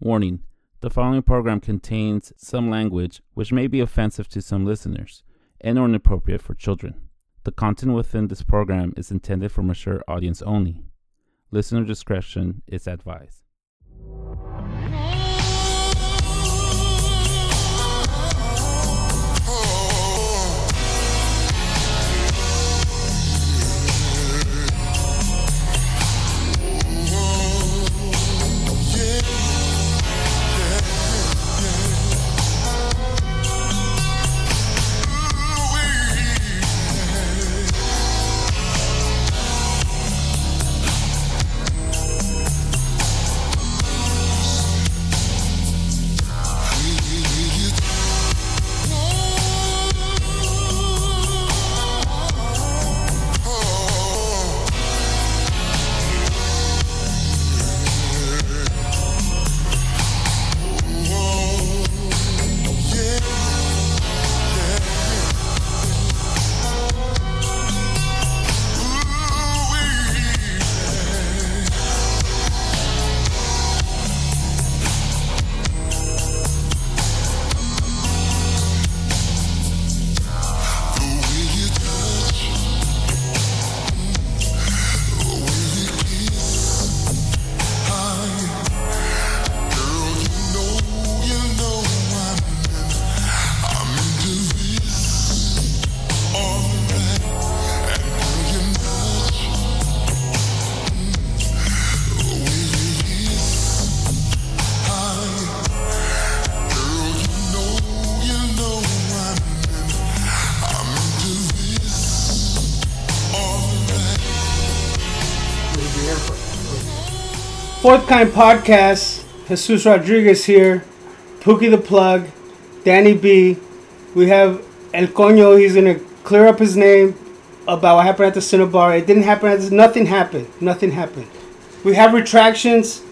Warning The following program contains some language which may be offensive to some listeners and or inappropriate for children. The content within this program is intended for mature audience only. Listener discretion is advised. Fourth Kind Podcast. Jesus Rodriguez here. Pookie the Plug. Danny B. We have El Coño. He's gonna clear up his name about what happened at the Cinnabar. It didn't happen. At nothing happened. Nothing happened. We have retractions.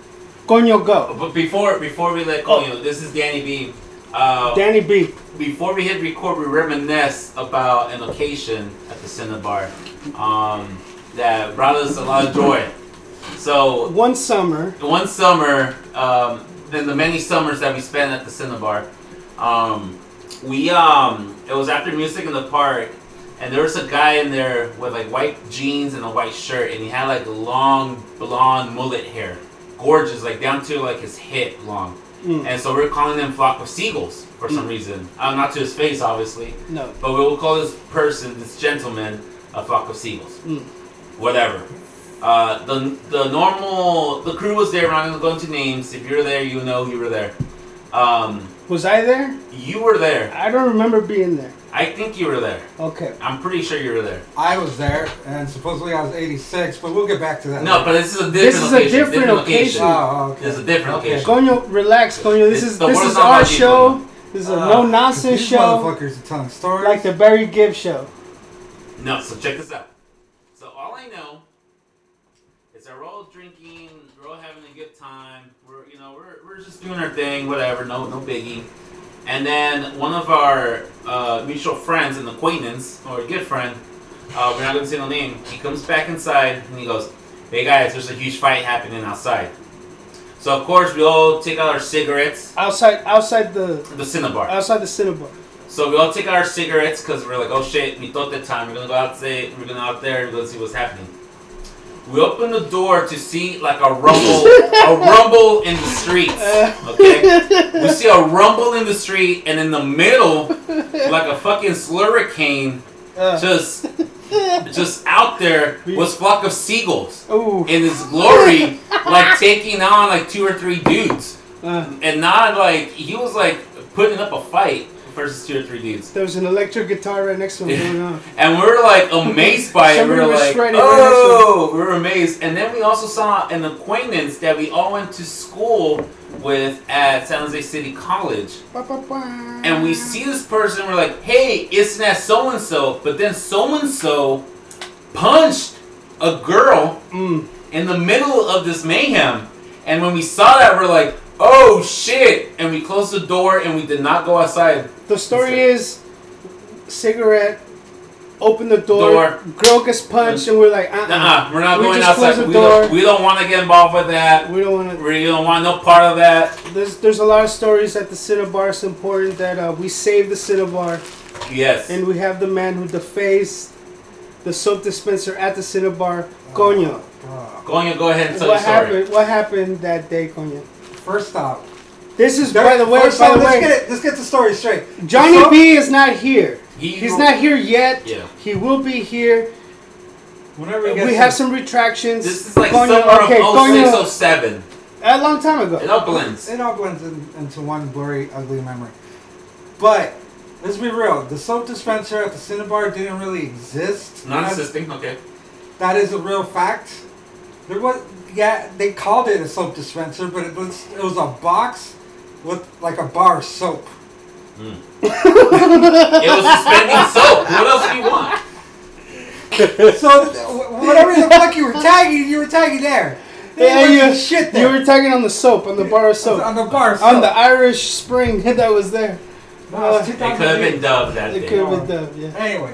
Coño, go. But before before we let go, you know, this is Danny B. Uh, Danny B. before we hit record, we reminisce about an occasion at the Cinnabar um, that brought us a lot of joy. So One summer. one summer, um, in the many summers that we spent at the Cinnabar, um, we um, it was after music in the park, and there was a guy in there with like white jeans and a white shirt, and he had like long blonde mullet hair, gorgeous, like down to like his hip long. And so we are calling him flock of seagulls for some reason. Uh, not to his face, obviously. No. But we will call this person, this gentleman, a flock of seagulls. Hmm. Whatever. Uh, the the normal the crew was there. We're not gonna go into names. If you're there, you know you were there. Um, Was I there? you were there. I don't remember being there. I think you were there. Okay. I'm pretty sure you were there. I was there, and supposedly I was 86, but we'll get back to that. No, but this is a different This is a location. different occasion. Oh, okay. This is a different Okay. location. Coño, relax, Coño. This is The this world's is not our about you, show. This is a Uh, no nonsense these show, motherfuckers are telling stories. like the Barry Gibb show. No, so check this out. So all I know is that we're all drinking, we're all having a good time. We're you know we're, we're just doing our thing, whatever. No no biggie. And then one of our uh, mutual friends, an acquaintance or a good friend, uh, we're not gonna say no name. He comes back inside and he goes, "Hey guys, there's a huge fight happening outside." So of course we all take out our cigarettes. Outside, outside the The Cinnabar. outside the cinnabar. So we all take out our cigarettes because we're like, oh shit, we thought that time. We're gonna go outside. We're gonna out there and go see what's happening. We open the door to see like a rumble, a rumble in the streets. Okay, we see a rumble in the street, and in the middle, like a fucking slurricane, Uh, just, just out there was flock of seagulls ooh, in its glory, like taking on like two or three dudes, uh, and not like he was like putting up a fight versus two or three dudes. there was an electric guitar right next to him going on. And we were like amazed by it. We Somebody were was like, shredding oh, we were amazed. And then we also saw an acquaintance that we all went to school with at San Jose City College. Ba, ba, ba. And we see this person, we're like, hey, it's that so and so. But then so and so punched a girl Mm. in the middle of this mayhem. And when we saw that, we're like, oh shit. And we closed the door and we did not go outside. The story is cigarette open the door. Door. Uh-uh. Girl gets punched, and we're like, uh, uh Nuh-uh, we're not we going just outside. Close We the door. don't, we don't want to get involved with that. we don't want to. We don't want no part of that. There's there's a lot of stories at the Cinnabar. It's important that uh, we save the Cinnabar, Yes. and we have the man who defaced the soap dispenser at the Cinnabar, Coño. God. Going to go ahead and tell your what story. happened? What happened that day, Coño? First off, This is by the way. first By the off, let's way, get it, let's get the story straight. Johnny So- B is not here. He He's will- not here yet. Yeah. He will be here. Whenever We, we, get have some retractions. This is like Coño- summer of Coño- 06, 07. a long time ago. It all blends. It all blends in, into one blurry, ugly memory. But let's be real. The soap dispenser at the Cinnabar didn't really exist. Not That's- assisting, okay. That is a real fact. There was, yeah, they called it a soap dispenser, but it was it was a box with like a bar of soap. It was suspending soap. What else do you want? So wh- whatever the fuck you were tagging, you were tagging there. Yeah, There you- was shit You there were tagging on the soap, on the bar of soap, on the bar. Soap. on the Irish spring that was there. No, it's It It could have been 2008. dubbed that It day. could have been done, yeah. Anyway,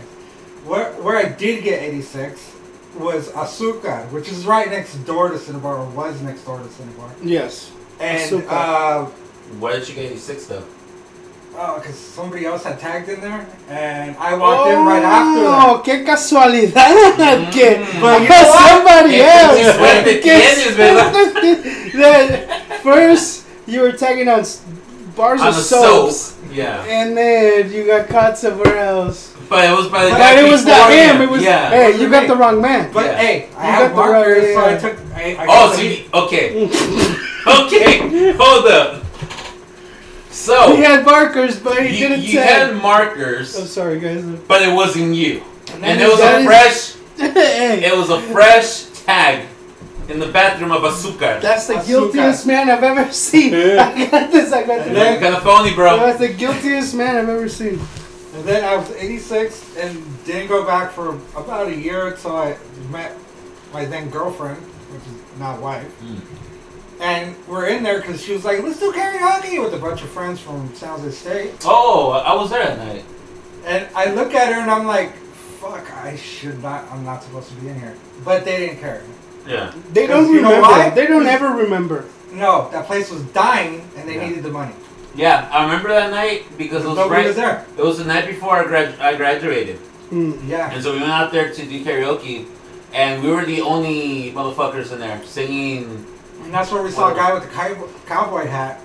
where where I did get 86 was Asuka, which is right next door to Cinnabar, or was next door to Cinnabar. Yes. And Asuka. uh, Why did you get 86 though? oh, because somebody else had tagged in there, and I walked in right after that. Oh, qué casualidad que But you know what? somebody Yeah, else. you sweat the que tienes, ¿verdad? then first you were tagging on s- bars On of the soaps, soaps. Yeah. and then you got caught somewhere else. But it was by the But guy But it was not before him. It was yeah. hey, you got the wrong man. But Yeah. hey, I You had got the right- markers, so I yeah. took. I, I Oh, got so the- you, okay. okay, hold up. So, he had markers, but he you, didn't you tag. Oh. had I'm markers, sorry, guys. but it wasn't you. And it you was got a it. fresh, hey, it was a fresh tag in the bathroom of Azúcar. that's the Asuka. guiltiest man I've ever seen. I got this. I got And this. then- Kind of phony, bro. That's the guiltiest man I've ever seen. And then I was 86 and didn't go back for about a year until I met my then girlfriend, which is not wife. Mm. And we're in there because she was like, let's do karaoke with a bunch of friends from San Jose State. Oh, I was there that night. And I look at her and I'm like, fuck, I should not, I'm not supposed to be in here. But they didn't care. Yeah. They don't Because you know remember. why? They don't ever remember. No, that place was dying and they Yeah. needed the money. Yeah, I remember that night because it was Nobody right. was there. It was the night before I, grad- I graduated. Hmm. Yeah. And so we went out there to do karaoke, and we were the only motherfuckers in there singing. And that's where we saw a guy with a cow- cowboy hat.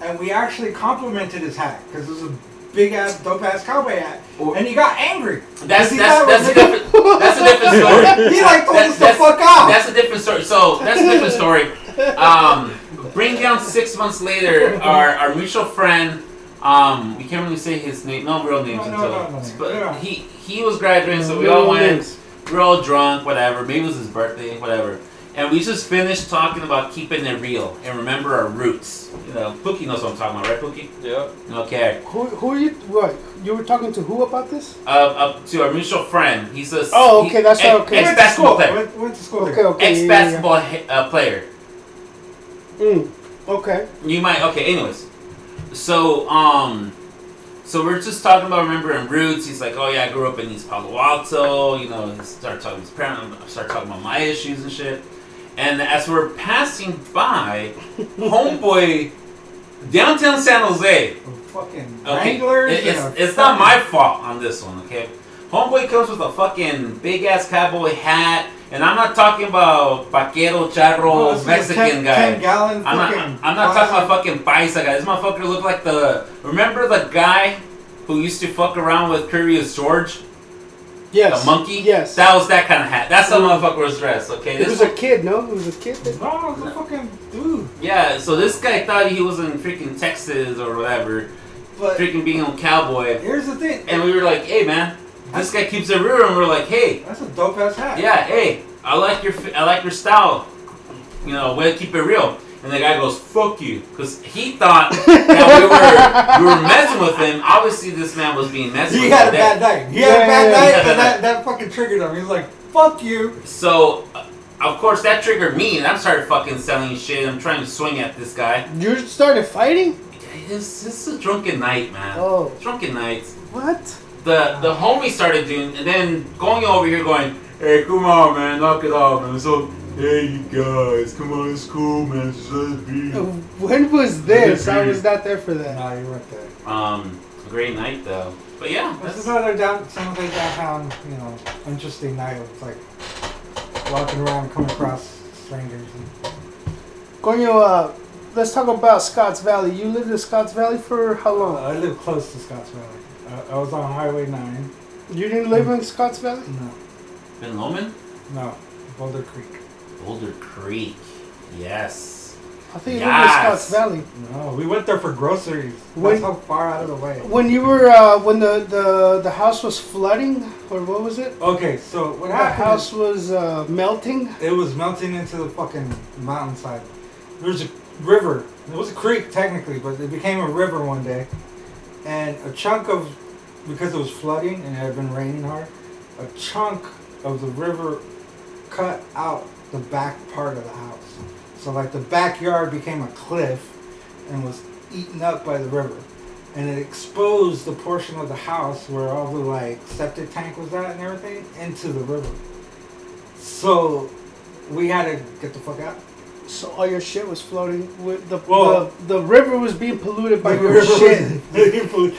And we actually complimented his hat because it was a big ass, dope ass cowboy hat. And he got angry. That's He that's thought it that's was a different that's a different story. He like told That- us to that's- fuck off. That's a different story. So that's a different story. Um, bring down six months later, our, our mutual friend. Um, we can't really say his name, no real names No, no, until. no, no, no. But Yeah. he he was graduating, so we all went. We're all drunk, whatever. Maybe it was his birthday, whatever. And we just finished talking about keeping it real and remember our roots. You know, Pookie knows what I'm talking about, right, Pookie? Yeah. Okay. Who, who are you? What? You were talking to who about this? Uh, up to our mutual friend. He's a Oh, okay, that's right, okay. Ex basketball I player. went, went to school Okay, there. okay. Ex yeah, basketball uh, player. yeah, yeah. Mm, Okay. You might okay. Anyways, so um, so we're just talking about remembering roots. He's like, oh yeah, I grew up in East Palo Alto. You know, he started talking to his parents, started talking about my issues and shit. And as we're passing by, homeboy, downtown San Jose. Fucking Okay, Wranglers. it- and it's, a it's not my fucking- fault on this one. Okay, homeboy comes with a fucking big ass cowboy hat, and I'm not talking about vaquero, Oh, charro, this is a Mexican 10 guy. 10 gallon I'm not, fucking. I'm not talking about fucking paisa guy. This motherfucker looked like the. Remember the guy who used to fuck around with Curious George? Yes. The monkey? Yes. That was that kind of hat. That's how motherfucker was dressed, okay? it This was a kid. No, it was a kid. that- No, it's a fucking dude. yeah, so this guy thought he was in freaking Texas or whatever, But freaking being a cowboy. here's the thing. And we were like, hey, man, this guy keeps it real. And we are like, hey, That's a dope ass hat. yeah, hey, I like your fi- I like your style. You know, way to keep it real. And the guy goes, fuck you. Because he thought that we were, we were messing with him. Obviously, this man was being messed He with. had a that day. bad night. He had a Yeah, bad yeah, night, yeah. and that, that fucking triggered him. He was like, fuck you. So, uh, of course, that triggered me, and I started fucking selling shit. I'm trying to swing at this guy. You started fighting? This, this is a drunken night, man. Oh. Drunken nights. What? the the homie started doing, and then going over here going, "Hey, come on, man, knock it off, man." So, hey, you guys, come on, it's cool, man. It's just be. When was this? I was not there for that. No, you weren't there. Um, great night though. But yeah, This is that's, another down, sounds like downtown, you know, interesting night. It's like walking around, coming across strangers. And Coño, uh, let's talk about Scotts Valley. You lived in Scotts Valley for how Uh, long? I live close to Scotts Valley. Uh, I was on Highway 9. You didn't live in Scotts Valley? No, Ben Lomond, no, Boulder Creek. Boulder Creek. Yes. I think you lived in Yes. Scotts Valley. No, we went there for groceries. When- That's how far out of the way. When you were, uh, when the, the, the house was flooding, or what was it? Okay, so what The happened? house was uh, melting. It was melting into the fucking mountainside. There was a river. It was a creek technically, but it became a river one day. And a chunk of, because it was flooding and it had been raining hard, a chunk of the river cut out the back part of the house. So like the backyard became a cliff and was eaten up by the river. And it exposed the portion of the house where all the like septic tank was at and everything into the river. So we had to get the fuck out. So all your shit was floating. With the, Well- the the river was being polluted by The your river shit was-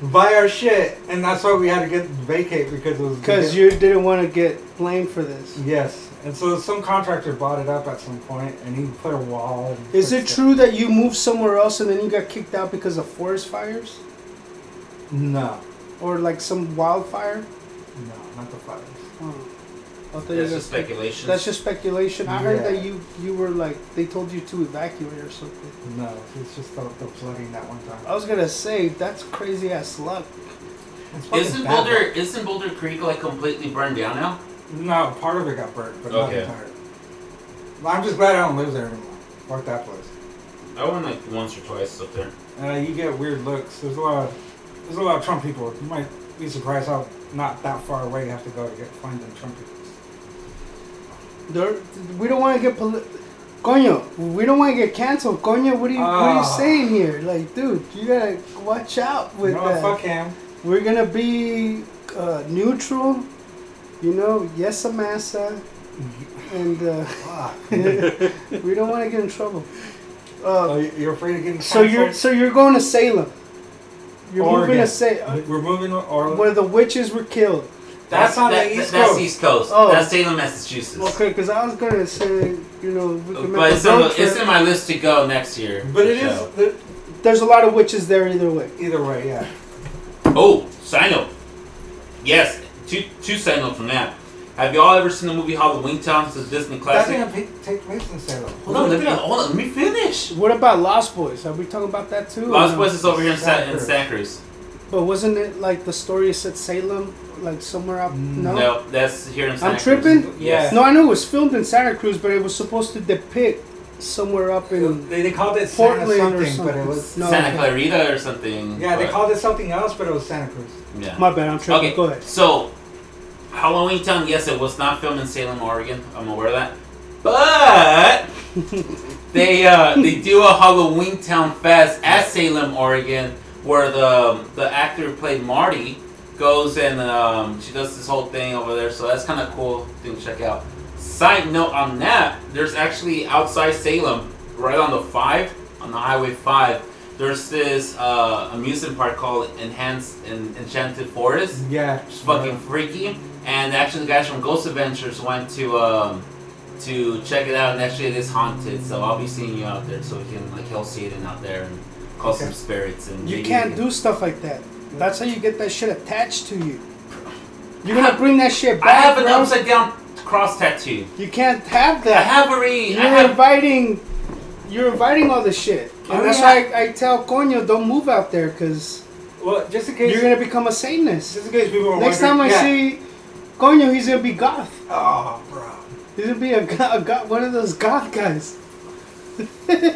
Buy our shit, and that's why we had to get vacate because it was because you didn't want to get blamed for this. yes. And so some contractor bought it up at some point, and he put a wall. And Is it fixed true that you moved somewhere else and then you got kicked out because of forest fires No, or like some wildfire? no, not the fires. Oh. I thought Hmm. you That's guys- just speculation. That's just speculation. I heard Yeah. that you you were like they told you to evacuate or something. No, it's just the, the flooding that one time. I was gonna say that's crazy ass luck. It's fucking Isn't bad. Boulder isn't Boulder Creek like completely burned down now? No, part of it got burnt, but not Okay. entire. Well, I'm just glad I don't live there anymore. Fuck that place. I went like once or twice up there. Uh, you get weird looks. There's a lot. Of, there's a lot of Trump people. You might be surprised how not that far away you have to go to get find them Trump people. There, we don't want to get poli- Coño, we don't want to get canceled. Coño, what are you what are you Ah. saying here? Like, dude, you gotta watch out with no, that. fuck him. We're gonna be uh, neutral, you know. Yes, Amasa, and uh, Fuck. we don't want to get in trouble. Uh, so you- you're afraid of getting so you're canceled? so you're going to Salem. You're Oregon. moving to Salem, We're moving to Orlando. where the witches were killed. That's on that- the East that's Coast. East Coast. Oh. That's Salem, Massachusetts. Okay, because I was gonna say, you know, we can But make it's a on, road the- it's trip. in my list to go next year. But for it is sure. the, There's a lot of witches there either way. either way. Yeah. Oh, sign up. Yes, two two sign up from that. Have y'all ever seen the movie Halloween Town? It's a Disney That's classic. gonna pa- take place in Salem. Hold on, let me hold on, let me finish. What about Lost Boys? Are we talking about that too? Lost Or no? Boys is over here in San, in Sacre. San Cruz. But wasn't it like the story said Salem, like somewhere out? No. Mm, No, that's here in San I'm Cruz. tripping? Yes. No, I know it was filmed in Santa Cruz, but it was supposed to depict somewhere up in. They, they called it Santa Portland or something, but something. it was No. Santa Clarita or something. yeah. They but- called it something else, but it was Santa Cruz. Yeah. My bad, I'm tripping. Okay, Go ahead. So, Halloween Town, yes, it was not filmed in Salem, Oregon. I'm aware of that. But they uh, they do a Halloween Town fest at Salem, Oregon, where the the actor who played Marty goes and um, she does this whole thing over there. So that's kind of cool thing to check out. Side note on that, there's actually outside Salem, right on the five, on the Highway Five. There's this uh, amusement park called Enhanced en- Enchanted Forest. Yeah. It's fucking freaky. And actually, the guys from Ghost Adventures went to um, to check it out, and actually, it is haunted. So I'll be seeing you out there, so we can like hell see it and out there and call some Okay. spirits and. You maybe can't we do stuff like that. That's how you get that shit attached to you. You're gonna bring that shit I back. have an bro. upside down cross tattoo. You can't have I that. have already. I You're have. inviting, you're inviting all this shit, and Oh, that's yeah. why I, I tell Coño don't move out there because Well, just in case you're gonna become a Satanist. just in case people were Next wondering- time I yeah. see Coño, he's gonna be goth. Oh, bro. He's gonna be a, go- a go- one of those goth guys.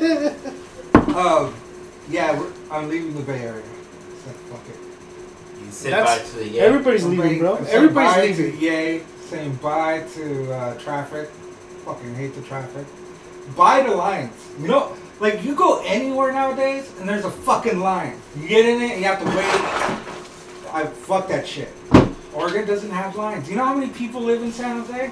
Um, yeah, we're, I'm leaving the Bay Area. So fuck it. Said That's- bye to the- yeah. Everybody's I'm leaving, saying- bro. I'm saying bye Everybody's leaving. To yay, saying bye to uh, traffic. Fucking hate the traffic. Bye to lines. You know, like you go anywhere nowadays and there's a fucking line. You get in it, you have to wait. I fuck that shit. Oregon doesn't have lines. You know how many people live in San Jose?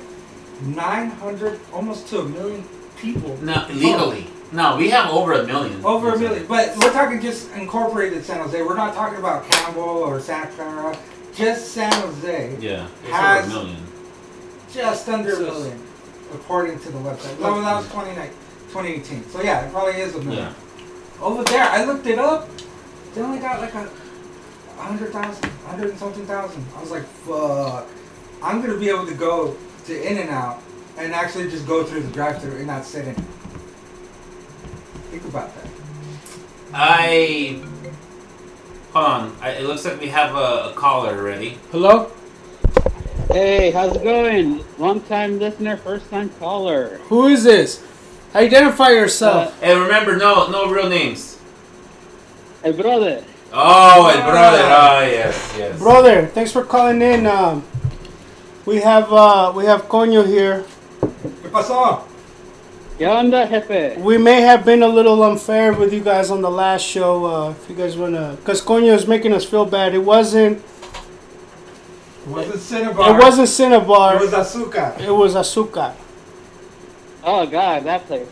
Nine hundred, almost to a million people. No, legally. No, we have over a million. Over a million, but we're talking just incorporated San Jose. We're not talking about Campbell or Santa Clara. Just San Jose, Yeah, it's Has- over a million. just under a So- million, according to the website. No, that was 29 2018. So yeah, it probably is a million. Yeah. Over there, I looked it up. They only got like a a hundred thousand, a hundred and something thousand. I was like, fuck. I'm gonna be able to go to In and Out and actually just go through the drive-through and not sit in. it. Think about that. I. Hold on. I, it looks like we have a, a caller already. Hello? Hey, how's it going? Long time listener, first time caller. Who is this? Identify yourself. And remember, no, no real names. Hey, brother. Oh, el brother. Ah. Oh, yes, yes. Brother, thanks for calling in. Um, we have uh, we have Coño here. ¿Qué pasó? ¿Qué onda, jefe? We may have been a little unfair with you guys on the last show. Uh, if you guys wanna, cause Coño is making us feel bad. It wasn't. It wasn't Cinnabar. It wasn't It was Cinnabar. Azúcar. It was Azúcar. Oh, God, that place.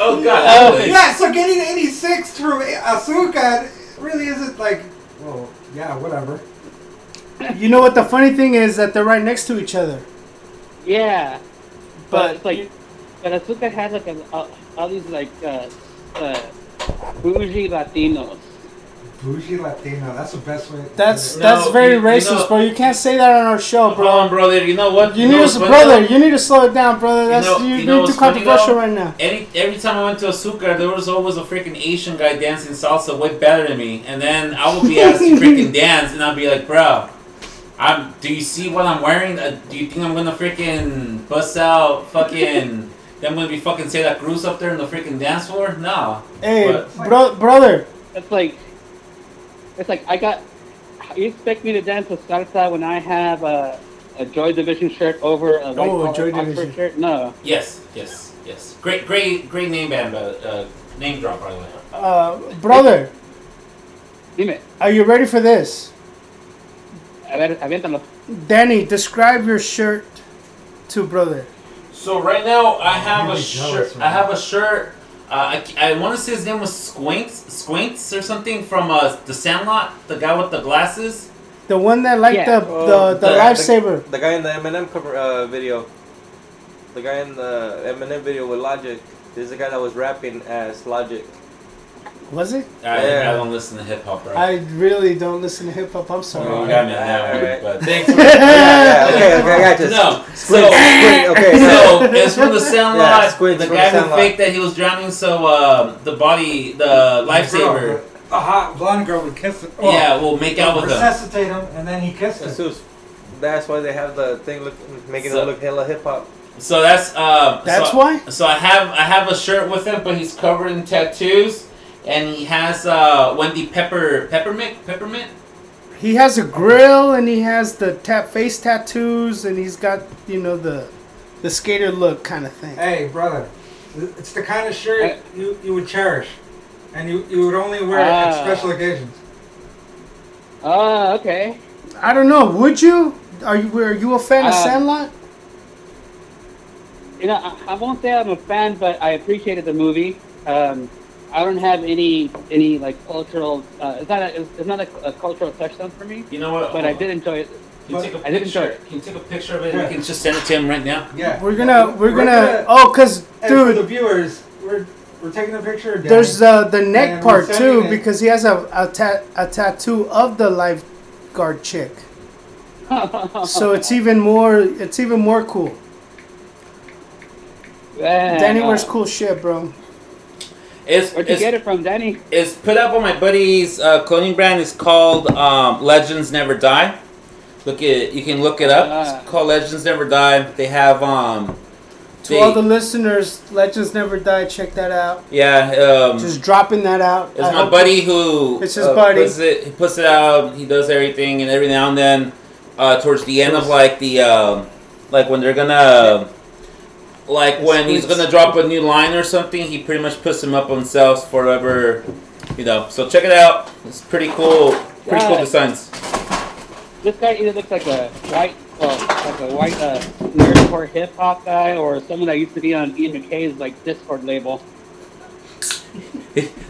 Oh, God. really? Yeah, so getting 86 through Azúcar really isn't like, well, yeah, whatever. You know what? The funny thing is that they're right next to each other. Yeah. But, But it's like, but Azuka has like a, all, all these like uh, uh, bougie Latinos. Bougie Latino. That's the best way. that's No, that's very you- you racist, know- bro. You can't say that on our show, Hold on, bro. brother. You know what? You know need what's to, funny, brother. though? You need to slow it down, brother. That's know- you, you know are too what's funny, controversial though? right now. Any, every time I went to Azúcar, there was always a freaking Asian guy dancing salsa way better than me. And then I would be asked to freaking dance, and I'd be like, bro, I'm, do you see what I'm wearing? Uh, do you think I'm gonna freaking bust out fucking. I'm gonna be fucking Santa Cruz up there in the freaking dance floor? No. Hey, But- bro, brother. It's like, it's like I got. You expect me to dance with salsa when I have a, a Joy Division shirt over a white Oh, collar Joy Oxford Division. shirt? No. Yes, yes, yes. Great, great, great name band, by the- uh, name drop, by the way. Uh, brother, Dime. are you ready for this? A ver, aviéntalo. Danny, describe your shirt to brother. So right now I have a really jealous shirt. right I have now. a shirt. Uh, I, want to say his name was Squints, Squints or something from uh, the Sandlot. The guy with the glasses. The one that liked Yeah. the, Oh, the the lifesaver. The, guy in the Eminem cover uh, video. The guy in the Eminem video with Logic. This is the guy that was rapping as Logic. Was it? I, Yeah. I don't listen to hip hop, right? Oh, I really don't listen to hip hop. I'm you sorry. got me on that one, Alright. but thanks. for- yeah, yeah, okay, okay, I got this. no, Squint, so squint, okay. so it's from the Sandlot. Yeah, Squints the from guy the who Sandlot. faked that he was drowning, so uh, the body, the lifesaver, A hot blonde girl would kiss him. Oh. Well, yeah, will make out with him. resuscitate him, and then he kissed That's her. who's- That's why they have the thing look, making So- it look hella hip hop. So that's uh, That's so- why. So I have I have a shirt with him, but he's covered in tattoos, and he has uh Wendy Pepper peppermint peppermint. He has a grill and he has the tap face tattoos and he's got you know the the skater look kind of thing. Hey, brother, it's the kind of shirt you, you would cherish, and you, you would only wear it Ah. at special occasions. Oh, okay. I don't know. Would you? Are you were you a fan of Uh, Sandlot? you know, I, I won't say I'm a fan, but I appreciated the movie. Um, I don't have any any like cultural. Uh, it's not a, it's not a, a cultural touchstone for me, You know what? but I did enjoy it. Can you take a I didn't enjoy picture? Can you take a picture of it? Yeah. We can just send it to him right now. Yeah. We're gonna we're gonna gonna- oh cause and for the dude viewers, we're, we're taking a picture of Danny. there's the the and neck we're part sending too it. because he has a a, ta- a tattoo of the lifeguard chick. So it's even more it's even more cool. Man, Danny uh, wears cool shit, bro. It's Where'd you it's, get it from, Danny? it's put up on my buddy's uh, clothing brand. It's called um, Legends Never Die. Look at you can look it up. Ah. It's called Legends Never Die. They have um. To they- all the listeners, Legends Never Die, check that out. yeah, um, Just dropping that out. It's I my hope- buddy who Uh, uh, It's his buddy. Puts it, he puts it out. He does everything, and every now and then, uh, towards the end of like the um, like when they're gonna like when he's gonna drop a new line or something, he pretty much puts them up himself forever. you know, so check it out. It's pretty cool. Pretty cool Yeah. designs. This guy either looks like a white, well, like a white uh, nerdcore hip hop guy, or someone that used to be on Ian McKay's like Discord label.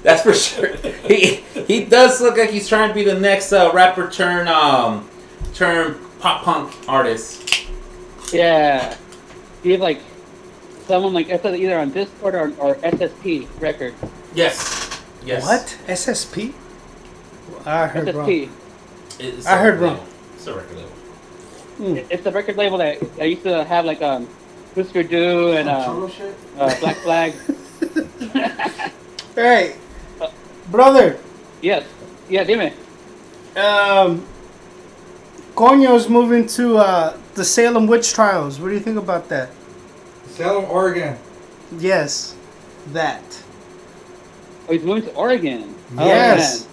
That's for sure. He he does look like he's trying to be the next uh, rapper turn um turn pop punk artist. Yeah, he had like someone like that's either on Discord or, or SSP record. Yes. Yes. What? SSP? I heard wrong. SSP. It's I a heard record wrong. label. It's a record label. It's a record label that I used to have like um, Whisker Do and Some uh, Cholo shit? uh, Black Flag. Hey, brother, yes. Yeah, dime. um, Coño's moving to uh, the Salem witch trials. What do you think about that? Salem, Oregon. Yes, that. Oh, he's moving to Oregon. Oh, Yes. man.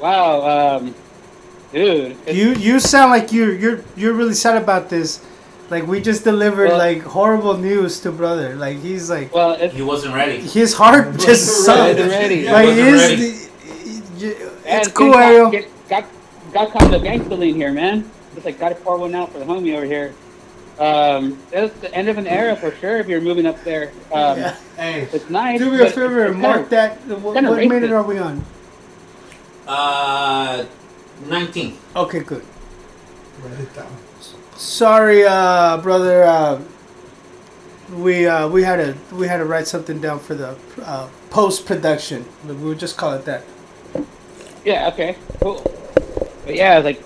Wow, um, dude. it's- You you sound like you're you're you're really sad about this. Like we just delivered Well- like horrible news to brother. Like he's like well, it's, He wasn't ready. his heart just Wasn't sucked. ready. Like Wasn't is ready. the, you- and it's cool, got- Ariel. get- Got, got caught in the gangster lean here, man. Just like gotta pour one out for the homie over here. Um, that's the end of an era for sure. If you're moving up there, um, Yeah. Hey, it's nice. Do me but a favor it's and mark kinda- that. What, kinda what minute racist. are we on? Uh, nineteenth. Okay, good. write it down. Sorry, uh, brother. Uh, we uh, we had to we had to write something down for the uh, post production. We'll just call it that. Yeah. Okay. Cool. But yeah, it's like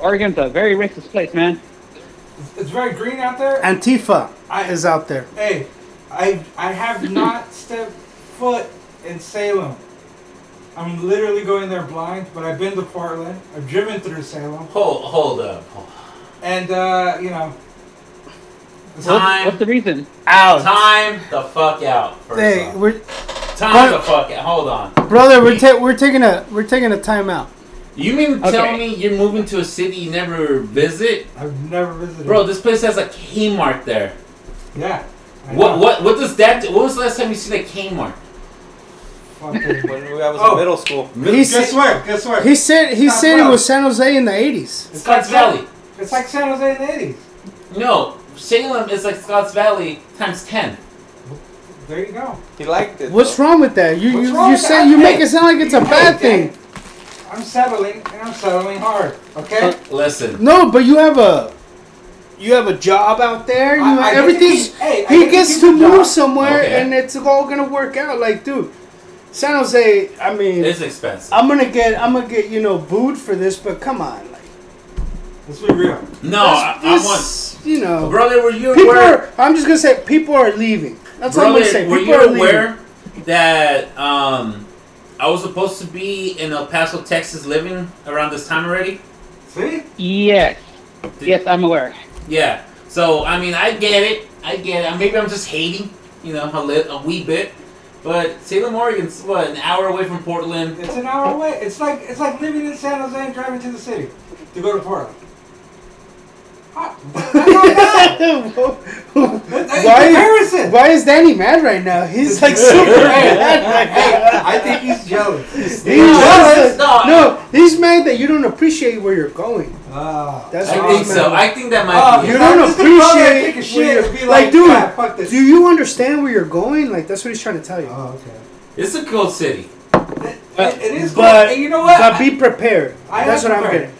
Oregon's a very racist place, man. It's, it's very green out there. Antifa I- is out there. Hey, I I have not stepped foot in Salem. I'm literally going there blind, but I've been to Portland. I've driven through Salem, Hold hold up. and uh, you know, What's, Time what's the reason? Out. time the fuck out. First Hey, off. we're, time the fuck out. Hold on. brother. We're ta- we're taking a we're taking a timeout. You mean to Okay. tell me you're moving to a city you never visit? I've never visited. Bro, this place has a Kmart there. yeah. I What know. what what does that do? What was the last time you seen a Kmart? Fucking- When we- I was Oh. in middle school. He guess said what? Guess what? he said he Stop, said it bro. was San Jose in the eighties. it's like Scotts Valley. It's like San Jose in the '80s. No, Salem is like Scotts Valley times ten. There you go. He liked it. What's though. wrong with that? You What's you, wrong you with say that? you make Hey, it sound like it's a hey, bad hey. thing. I'm settling, and I'm settling hard. Okay. Uh, Listen, No, but you have a you have a job out there. You I- have, I get to everything's keep- hey, I he get to gets keep to the move job. somewhere, Okay. and it's all gonna work out. Like, dude, San Jose. I mean, it's expensive. I'm gonna get I'm gonna get you know booed for this, but come on, like Let's be real. No, I, I want. this- you know, Brother, were you people. aware? Are, I'm just gonna say people are leaving. That's all I'm Brother, gonna say. were People are you leaving. aware that um, I was supposed to be in El Paso, Texas, living around this time already? See? Yes. Yes, I'm aware. Yeah. So I mean, I get it. I get it. Maybe I'm just hating, you know, a, lit, a wee bit. But Salem, Oregon's what an hour away from Portland. It's an hour away. It's like it's like living in San Jose and driving to the city to go to Portland. Ah, I don't know. Oh, It's a comparison. why is Danny mad right now? He's like super mad right now. Hey, I think he's jealous. He's No, jealous. it's not. No, he's mad that you don't appreciate where you're going. Ah. That's Oh, I what think he's so. mad. I think that might Ah, be. You it. if don't I- this is probably a appreciate pick and where shit, it'd you're- be like, like, dude, "Ah, fuck this." Do you understand where you're going? Like that's what he's trying to tell you. Oh, okay. It's a cool city. It, it is, but- but and you know what? But be prepared. I am that's what I'm prepared. getting. I,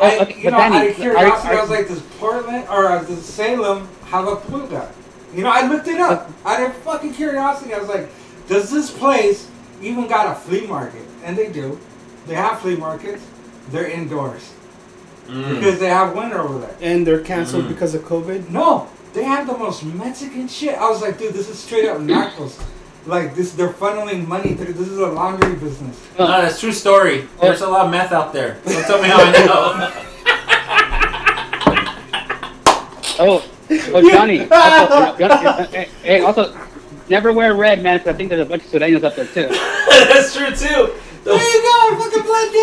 Oh, okay, you but know, Danny, out of curiosity, are- are- I was like, does Portland or uh, does Salem have a pulga? You know, I looked it up. Out of fucking curiosity, I was like, does this place even got a flea market? And they do. They have flea markets. They're indoors Mm. because they have winter over there. And they're canceled Mm. because of COVID. No, they have the most Mexican shit. I was like, dude, this is straight up knuckles. Like this, they're funneling money through. This is a laundry business. No, that's a true story. There's a lot of meth out there. Don't tell me how I know. Oh, oh Johnny. also, Johnny hey, hey, also, never wear red, man. 'cause I think there's a bunch of Sudanos up there too. that's true too. There you go, fucking blend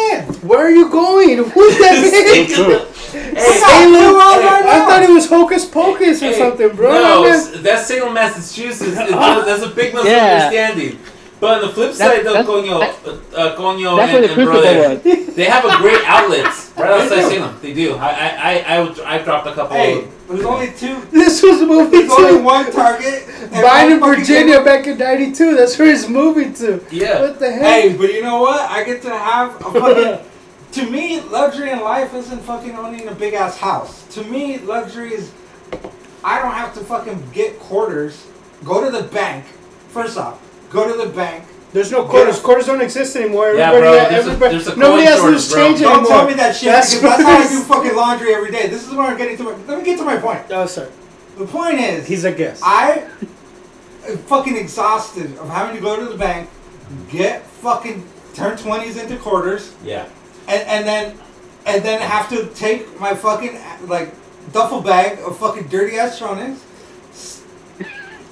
in. Where are you going? Who's that? Hey, Salem? I'm I right now. thought it was hocus pocus or Hey, something, bro. No, I'm s- that's Salem, Massachusetts. It's just- that's a big Yeah. misunderstanding. But on the flip That's- side, though, that's- Conyo, uh, uh, Conyo and, That's where the and brother, crucible was. they have a great outlets right outside Salem. They do. I, I, I, I, would- I dropped a couple. Hey, there's only two. This was a movie There's only Oh. too. one Target. and Biden in one fucking- Virginia back in '92. That's where his movie to. yeah. What the heck? Hey, but you know what? I get to have a fucking. to me, luxury in life isn't fucking owning a big ass house. To me, luxury is. I don't have to fucking get quarters. Go to the bank. First off, go to the bank. There's no quarters. Yeah. Quarters don't exist anymore. Yeah, Everybody, bro, there's a- everybody, there's a nobody coin has shortage, loose bro. change Don't anymore. tell me that shit That's because that's how I do what fucking laundry every day. This is where I'm getting to. My, let me get to my point. it is. Oh, sorry. The point is, He's a guest. I am fucking exhausted of having to go to the bank, get fucking turn twenties into quarters, Yeah. and and then and then have to take my fucking like duffel bag of fucking dirty ass Shonins s-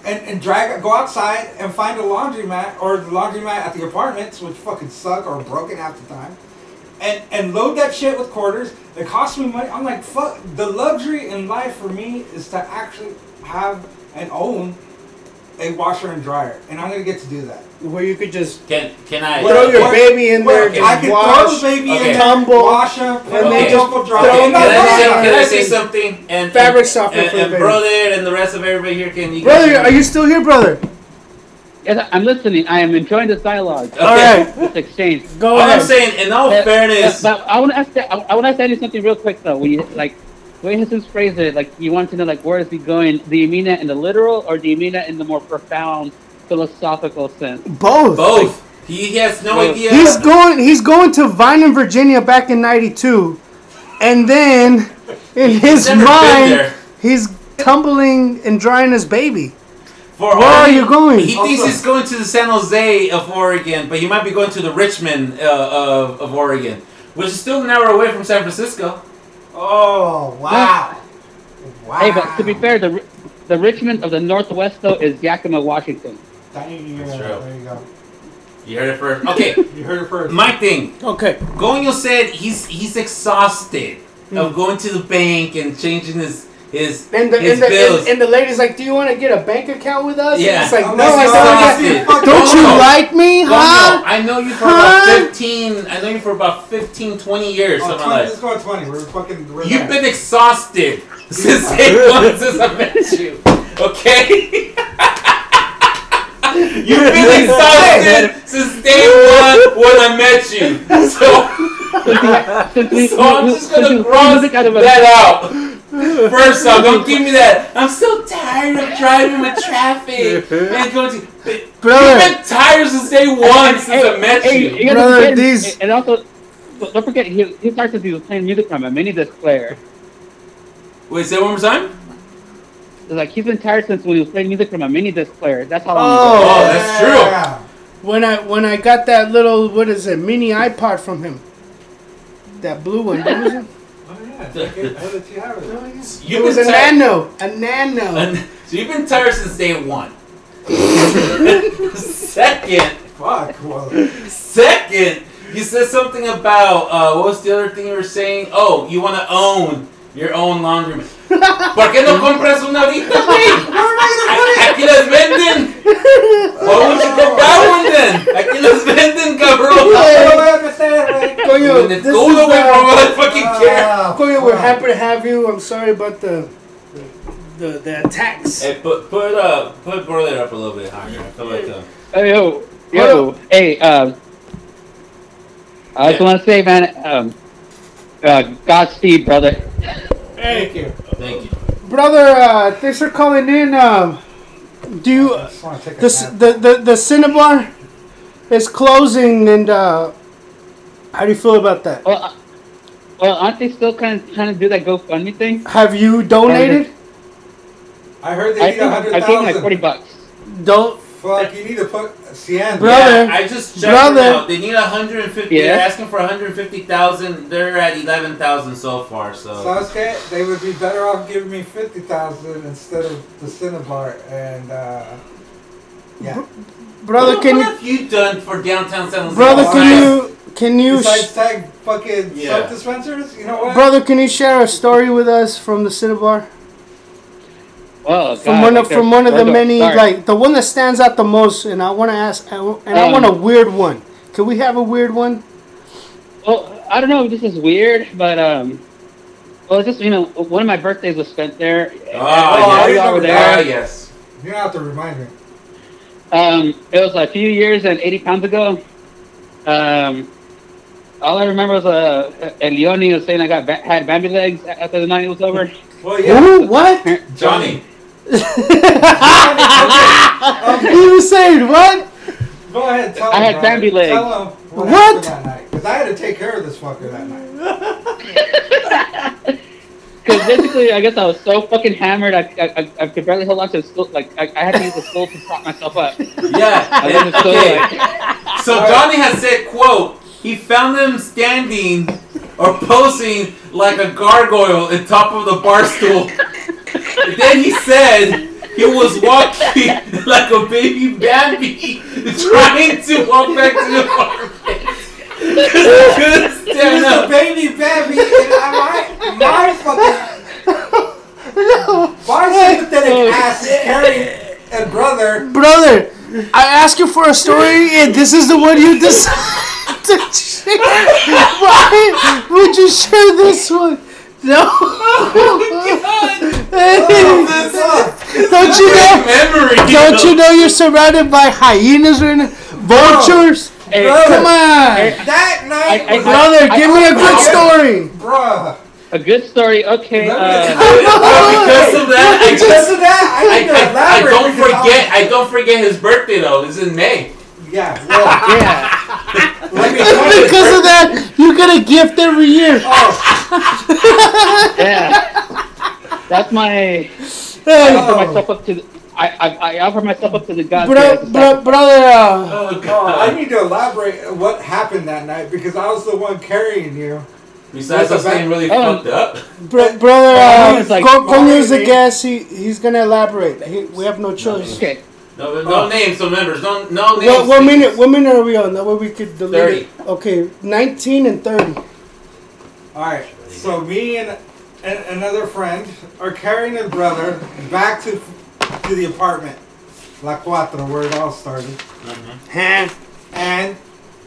and and drag go outside and find a laundromat or the laundromat at the apartments, which fucking suck or broken half the time. And, and load that shit with quarters. It costs me money. I'm like, fuck. The luxury in life for me is to actually have and own a washer and dryer, and I'm gonna get to do that. Where you could just Can can I? throw your Where- baby in there, Where I just can throw wash, the baby okay. in there, tumble, wash up, and and they they just double throw drop. Okay, Throw can, it I back. say, can I Everything. say something? And- And Fabric softener and, for the and baby. brother and the rest of everybody here. Can you? brother, are you still here, brother? Yes, I'm listening. I am enjoying this dialogue, Okay. All right, this exchange. go All ahead. I'm saying, Oh. in all But- fairness, but, but I want to ask that. I, want to ask Andy something real quick though. When you like, the way Jesus phrased it, like you want to know like where is he going? Do you mean that in the literal or do you mean that in the more profound philosophical sense? both. both. He, he has no Both. idea. He's going. He's going to Vine in Virginia back in '92, and then in his never been mind, there. he's tumbling and drying his baby. For Where are Oregon, you going? He thinks Also- he's going to the San Jose of Oregon, but he might be going to the Richmond uh, of, of Oregon, which is still an hour away from San Francisco. Oh wow! Wow. Hey, but to be fair, the Ri- the Richmond of the Northwest though is Yakima, Washington. Dang, That's yeah, true. There you go. You heard it first. Okay, You heard it first. my thing. Okay. Gonyo said he's he's exhausted Hmm. of going to the bank and changing his his, And the, his and, the, bills. and, and the lady's like, "Do you want to get a bank account with us?" Yeah. And it's like, I'm "No, I like, no, don't. want I to- see. Fuck Don't you Gonyo. like me, Gonyo, huh?" I know you for Huh? about 15, I know you for about 15, 20 years, Oh, something 20, like let's that. go at twenty. We're fucking. We're You've there. been exhausted since eight months since I met you, okay? You've been exhausted since day one when I met you. So, Since we- so I'm we- just since we- gonna we cross look at it, that out. First off, don't give me that. I'm so tired of driving with traffic and going to. Brother. You've been tired since day one since I met Hey, you. you gotta Brother, forget- these- and also don't don't forget he he starts as he was playing music from a mini disc player. Wait, say it one more time. It's like he's been tired since when he was playing music from a mini disc player. That's how long. Oh. ago. Oh, that's true. Yeah. When I when I got that little what is it mini iPod from him, that blue one. What was it? Oh yeah. Okay, I'll let you have it. You've it was a been tired- nano. A nano. And- so you've been tired since day one. second, Fuck. Well, second, you said something about uh, what was the other thing you were saying? Oh, you want to own your own laundromat. ¿Por qué no compras una ahorita, güey? Aquí las venden. Why would you go buy one then? Aquí las venden, cabrón. I don't understand. Like, Coño, And this it's is all the way uh, from motherfucking care. Ah, Koya, we're fuck. happy to have you. I'm sorry about the the, the attacks. Hey, put put uh put Borlet up a little bit higher. I feel like uh, Hey, yo, Hello. yo, hey, um, I just Yeah. want to say, man, um, uh, Godspeed, brother. Thank you. thank you. Brother, uh, thanks for calling in. Um, do you I just want to take a the c- nap. the the, the Cinnabar is closing, and uh, how do you feel about that? Well, uh, well, aren't they still kind of trying to do that GoFundMe thing? Have you donated? I heard I they need think a I hundred gave him like forty thousand. bucks. Don't. Fuck. You need to put Cien. Bro. Brother. Yeah, I just checked Brother. it out. They need 150. Yeah. They're asking for 150,000. They're at 11,000 so far. So Sasuke, they would be better off giving me fifty thousand instead of the Cinnabar and uh, yeah. Brother, what, can what you? have you done for downtown San Jose? Brother, besides- can you? Can you? Besides Sh- tag fucking Yeah. soap dispensers, you know what? brother, can you share a story with us from the Cinnabar? Oh, God, From one of like from they're- one of the they're many dark. like the one that stands out the most, and I want to ask, and I want a weird one. Can we have a weird one? Well, I don't know. if This is weird, but um, well, it's just you know, one of my birthdays was spent there. Ah, Oh, yes. While we all were Ah, there. yes. You don't have to remind me. Um, it was a few years and 80 pounds ago. Um, all I remember was uh, Elioni was saying I got ba- had Bambi legs after the night was over. Well, yeah. Who? What? he Johnny. was saying what? Um, Go ahead. and Tell I him, had Brian. Bambi legs. Tell him what? What? happened That night, because I had to take care of this fucker that night. Because basically, I guess I was so fucking hammered, I, I, I, I could barely hold on to the stool. Like I, I had to use the stool to prop myself up. Yeah. I was in the yeah, stool, okay. like, So Johnny has said, "quote He found them standing or posing like a gargoyle on top of the bar stool." then he said he was walking like a baby Bambi, trying to walk back to the apartment. 'Cause he couldn't It stand was a up. baby Bambi, and I, my, my fucking. My sympathetic ass is carrying a brother. Brother, I asked you for a story, and this is the one you decide to share. Why would you share this one? No. Oh, Hey, This up. don't you know? Memory. Don't you know you're surrounded by hyenas right now? Vultures? hey, Come on. That night I- was I- Brother, give me a good story. bruh. a good story. Okay. Let Uh, Because of that, I Because just. of that, I I, need to I, I elaborate. don't because forget. I don't forget his birthday though. It's in May. was- Yeah, well, yeah. let me tell you. Because of that, you get a gift every year. Oh, yeah. That's my. I Hey, offer myself up to. The, I, I I offer myself up to the gods. Oh. bro, as a bro, brother. Uh, Oh oh, I God. need to elaborate what happened that night because I was the one carrying you. Besides us being really Oh. fucked up. Bro, brother, Well, uh, it's like- Con- Conio's the Well, guest. He, he's gonna elaborate. He, we have no sacrifice. choice. Okay. No, no names, no members, no, no names. Oh. What, what minute? What minute are we on? That way we could delete 30. it. Okay, nineteen and thirty. Alright, so me and, and another friend are carrying a brother back to to the apartment, La Cuatro, where it all started. And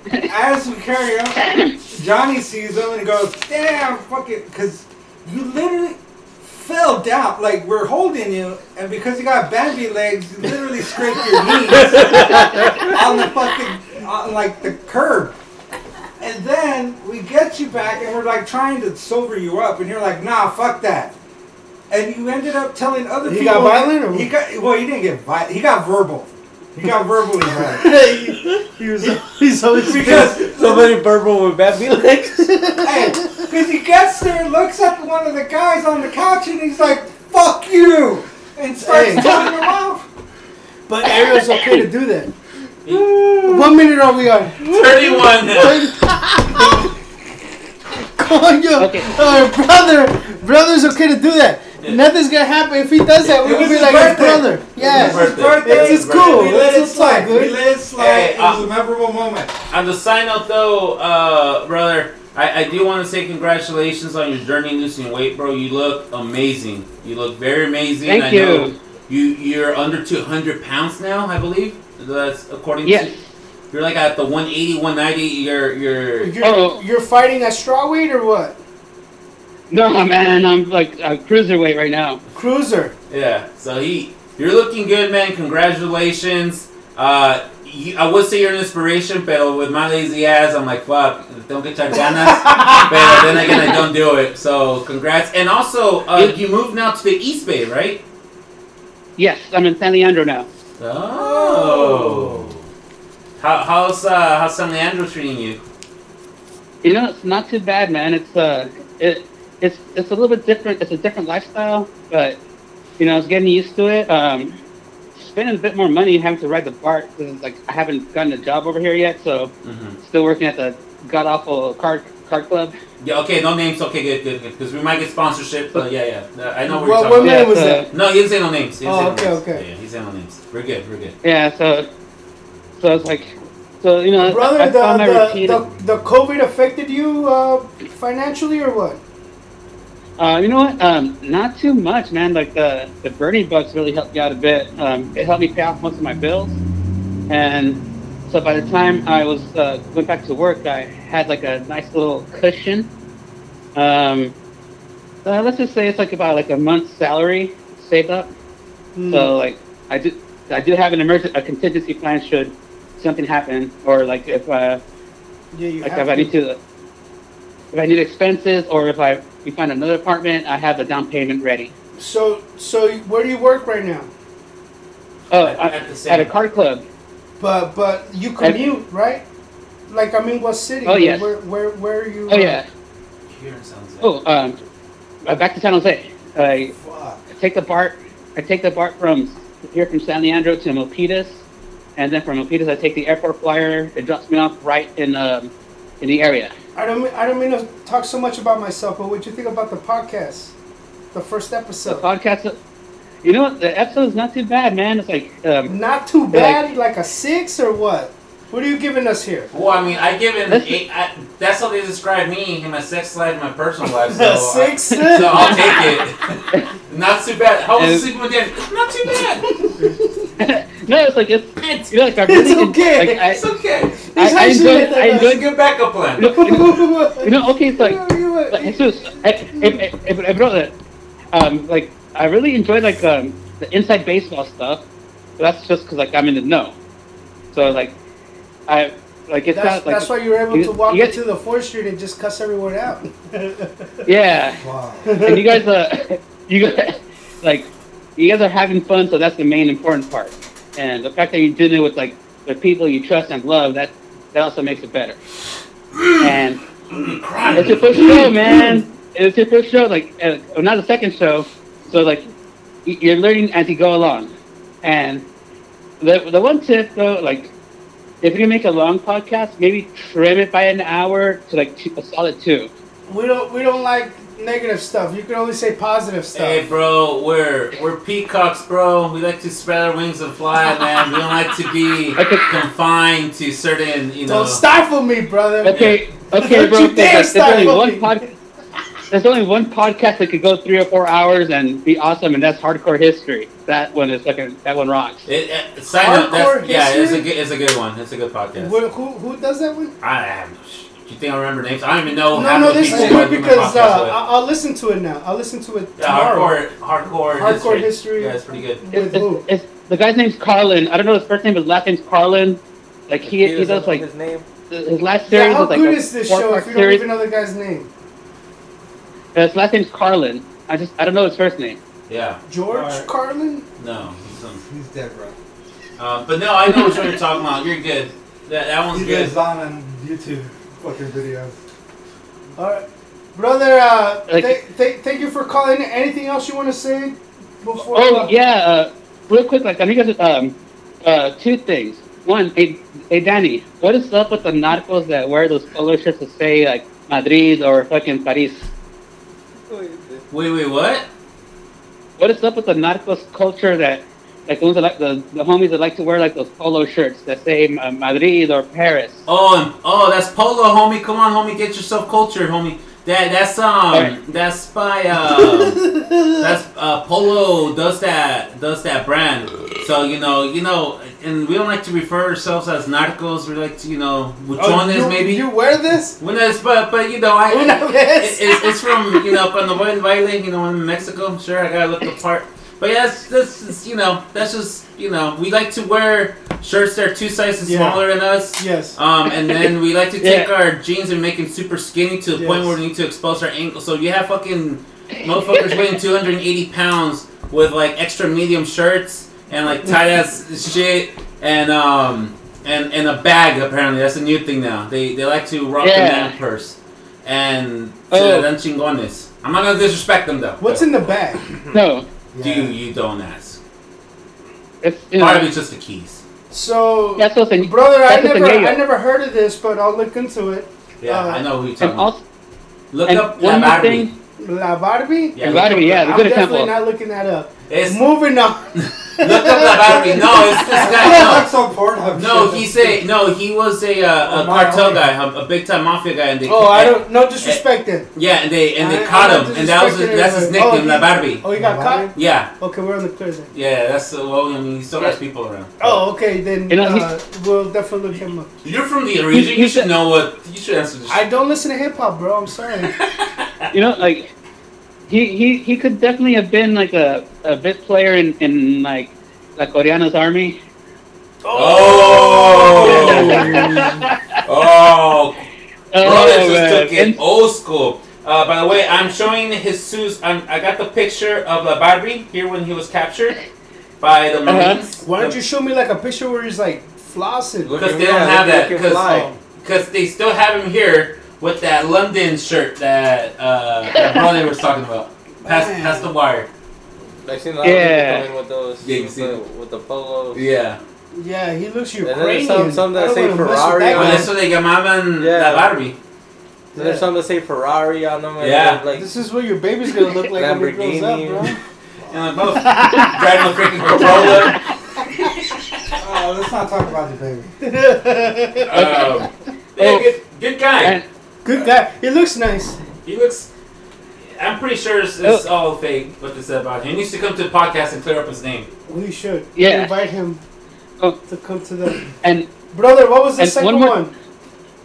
as we carry him, Johnny sees him and he goes, "Damn, fucking," because you literally fell down. Like we're holding you, and because you got Bambi legs, you literally scraped your knees on the fucking on like the curb. And then we get you back, and we're like trying to sober you up, and you're like, "Nah, fuck that." And you ended up telling other He people. got violent or- He got well. He didn't get violent. He got verbal. He got verbally violent. he was, he's always Because Somebody purple with Bambi legs. hey, because he gets there and looks at one of the guys on the couch and he's like, "Fuck you," and starts Hey. telling him off. but Ariel's okay to do that. what minute are we on? 31. Conio, Okay. uh, brother, brother's okay to do that. Nothing's gonna happen if he does that. It We'll was be his like his birthday. It brother. was Yeah. his birthday. It's just cool. We let it It's all slide. good. We let it slide. Hey, it was uh, a memorable moment. On the side note, though, uh, brother, I, I do want to say congratulations on your journey in losing weight, bro. You look amazing. You look very amazing. Thank I you. Know you you're under 200 pounds now, I believe. That's according Yes. to. You're like at the 180, 190. You're you're. You're, Oh. you're fighting at straw weight or what? No man, I'm like a cruiserweight right now. Cruiser. Yeah. So he, you're looking good, man. Congratulations. Uh, you, I would say you're an inspiration, but with my lazy ass, I'm like, fuck, don't get your ganas. but then again, I don't do it. So congrats. And also, uh, you moved now to the East Bay, right? Yes, I'm in San Leandro now. Oh. How, how's uh, how's San Leandro treating you? You know, it's not too bad, man. It's uh, it, it's it's a little bit different. It's a different lifestyle, but you know, I was getting used to it. Um, spending a bit more money having to ride the BART because like I haven't gotten a job over here yet, so Mhm. still working at the god awful car car club. Yeah. Okay. No names. Okay. Good. Good. Good. Because we might get sponsorship. But yeah. Yeah. I know what you're What, talking what about. minute Yeah, Oh, was uh, that? No, he didn't say no names. He didn't Oh, say no okay, names. okay. Yeah, yeah, he said no names. We're good. We're good. Yeah, so so it's like so you know Uh, I, Brother, I found my the, routine. the, the, the COVID affected you uh, financially or what? Uh, you know what? Um, not too much, man. Like the the birdie bucks really helped me out a bit. Um, it helped me pay off most of my bills, and so by the time I was uh, went back to work, I had like a nice little cushion. Um, uh, let's just say it's like about like a month's salary saved up. Hmm. So like I do, I do have an emergency, a contingency plan should something happen, or like if uh, yeah, you like have if I to. need to, if I need expenses, or if I we find another apartment, I have the down payment ready. So, so where do you work right now? Oh, At- I- at the at, same- a car club. Oh, But but you commute, right? Like I mean, what city? Oh, yes. Where where where are you? Oh yeah. Here sounds like. Oh, um, uh, back to San Jose. I Fuck. take the BART. I take the BART from here from San Leandro to Milpitas, and then from Milpitas I take the airport flyer. It drops me off right in um, in the area. I don't mean, I don't mean to talk so much about myself, but what do you think about the podcast? The first The episode. podcast, you know, what? the episode's not too bad, man. It's like um, Not too bad, like a six or what? What are you giving us here? Well, Oh, I mean, I give it an That's- eight. I, that's how they describe me in my sex life, and my personal life. So I- six? so I'll take it. not too bad. How was And- sleeping with Dan? It's not too bad. no, it's like it's you know, like I really It's okay. like, I- It's okay. I, I actually enjoyed, like I that. It's a enjoyed, good backup plan. you know, you know, okay, it's like But Jesus, I, I, I, I brought that. Um, like I really enjoyed like um, the inside baseball stuff. But that's just because like I'm in the know. So like I like it's that's, not like that's why you were able you- to walk you get- into the fourth street and just cuss everyone out. yeah. Wow. And you guys, uh, you guys, like you guys are having fun, so that's the main important part. And the fact that you're doing it with like the people you trust and love, that that also makes it better. And It's your first show, man. It's your first show, like uh, well, not the second show. So like, y- you're learning as you go along. And the the one tip though, like, if you're gonna make a long podcast, maybe trim it by an hour to like two, a solid two. we don't we don't like negative stuff. You can only say positive stuff. Hey, bro, we're we're peacocks, bro. We like to spread our wings and fly, man. We don't like to be Okay. confined to certain, you know. don't stifle me, brother. Okay, okay, Don't bro. you dare there's, stop only one looking. pod- there's only one podcast that could go three or four hours and be awesome, and that's Hardcore History. That one is fucking. That one rocks. It, it, sign up. That's, Hardcore yeah, it's a history? good, it's a good one. It's a good podcast. Wh- who who does that one? I have. Do you think I remember names? I don't even know. No, half no, of the this is people good I do my because uh, podcast with. I- I'll listen to it now. I'll listen to it Yeah, tomorrow. hardcore, hardcore, Hardcore history. history. Yeah, it's pretty good. It's, With who? it's, it's, the guy's name's Carlin. I don't know his first name, his last name's Carlin. Like he, he doesn't does know like his name. his last Yeah, series how was like good a is this four show part if you don't series. even know the guy's name? His last name's Carlin. I just I don't know his first name. Yeah, George Alright. Carlin? no. it's, um, He's dead, bro. Uh, but no, I know which one you're talking about. You're good. That, that one's He good. lives on on YouTube fucking videos. All right. Brother, uh, Like- th- th- thank you for calling. Anything else you want to say before? Oh yeah, uh, real quick, like I think it's um uh two things. One, hey, hey Danny, what is up with the narcos that wear those polo shirts that say like Madrid or fucking Paris? Wait, wait, what? What is up with the narcos culture that like the ones that like the, the homies that like to wear like those polo shirts that say uh, Madrid or Paris? Oh, and, oh, that's Polo, homie. Come on, homie, get yourself cultured, homie. That that's um Alright. that's by um that's uh Polo does that does that brand. So you know you know, and we don't like to refer ourselves as narcos. We like to you know Oh, buchones you, maybe. you wear this? Well, no, it's, but uh, but you know, I Una it, vez. it's, it's from you know from the Buen Baile, you know, in Mexico. Sure, I gotta look the part. But yeah, that's that's is, you know that's just you know we like to wear shirts that are two sizes Yeah. smaller than us. Yes. Um, and then we like to take Yeah. our jeans and make them super skinny to the point Yes. where we need to expose our ankles. So you have fucking motherfuckers weighing 280 pounds with like extra medium shirts and like tight ass shit and um and and a bag apparently that's a new thing now. They they like to rock Yeah. the man purse and Oh. oh. dan chingones. I'm not gonna disrespect them though. What's in the bag? No, Do you, you don't ask? it's you Part of know, it's just the keys. So, that's what's in brother, I that's what's in never, Yale. I never heard of this, but I'll look into it. Yeah, Uh, I know who you're talking. And about. also, Look and up one La more Barbie. thing, La Barbie? Yeah, La look Barbie, up yeah, La- the I'm good definitely example. not looking that up. It's Moving on. Look up La Barbie. No, it's this guy. No, That's on Pornhub. No, shit. he say no. He was a uh, a Oh, my, cartel okay. guy, a, a big time mafia guy, and they Oh, I don't. No disrespect then. yeah, and they and they I- I caught don't him, and that was his, disrespect that's his anybody. nickname, La Barbie. Oh, you got Why? caught. Yeah, Okay, we're on the clear then. yeah, that's uh, well, I mean, he still has people around. Oh, okay then. You know, he's- uh, we'll definitely look him up. You're from the region. You he's should a- know what. You should answer this. I don't listen to hip hop, bro. I'm sorry. You know, like he, he, he could definitely have been like a, a bit player in, in like La Coreana's army. Oh, oh, Bro, that just took man. it old school. Uh, by the way, I'm showing Jesus. I'm, I got the picture of La Barbie here when he was captured by the Uh-huh. Marines. Why don't you show me like a picture where he's like flossing? Because they don't have that. Because they still have him here with that London shirt that uh, that Broly was talking about. Past, Man. past the wire. I've seen a lot of Yeah. people come in with those. Yeah, you with, see. the, with the polos. Yeah. Yeah, he looks there's Ukrainian. some- some that I don't say wanna mess with Ferrari that Well, on guy. it. that's what they llamaban Yeah. La Barbie. There's some that say Ferrari on them. and Yeah. Like, This is what your baby's gonna look like when it grows up, bro. Lamborghini. And like both driving a freaking Corolla. Oh, let's not talk about the baby. Um, yeah, good, good guy. And- Good guy. He looks nice. He looks. I'm pretty sure it's, it's all fake what they said about him. He needs to come to the podcast and clear up his name. We should Yeah. invite him Oh. to come to the and brother. What was the And second one one? more-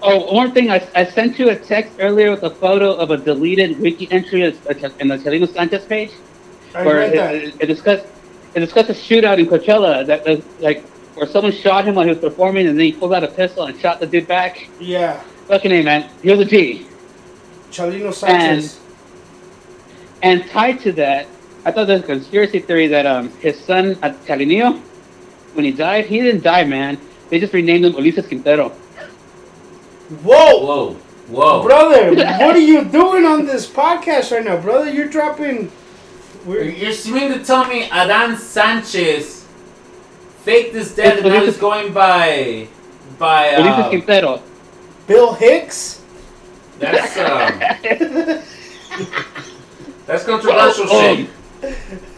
oh, one thing I, I sent you a text earlier with a photo of a deleted wiki entry of- in the Chelino Sanchez page. I where read it, that. it, it discussed it discussed a shootout in Coachella that was like where someone shot him while he was performing and then he pulled out a pistol and shot the dude back. yeah, Fucking A man. He was a G. Chalino Sanchez. And tied to that, I thought there was a conspiracy theory that um his son uh, Calinio, when he died, he didn't die, man. They just renamed him Ulises Quintero. Whoa, Whoa, whoa. brother! what are you doing on this podcast right now, brother? You're dropping. We're, You're seeming to tell me Adan Sanchez faked his death and now he's going by by Ulises uh, Quintero. Bill Hicks. that's um, that's controversial Well, um, shit. Um,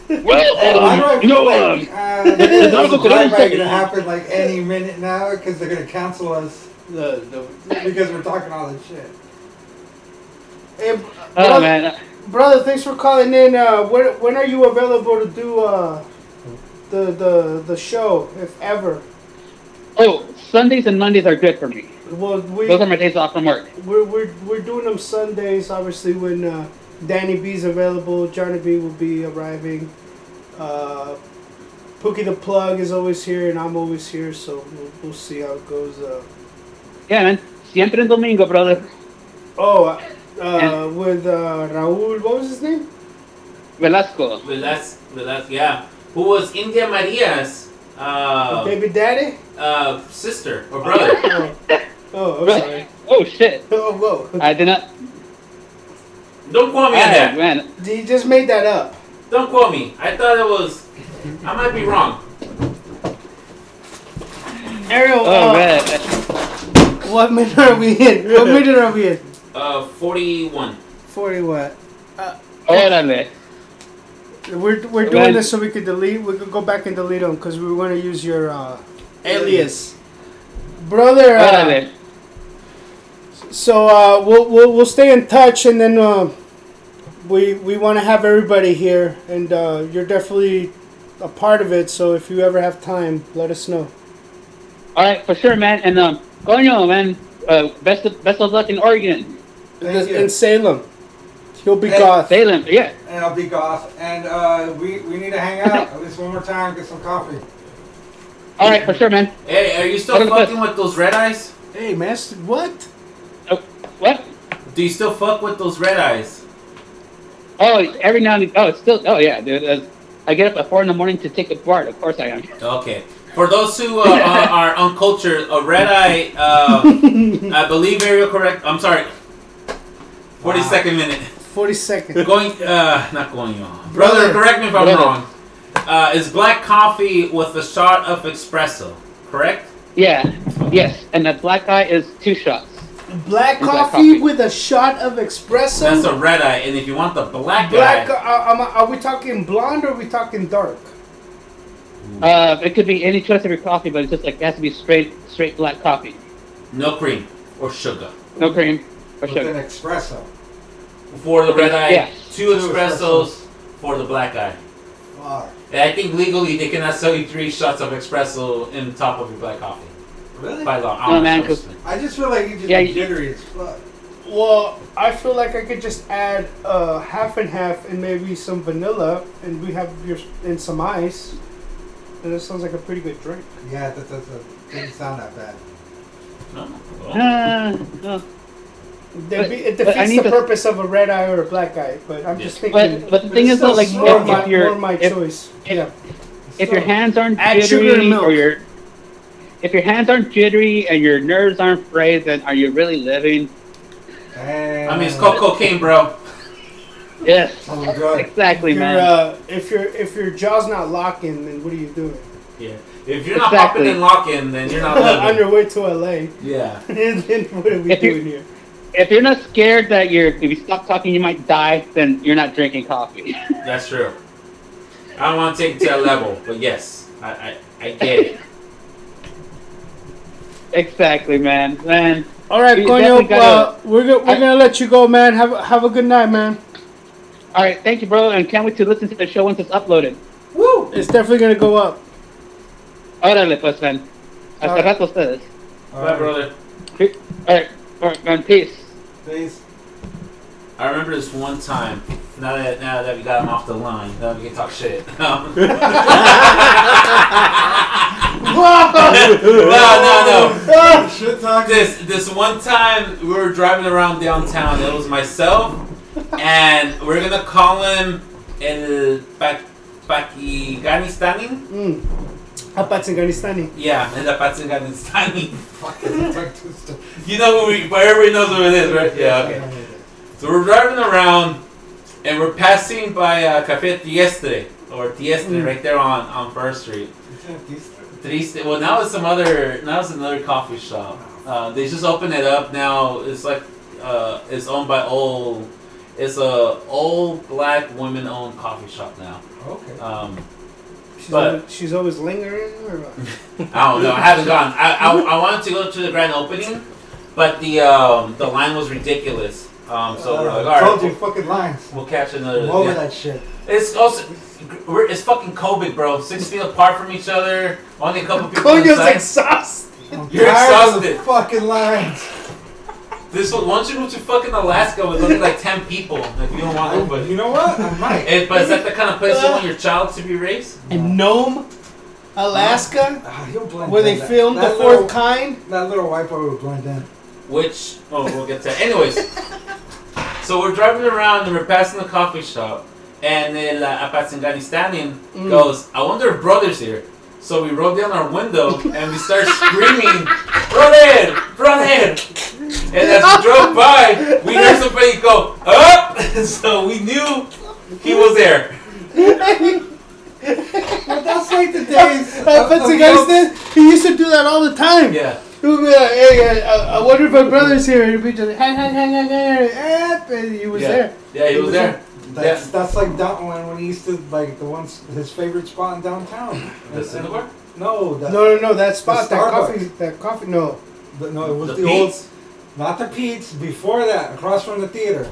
Hey, why do I Well, feel no, like, um, uh, there's this also is probably Colombia. gonna happen like any minute now because they're gonna cancel us The the. because we're talking all this shit. Hey, oh brother, man, brother, thanks for calling in. Uh, when when are you available to do uh, the the the show, if ever? oh Sundays and Mondays are good for me. Well, we Those are my days off from work. we're, we're, we're doing them Sundays, obviously, when uh, Danny B's available. Johnny B will be arriving. Uh, Pookie the Plug is always here, and I'm always here, so we'll, we'll see how it goes. Uh, Yeah, man. Siempre en domingo, brother. oh, uh, uh, with uh, Raul, what was his name? Velasco. But that's but that's yeah. Who was India Maria's Oh. uh, Baby Daddy? uh, sister or brother? Oh, oh I'm sorry. Oh shit! Oh, whoa. I did not. Don't quote me on that. Ah, man. He just made that up. Don't quote me. I thought it was. I might be wrong. Ariel, Oh uh, man. what minute are we in? What minute are we in? Uh, 41. 40 what? Órale. We're, we're doing Well- this so we could delete. We could go back and delete them because we want to use your uh, alias, brother. Uh, Órale. so uh, we'll, we'll we'll stay in touch, and then uh, we we want to have everybody here, and uh, you're definitely a part of it. So if you ever have time, let us know. All right, for sure, man. And um, coño, man. Uh, best of, best of luck in Oregon, Thank you. In Salem, he'll be Hey, goth. Salem. Yeah. And I'll be goth. And uh, we we need to hang out at least one more time, get some coffee. All right, for sure, man. Hey, are you still What about- fucking with those red eyes? hey, master, what? Oh, what? Do you still fuck with those red eyes? Oh, every now and oh, it's still. Oh yeah, dude. Uh, I get up at four in the morning to take a fart. Of course I am. Okay. For those who uh, are, are uncultured, a red eye, uh, I believe Ariel correct. I'm sorry. 42nd minute. Forty second. Going, uh, not going on. Brother, Brother. correct me if I'm Brother. wrong. Uh, is black coffee with a shot of espresso, correct? Yeah. Yes. And that black guy is two shots. Black Black coffee coffee. with a shot of espresso. That's a red eye, and if you want the black, Black? eye, Uh, um, are we talking blonde or are we talking dark? Uh, it could be any choice of your coffee, but it's just like it has to be straight, straight black coffee, No cream or sugar. no cream or With an sugar. espresso. For the red eye, Yeah. two Two espressos for the black eye. Fuck. And I think legally they cannot sell you three shots of espresso in top of your black coffee. Really? By law. I No, don't man, know. 'cause- I just feel like you just Yeah, be you- jittery as fuck. Well, I feel like I could just add uh, half and half and maybe some vanilla, and we have your and some ice. And that sounds like a pretty good drink. Yeah, that, that, that didn't sound that bad. No. Well, Uh, no. That But- be, it but I defeats need the to- purpose of a red eye or a black eye. But I'm just thinking. But- but the thing it's is though, still like, more if my, you're- more my if- choice. if- yeah. if your hands aren't Add sugar jittery and milk. or your if your hands aren't jittery and your nerves aren't frayed, then are you really living? I mean, it's called cocaine, bro. Yes, Oh, God. exactly, If man. your, uh, if your if your jaw's not locking, then what are you doing? Yeah. If you're not Exactly. popping and locking, then you're not On living. your way to LA, yeah. then what are we If you- doing here? If you're not scared that you're if you stop talking you might die, then you're not drinking coffee. That's true. I don't want to take it to that level, but yes, I, I, I get it. exactly, man. Man, All right, You Coño, definitely gotta- uh, we're go- we're I- gonna let you go, man. Have a- have a good night, man. all right, thank you, bro, and can't wait to listen to the show once it's uploaded. Woo! It's definitely gonna go up. Órale, pues, man. Hasta Alright. rato ustedes. Bye, brother. All right, all right, man. Peace. Please. I remember this one time. Now that now that we got him off the line, now we can talk shit. no, no, no. Shit talking. This this one time we were driving around downtown. It was myself, and we're gonna call him El Pak Pakiganistani. Mm. Apatsanganistani. Yeah, El Pakiganistani. Fuck, I talk too stu- You know who we? Everybody knows who it is, right? Yeah. Okay. So we're driving around, and we're passing by uh, Cafe Tiestre or Tiestre Mm. right there on on First Street. Triste. Well, now it's some other. Now it's another coffee shop. Uh, they just opened it up now. It's like uh, it's owned by old. It's a old black woman owned coffee shop now. Okay. Um, She's, But- always, she's always lingering. Or what? I don't know. I haven't gone. I, I, I wanted to go to the grand opening, but the um, the line was ridiculous. Um, so we're like, I all told you right, fucking lines. we'll, we'll catch another. I'm over yeah. that shit. It's also we're, it's fucking COVID, bro. Six feet apart from each other. Only a couple people. Coño's inside. exhausted. I'm You're tired of the exhausted. fucking lines. This one, once you move to fucking Alaska with only like 10 people, if you don't want I, nobody. you know what? I might. It, but is that the kind of place you want your child to be raised? In Nome, Alaska, Ah, he'll blend where in. they That- filmed the that fourth little- kind. That little white boy would blend in. Which, oh, we'll get to that. Anyways, so we're driving around and we're passing the coffee shop, and then uh, Apatsanganistanian Mm. goes, I wonder if brother's here. So we roll down our window and we start screaming, brother, brother. And as we drove by, we heard somebody go, up! so we knew he was there. But that's like the days. of- of folks- Apatsanganistan. He used to do that all the time. Yeah. He would be like, "Hey, I, I- I wonder if my brother's here." And he'd be just like, "Hey, hey, hey, hey, hey, hey," and he was Yeah. there. Yeah, he was there. That's, that's like down when, when he used to like the ones his favorite spot in downtown. The Cinnabar? No, the, No, no, no. That spot, that Starbucks. coffee, that coffee. No, the- no, it was The the, old, Pete's? not the Pete's. Before that, across from the theater,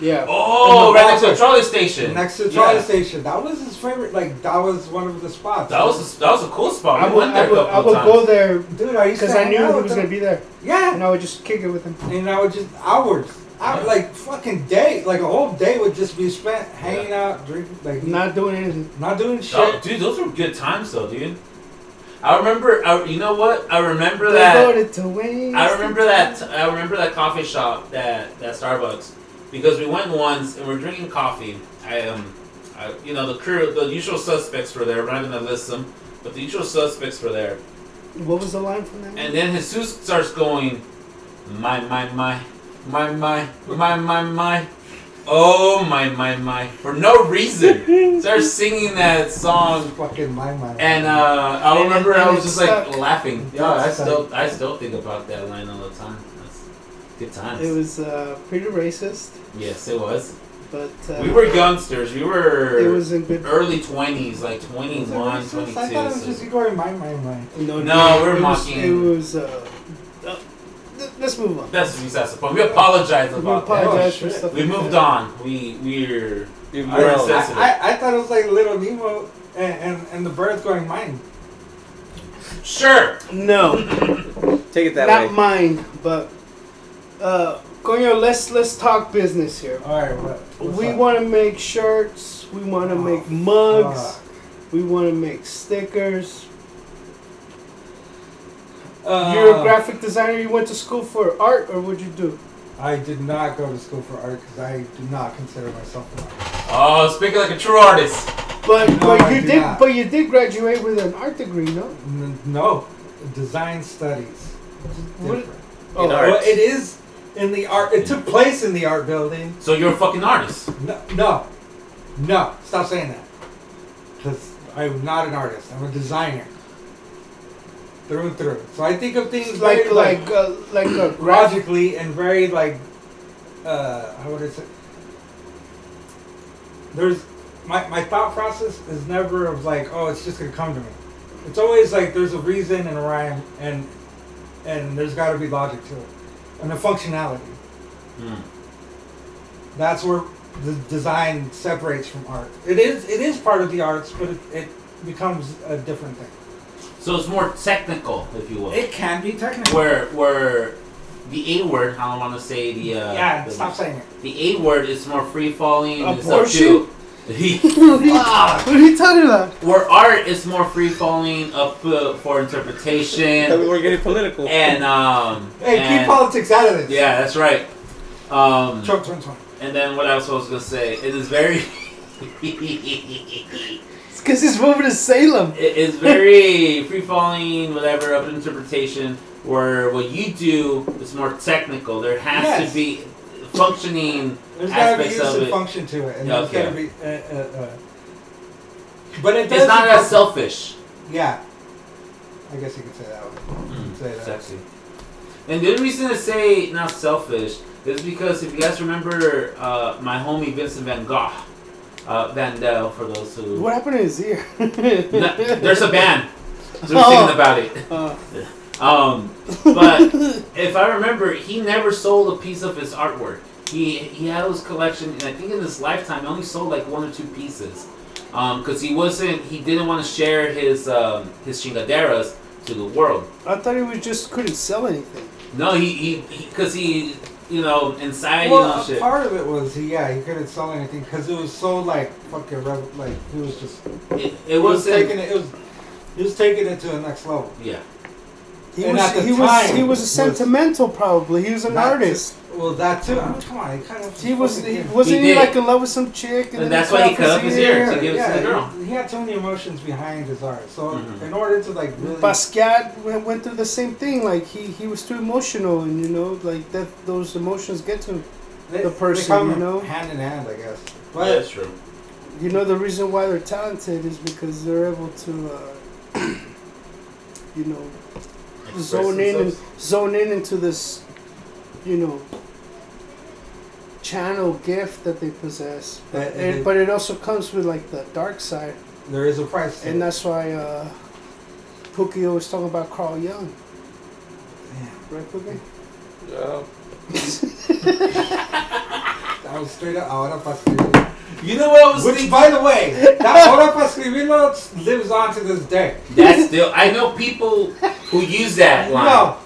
yeah. Oh, In the right next to the water. trolley station. next to the Yeah. trolley station. That was his favorite. Like that was one of the spots. That was a, that was a cool spot. I We would, went there I would, a I couple would go times. there dude. I used to because I hang knew out he with was him. gonna be there, and Yeah, I would just kick it with him. and I would just hours, hour, Yeah. like fucking day, like a whole day would just be spent hanging out, drinking, like not, Not doing anything. doing Oh, shit. dude, those were good times though, dude. I remember. I, you know what? I remember that. Devoted to wings. I remember that. I remember that coffee shop, that that Starbucks, because we went once and we're drinking coffee. I um, I, you know the crew, the usual suspects were there. I'm not gonna list them, but the usual suspects were there. What was the line from that? And then Jesus starts going, my, my, my, my, my, my, my, my. Oh, my, my, my. For no reason. starts singing that song. Fucking my mind. And uh, I remember I was just like laughing. Yeah, I That's still, I still think about that line all the time. That's good times. it was uh, pretty racist. yes, it was. but uh, We were youngsters. We were it was in good. early 20s, like Is 21, that racist? I thought it was 22. just so- you going my my my. No, No, it we're was- mocking. It was. Uh, uh, th- let's move on. That's that's the point. We apologize we about that. apologize Oh, for shit. stuff. We like moved that. on. We we're You I grown. understand. I, I, I thought it was like Little Nemo and, and, and the birds going mine. sure. No, Take it that not way. mine, but uh, Coño, let's let's talk business here. All right, what? what's we up? want to make shirts. We want to Oh, make mugs. fuck. We want to make stickers. Uh, You're a graphic designer. You went to school for art, or what'd you do? I did not go to school for art because I do not consider myself an artist. Oh, speaking like a true artist. But No, but I you do did not. but you did graduate with an art degree, no? N- no, design studies. What- Different. Oh, In art. Well, it is in the art. It took place in the art building. So you're a fucking artist. No, no, no. Stop saying that. Because I'm not an artist. I'm a designer. Through and through. So I think of things like very, like uh, like a graphic. logically and very like uh how would I say there's my, my thought process is never of like oh it's just gonna come to me it's always like there's a reason and a rhyme and and there's got to be logic to it and a functionality Hmm. that's where the design separates from art it is it is part of the arts but it, it becomes a different thing So it's more technical, if you will. it can be technical Where where the A word, I don't want to say the. Uh, yeah the, stop saying it The A word is more free falling. and Abortion? It's up to, what, are you, what are you talking about? Ah! where art is more free falling, up uh, for interpretation, We're getting political. and um. hey keep and- politics out of this Yeah, that's right. Um, Trump, Trump, Trump. and then what else was I gonna say? It is very. It's because he's moving to Salem. It is very free falling, whatever, up to interpretation, where what you do is more technical. There has Yes. to be functioning. There's got to be aspects use of and it. function to it, and Yeah, there's got to be. Uh, uh, uh. But it does. It's not as selfish. Yeah, I guess you could say that. One. Say that. Sexy. And the only reason to say not selfish is because if you guys remember uh, my homie Vincent Van Gogh, uh, Van Dell, for those who. What happened to his ear? No, there's a ban. So we're Oh. thinking about it. Uh, Um, but if I remember, he never sold a piece of his artwork. He he had his collection, and I think in his lifetime, he only sold like one or two pieces, because he wasn't he didn't want to share his um, his chingaderas to the world. I thought he was just couldn't sell anything. No, he he because he, you know anxiety Well, and shit. part of it was he, yeah, he couldn't sell anything because it was so like fucking rev- like he was just it It, it was was taking it, it was he was taking it to the next level. yeah. He And was at the he was time, he was a was- sentimental probably. He was an That artist. too- well, that too. I mean, come on, he kind of. He was he, fucking- wasn't He he, did. like in love with some chick and, And then that's why he cut off his ear. Yeah, to give it to yeah, the girl. He, he had so many emotions behind his art. So Mhm. in order to like really Basquiat went, went through the same thing. Like he, he was too emotional, and you know, like that those emotions get to him. They- the they person, come you know? hand in hand, I guess. But yeah, that's true. You know, the reason why they're talented is because they're able to, uh, you know, Express zone in and themselves. zone in into this, you know, channel gift that they possess. Uh, But, it- it, but it also comes with like the dark side, there is a price. to and it. that's why uh, Pookie always talking about Carl Jung, Damn, right, Pookie? Oh. that was straight up ahora para escribirlo. You know what I was Which, thinking? by the way, that ahora para escribirlo lives on to this day. That's still. I know people who use that line. No,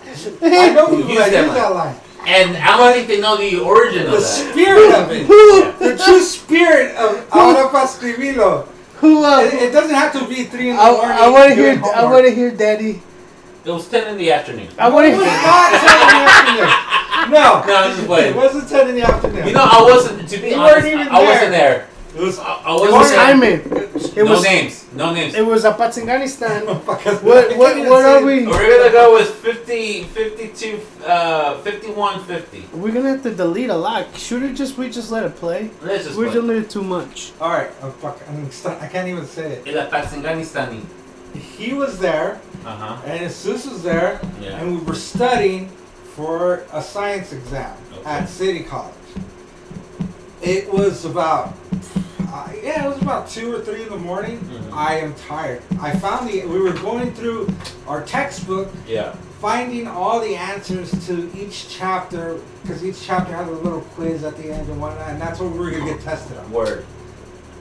I know people Use that that use line. that line. And I don't think they know the origin of The that. spirit of it, Who the true spirit of ahora para escribirlo. who? Uh, It, it doesn't have to be three in the I, morning. I want to doing hear. I homework. want to hear, Daddy. It was 10 in the afternoon. I want to It was hear. not ten in the afternoon. No, No, I'm just it playing. wasn't ten in the afternoon. You know, I wasn't, to be You honest, weren't even I, I wasn't there. it was. I, I It wasn't was there. Jaime. It no was. names. No names. It was Apatzinganistan. Motherfuckers. What? What? They What didn't are say- we? We're going to go with 50, 52, uh, 51, 50. We're gonna have to delete a lot. Should it just we just let it play? Let's just We play. deleted too much. All right, oh, fuck, I'm st- I can't even say it. El Apatzingani He was there, Uh-huh. and Sus was there, Yeah. and we were studying for a science exam Okay. at City College. It was about, uh, yeah, it was about two or three in the morning. Mm-hmm. I am tired. I found the, we were going through our textbook, Yeah. finding all the answers to each chapter, because each chapter had a little quiz at the end and whatnot, and that's what we were going to get tested on. Word.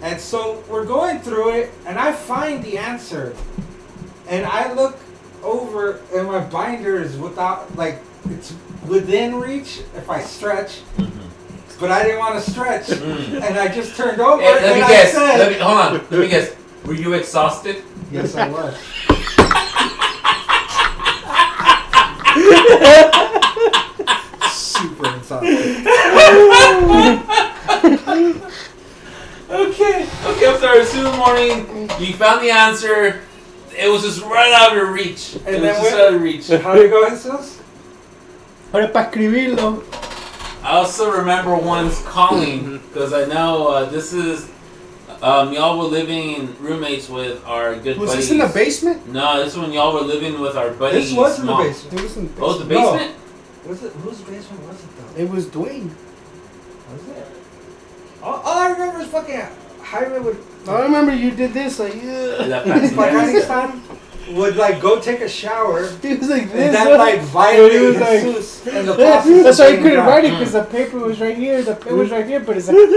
And so we're going through it, and I find the answer. And I look over, and my binder is without, like, it's within reach if I stretch. Eh, But I didn't want to stretch, Mm. and I just turned over, Hey, let and me I guess. said, Let me, hold on. Let me guess. Were you exhausted? "Yes, I was." Super exhausted. Okay. Okay, I'm sorry. It's two in the morning. You found the answer. It was just right out of your reach. it And was then just when- out of reach. How do you go, Jesus? Ahora para escribirlo, I also remember once calling because I know uh, this is um, y'all were living roommates with our good was buddies. this in the basement? no, this one y'all were living with our buddies. This was in the mom. basement. It was in the Oh, the basement. No. basement. Was it whose basement was it though? It was Dwayne. Was it? All, all I remember is fucking Jaime would I remember you did this like. Is Ugh. that fancy Like dance? next time would like go take a shower He was like this. and that one. like It was violated like- Jesus and the process. That's of why I being couldn't God. write it because the paper was right here, the pen was right here, but it's like.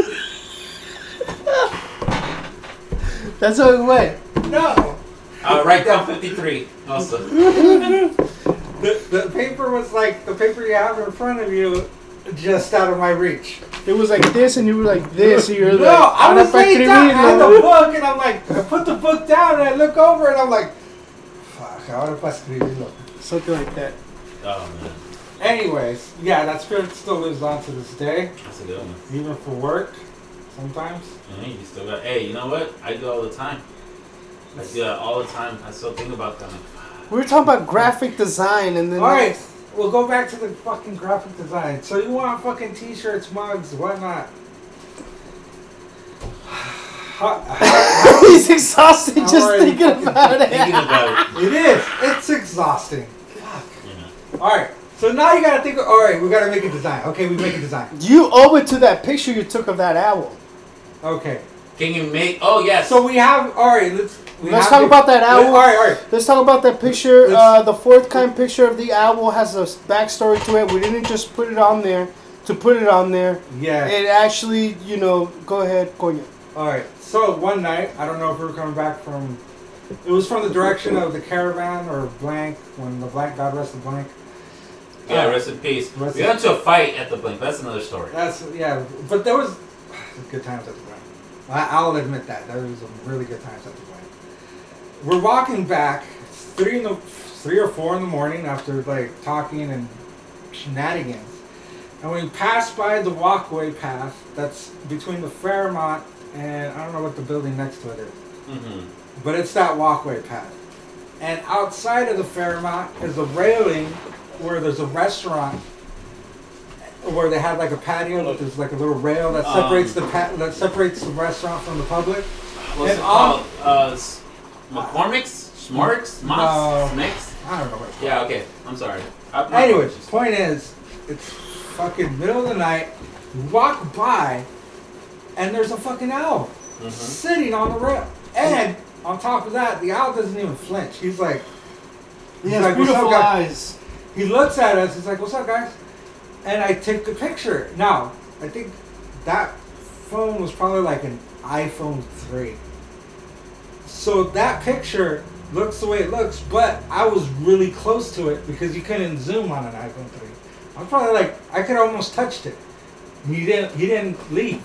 That's how it went. No, Uh, write down 53. Also. the, the paper was like the paper you have in front of you, just out of my reach. It was like this, and you were like this, and you were No, like. I "Ahora was pa' laid down. I had escribirlo." the book, and I'm like, I put the book down, and I look over, and I'm like, fuck, ahora para escribirlo. Something like that. Oh man, Anyways, yeah, that spirit still lives on to this day, that's a good one. even for work, sometimes. Yeah, you still got. Hey, you know what? I do all the time. I do that all the time. I still think about them. We were talking about graphic design, and then. All right, we'll go back to the fucking graphic design. So you want fucking t-shirts, mugs, whatnot? How- how- He's exhausted I'm just already thinking fucking about Thinking it. about it. it is. It's exhausting. You know. All right. So now you gotta think. Of, all right, we gotta make a design. Okay, we make a design. You owe it to that picture you took of that owl. Okay. Can you make? Oh yes. So we have. All right. Let's. We Let's have talk the- about that All owl. right. All right. Let's talk about that picture. Let's- Uh, the fourth kind picture of the owl has a s- backstory to it. We didn't just put it on there to put it on there. Yeah. It actually, you know, go ahead, coño. All right. So one night, I don't know if we were coming back from. It was from the direction of the caravan or blank when the blank. God rest the blank. yeah, uh, rest in peace. rest we in- got into a fight at the blink. That's another story. That's yeah, but there was good times at the point. I, I'll admit that there was some really good times at the point. We're walking back it's three in the three or four in the morning after like talking and shenanigans, and we pass by the walkway path that's between the Fairmont and I don't know what the building next to it is, Mm-hmm. but it's that walkway path. And outside of the Fairmont is a railing where there's a restaurant where they have like a patio that there's like a little rail that Um, separates the pat that separates the restaurant from the public. What's it And all- called? Uh, S- McCormick's, Schmarks, Moss, No. Smicks. I don't know what. Yeah. Okay. I'm sorry. I- I- Anyways, point is, it's fucking middle of the night. You walk by, and there's a fucking owl sitting on the rail. And on top of that, the owl doesn't even flinch. He's like, He he's has like, "What's up, beautiful guys?" eyes. He looks at us. He's like, "What's up, guys?" And I take the picture. Now, I think that phone was probably like an iPhone three. So that picture looks the way it looks, but I was really close to it because you couldn't zoom on an iPhone three. I was probably like, I could almost touched it. And He didn't. He didn't leave.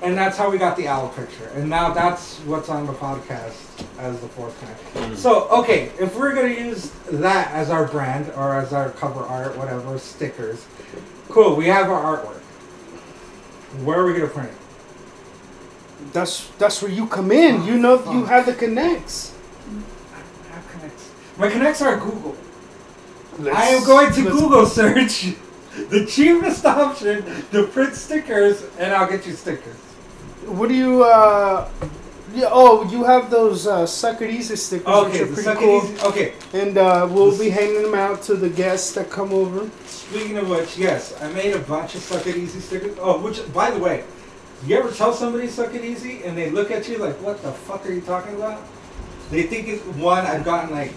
And that's how we got the owl picture. And now that's what's on the podcast as the fourth time. Hmm. So, okay, if we're going to use that as our brand or as our cover art, whatever, stickers, cool, we have our artwork. Where are we going to print it? That's that's where you come in. You know, you have the connects. I have connects. My connects are Google. I am going to Let's- Google search the cheapest option to print stickers, and I'll get you stickers. What do you? Uh, Yeah, oh, you have those uh, Suckerdeezy stickers, Okay, which the are pretty second cool. easy- okay. And uh, we'll be handing them out to the guests that come over. Speaking of which, yes, I made a bunch of suck it easy stickers. Oh, which by the way, you ever tell somebody suck it easy and they look at you like, what the fuck are you talking about? They think it's one. I've gotten like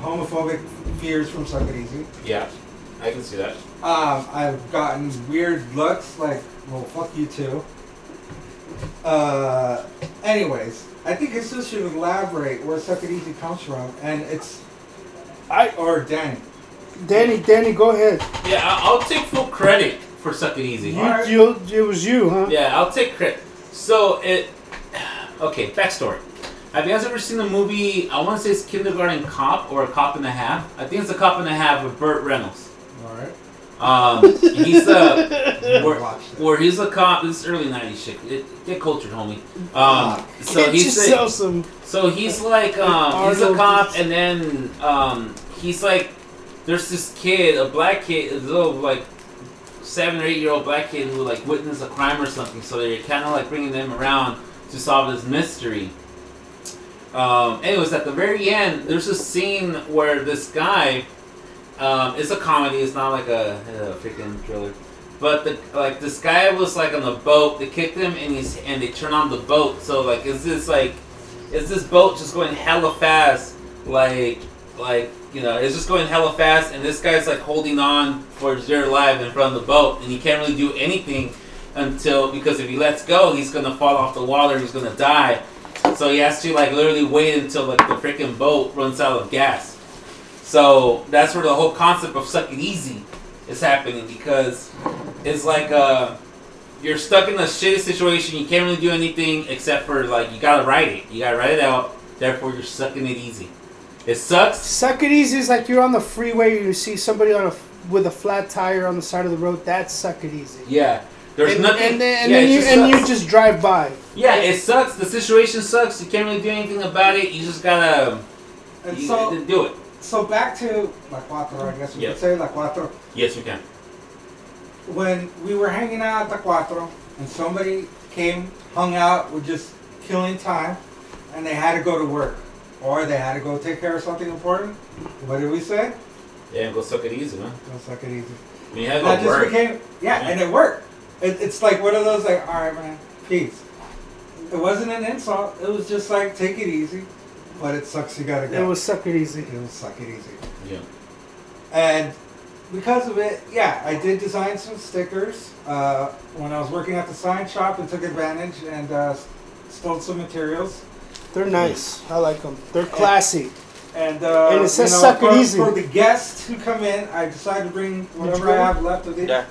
homophobic fears from suck it easy. Yeah, I can see that. Um, I've gotten weird looks like, well, fuck you too. Uh, anyways, I think Jesus should elaborate where suck it easy comes from, and it's I or Danny. Danny, Danny, go ahead. Yeah, I- I'll take full credit for Suck It Easy. You, you, it was you, huh? Yeah, I'll take credit. So it. Okay, backstory. Have you guys ever seen the movie? I want to say it's Kindergarten Cop or A Cop and a Half. I think it's A Cop and a Half with Burt Reynolds. All right. Um, he's the where, Watch that. where he's a cop. This is early '90s shit. It, get cultured, homie. Um, so Get he's the- yourself some. so he's like, um, he's a Arnold cop, is- and then um, he's like, there's this kid, a black kid, a little like seven or eight year old black kid who like witnessed a crime or something. So they're kind of like bringing them around to solve this mystery. Um, anyways, at the very end, there's a scene where this guy, um, it's a comedy. It's not like a, a freaking thriller. But the like this guy was like on the boat. They kicked him, and he's and they turn on the boat. So like, is this like is this boat just going hella fast like like you know it's just going hella fast and this guy's like holding on for dear life in front of the boat and he can't really do anything until because if he lets go he's gonna fall off the water and he's gonna die so he has to like literally wait until like the freaking boat runs out of gas so that's where the whole concept of suck it easy is happening because it's like uh you're stuck in a shitty situation. You can't really do anything except for like you gotta write it. You gotta write it out. Therefore, you're sucking it easy. It sucks. Suck it easy is like you're on the freeway and you see somebody on a with a flat tire on the side of the road. That's suck it easy. Yeah. There's and, nothing. And then, and yeah, then it you just and you sucks. just drive by. yeah, it sucks. The situation sucks. You can't really do anything about it. You just gotta And you, so do it. So back to La Cuatro, I guess we Yeah. could say La Cuatro. Yes, you can. When we were hanging out at La Cuatro, and somebody came, hung out, were just killing time, and they had to go to work, or they had to go take care of something important. What did we say? Yeah, go suck it easy, man. Don't suck it easy. When you have That to just work. became, yeah, and it worked. It, it's like one of those, like, all right, man, peace. It wasn't an insult. It was just like, take it easy, but it sucks. You gotta go. It was suck it easy. It was suck it easy. Yeah. And because of it, yeah, I did design some stickers uh, when I was working at the sign shop and took advantage and uh, stole some materials. They're nice. I like them. They're classy. And, uh, And it says you know, suck it for, easy. for the guests who come in, I decided to bring whatever you I go? have left of it Yeah.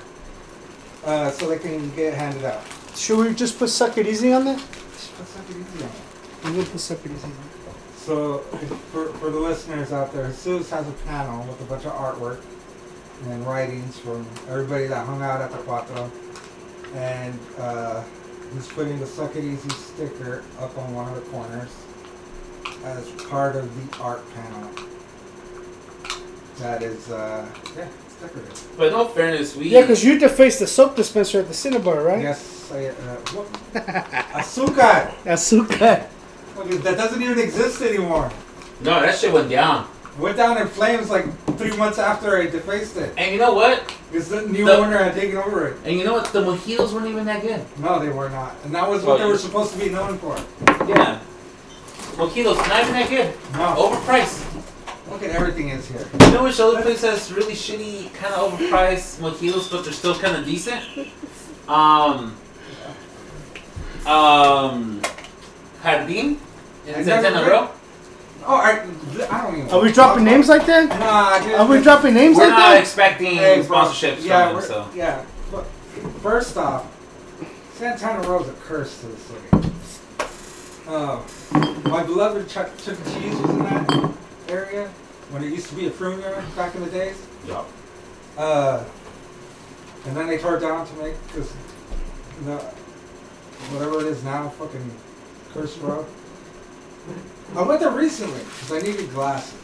uh, so they can get handed out. Should we just put suck it easy on that? Just put suck it easy on it. We're gonna put suck it easy. On. So for, for the listeners out there, Jesus has a panel with a bunch of artwork and writings from everybody that hung out at the Cuatro. And uh, he's putting the Suck It Easy sticker up on one of the corners as part of the art panel. That is, uh, yeah, it's decorative. But in all fairness, we Yeah, because you defaced the soap dispenser at the Cinnabar, right? Yes, I, uh, what? Azúcar! Asuka. Look, That doesn't even exist anymore. no that shit went down. Went down in flames like three months after I defaced it. And you know what? Because the new The- owner had taken over it. And you know what? The mojitos weren't even that good. No, they were not. And that was Well, what they were you- supposed to be known for. Yeah. Mojitos not even that good. Oh. No. Overpriced. Look at everything is here. You know which other place has really shitty, kind of overpriced mojitos, but they're still kind of decent? Um, um, Jardín in I've Santana never Row. Oh, I, I don't even Are we dropping names like that? Nah, dude. Are we dropping names We're like not that? expecting Hey, bro. sponsorships Yeah, from them, we're- so. yeah. Look, first off, Santana Row's a curse to the city. Oh, my beloved Chuck, Chuck E. Cheese was in that area when it used to be a prune yard back in the days. Yeah. Uh, and then they tore it down to make this, the, whatever it is now, fucking Curse Road. I went there recently because I needed glasses.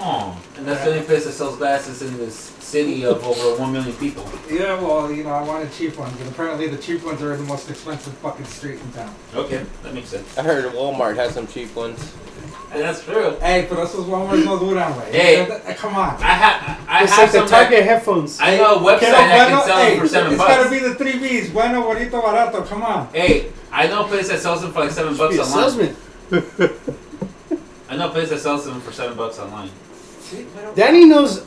Oh, and that's the only place that sells glasses in this city of over one million people. Yeah, well, you know, I wanted cheap ones, and apparently the cheap ones are the most expensive fucking street in town. Okay, that makes sense. I heard Walmart has some cheap ones. And that's true. Hey, pero esos Walmart no duran, güey. Hey. That- that- Come on. I have, I It's have like the some Target headphones. I know a website Pero that bueno, can sell hey, them for seven it's bucks. gotta be the three B's. Bueno, bonito, barato. Come on. hey, I know a place that sells them for like seven bucks Be a online. salesman. I know a place that sells them for seven bucks online. Danny knows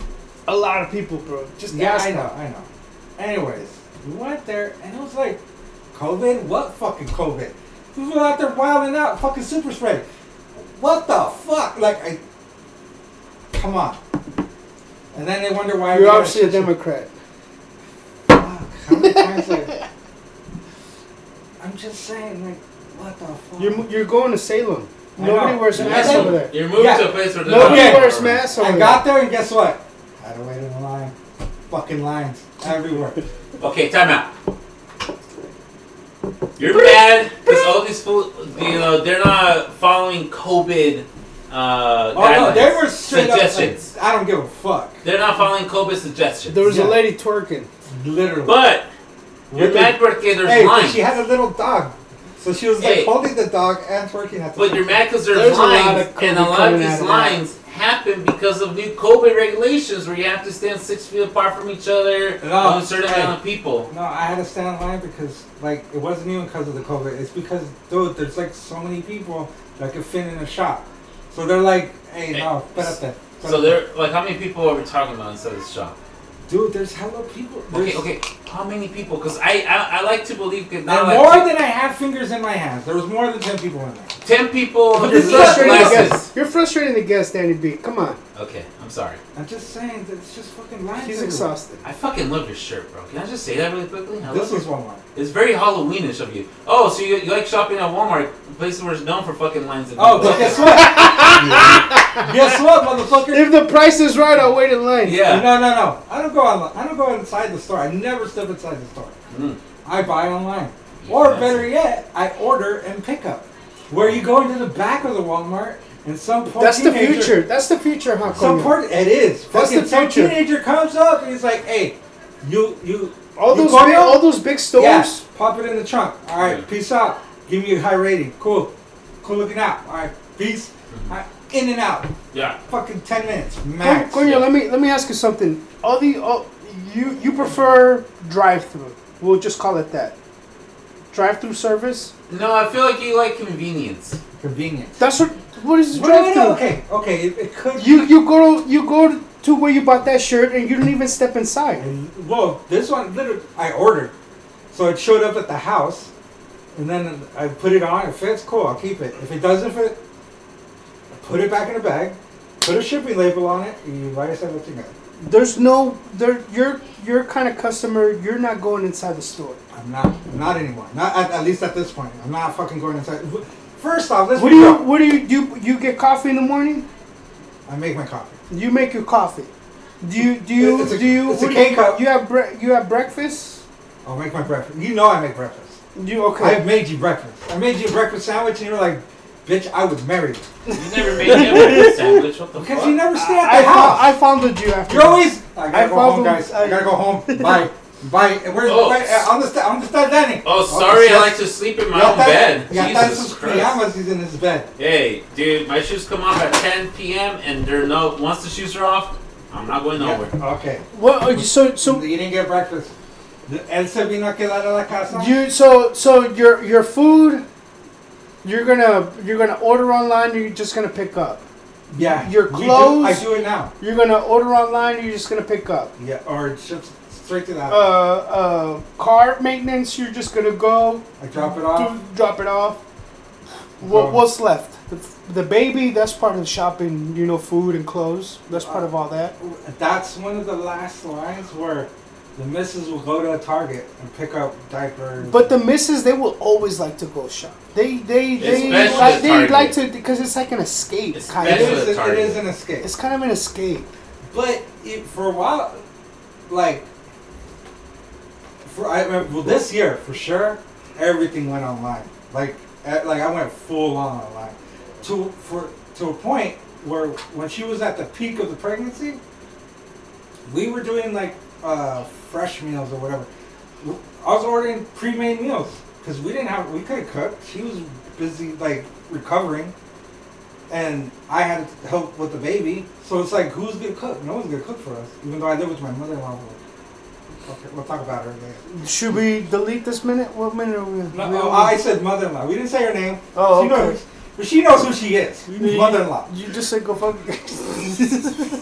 a lot of people, bro. Just Yeah, ask I him. know, I know. Anyways, we went there and it was like, COVID? What fucking COVID? We were out there wilding out, fucking super spread. What the fuck? Like, I. Come on. And then they wonder why. we You're got obviously a shit show. Democrat. Fuck, how many times, like, I'm just saying, like, what the fuck? You're, mo- you're going to Salem. I Nobody know. wears I masks know. over there. You're moving Yeah. to a place where there's Nobody Okay. wears masks over I there. got there and guess what? I had to wait in the line. Fucking lines everywhere. Okay, time out. You're mad because all these fools, you know, they're not following COVID uh, Oh no, guidelines, they were straight suggestions. up. Like, I don't give a fuck. they're not following COVID suggestions. There was Yeah. a lady twerking. Literally. but you're With the- mad because there's hey, but lines. she had a little dog, so she was like Hey. holding the dog and twerking at the. But same you're mad because there's, There's a lot lines, of and a COVID lot of coming out these of that. lines happen because of new COVID regulations where you have to stand six feet apart from each other, No, on a certain hey. amount of people. time. No, I had to stand in line because like it wasn't even because of the COVID. It's because dude, there's like so many people that could fit in a shop, so they're like, hey, Hey, no, espérate. So espérate. there, like, how many people are we talking about inside this shop? dude, there's hella people. Okay, There's- okay, how many people? Because I, I, I like to believe that There now were like more ten- than I have fingers in my hands. There was more than ten people in there. ten people, You're hundred frustrating the glasses. guest. You're frustrating the guest, Danny B. Come on. Okay, I'm sorry. I'm just saying that it's just fucking lines. He's everywhere. exhausted. I fucking love your shirt, bro. Can I just say that really quickly? I love This was your- Walmart. It's very Halloweenish of you. Oh, so you, you like shopping at Walmart, places where it's known for fucking lines. and- Oh, but guess what? guess what, motherfucker? If the price is right, I'll wait in line. yeah. No, no, no. I don't go online. I don't go inside the store. I never step inside the store. Mm. I buy online, or Yes. better yet, I order and pick up. Where you go into the back of the Walmart and some poor That's the teenager- future. That's the future, huh? Some Konyo? poor it is. That's Fucking the some future. teenager comes up and he's like, "Hey, you, you, all you those Konyo? big, all those big stores. Yeah, pop it in the trunk. All right, Yeah. peace out. Give me a high rating. Cool, cool looking out. All right, peace. Mm-hmm. All right, in and out. Yeah. Fucking ten minutes Kon- max. Konyo, let me let me ask you something. All the all, you you prefer drive-through? We'll just call it that. Drive-through service. No, I feel like you like convenience. Convenience. That's what. What is Wait, wait, drive-through? okay, okay, it, it could. You you go you go to where you bought that shirt and you didn't even step inside. And, well, this one literally, I ordered, so it showed up at the house, and then I put it on. It fits, cool. I'll keep it. If it doesn't fit, I put it back in the bag. Put a shipping label on it. You write us what you got. There's no there. You're you're kind of customer. You're not going inside the store. I'm not. I'm not anymore. Not at, at least at this point. I'm not fucking going inside. First off, let's What be do you real. what do you do? You get coffee in the morning. I make my coffee. You make your coffee. Do you do you It's a- do you? it's a what do you- K cup. You have bre- you have breakfast. I'll make my breakfast. You know I make breakfast. You okay? I've made you breakfast. I made you a breakfast sandwich, and you were like, "Bitch, I would marry you." You never made me a breakfast sandwich. What the Because fuck? you never stay at I, the house. fo- I founded you after. You're always. I gotta I go home, found- guys. I, I- gotta go home. Bye. Bye. Where's Oh. where- uh, on the sta- on the stand dining? oh, sorry. I like to sleep in my own bed. Jesus Jesus Christ. pajamas. He's in his bed. Hey, dude, my shoes come off at 10 p.m. and they're no. Once the shoes are off, I'm not going Yeah, nowhere. Okay. What? are you- So So so you didn't get breakfast. Él se vino a quedar a la casa. you so so your your food. You're gonna you're gonna order online. Or you're just gonna pick up. yeah. your We do- clothes- I do it now. You're gonna order online. Or you're just gonna pick up. Yeah. Or it ships straight to the Uh, house. uh, car maintenance. You're just gonna go I drop it do, off. drop it off. Oh. What, what's left? The, the baby. That's part of the shopping. You know, food and clothes. That's part of all that. That's one of the last lines where the missus will go to a Target and pick up diapers. But the misses, they will always like to go shop. They they they Especially like, they Target. like to because it's like an escape. it Kind Especially- of. is, it Target. is an escape. It's kind of an escape. But it, for a while, like, for I remember, well, this year for sure, everything went online. Like, eh, like I went full on online. To for to a point where when she was at the peak of the pregnancy, we were doing like uh, fresh meals or whatever. I was ordering pre-made meals because we didn't have we couldn't cook. She was busy like recovering, and I had to help with the baby. So it's like who's gonna cook? No one's gonna cook for us, even though I live with my mother-in-law. Okay, we'll talk about her later. Should we delete this minute? What minute are we? No, we- oh, I said mother-in-law. We didn't say her name. Oh, she okay. knows. But she knows who she is. Mother-in-law. You just said go fuck.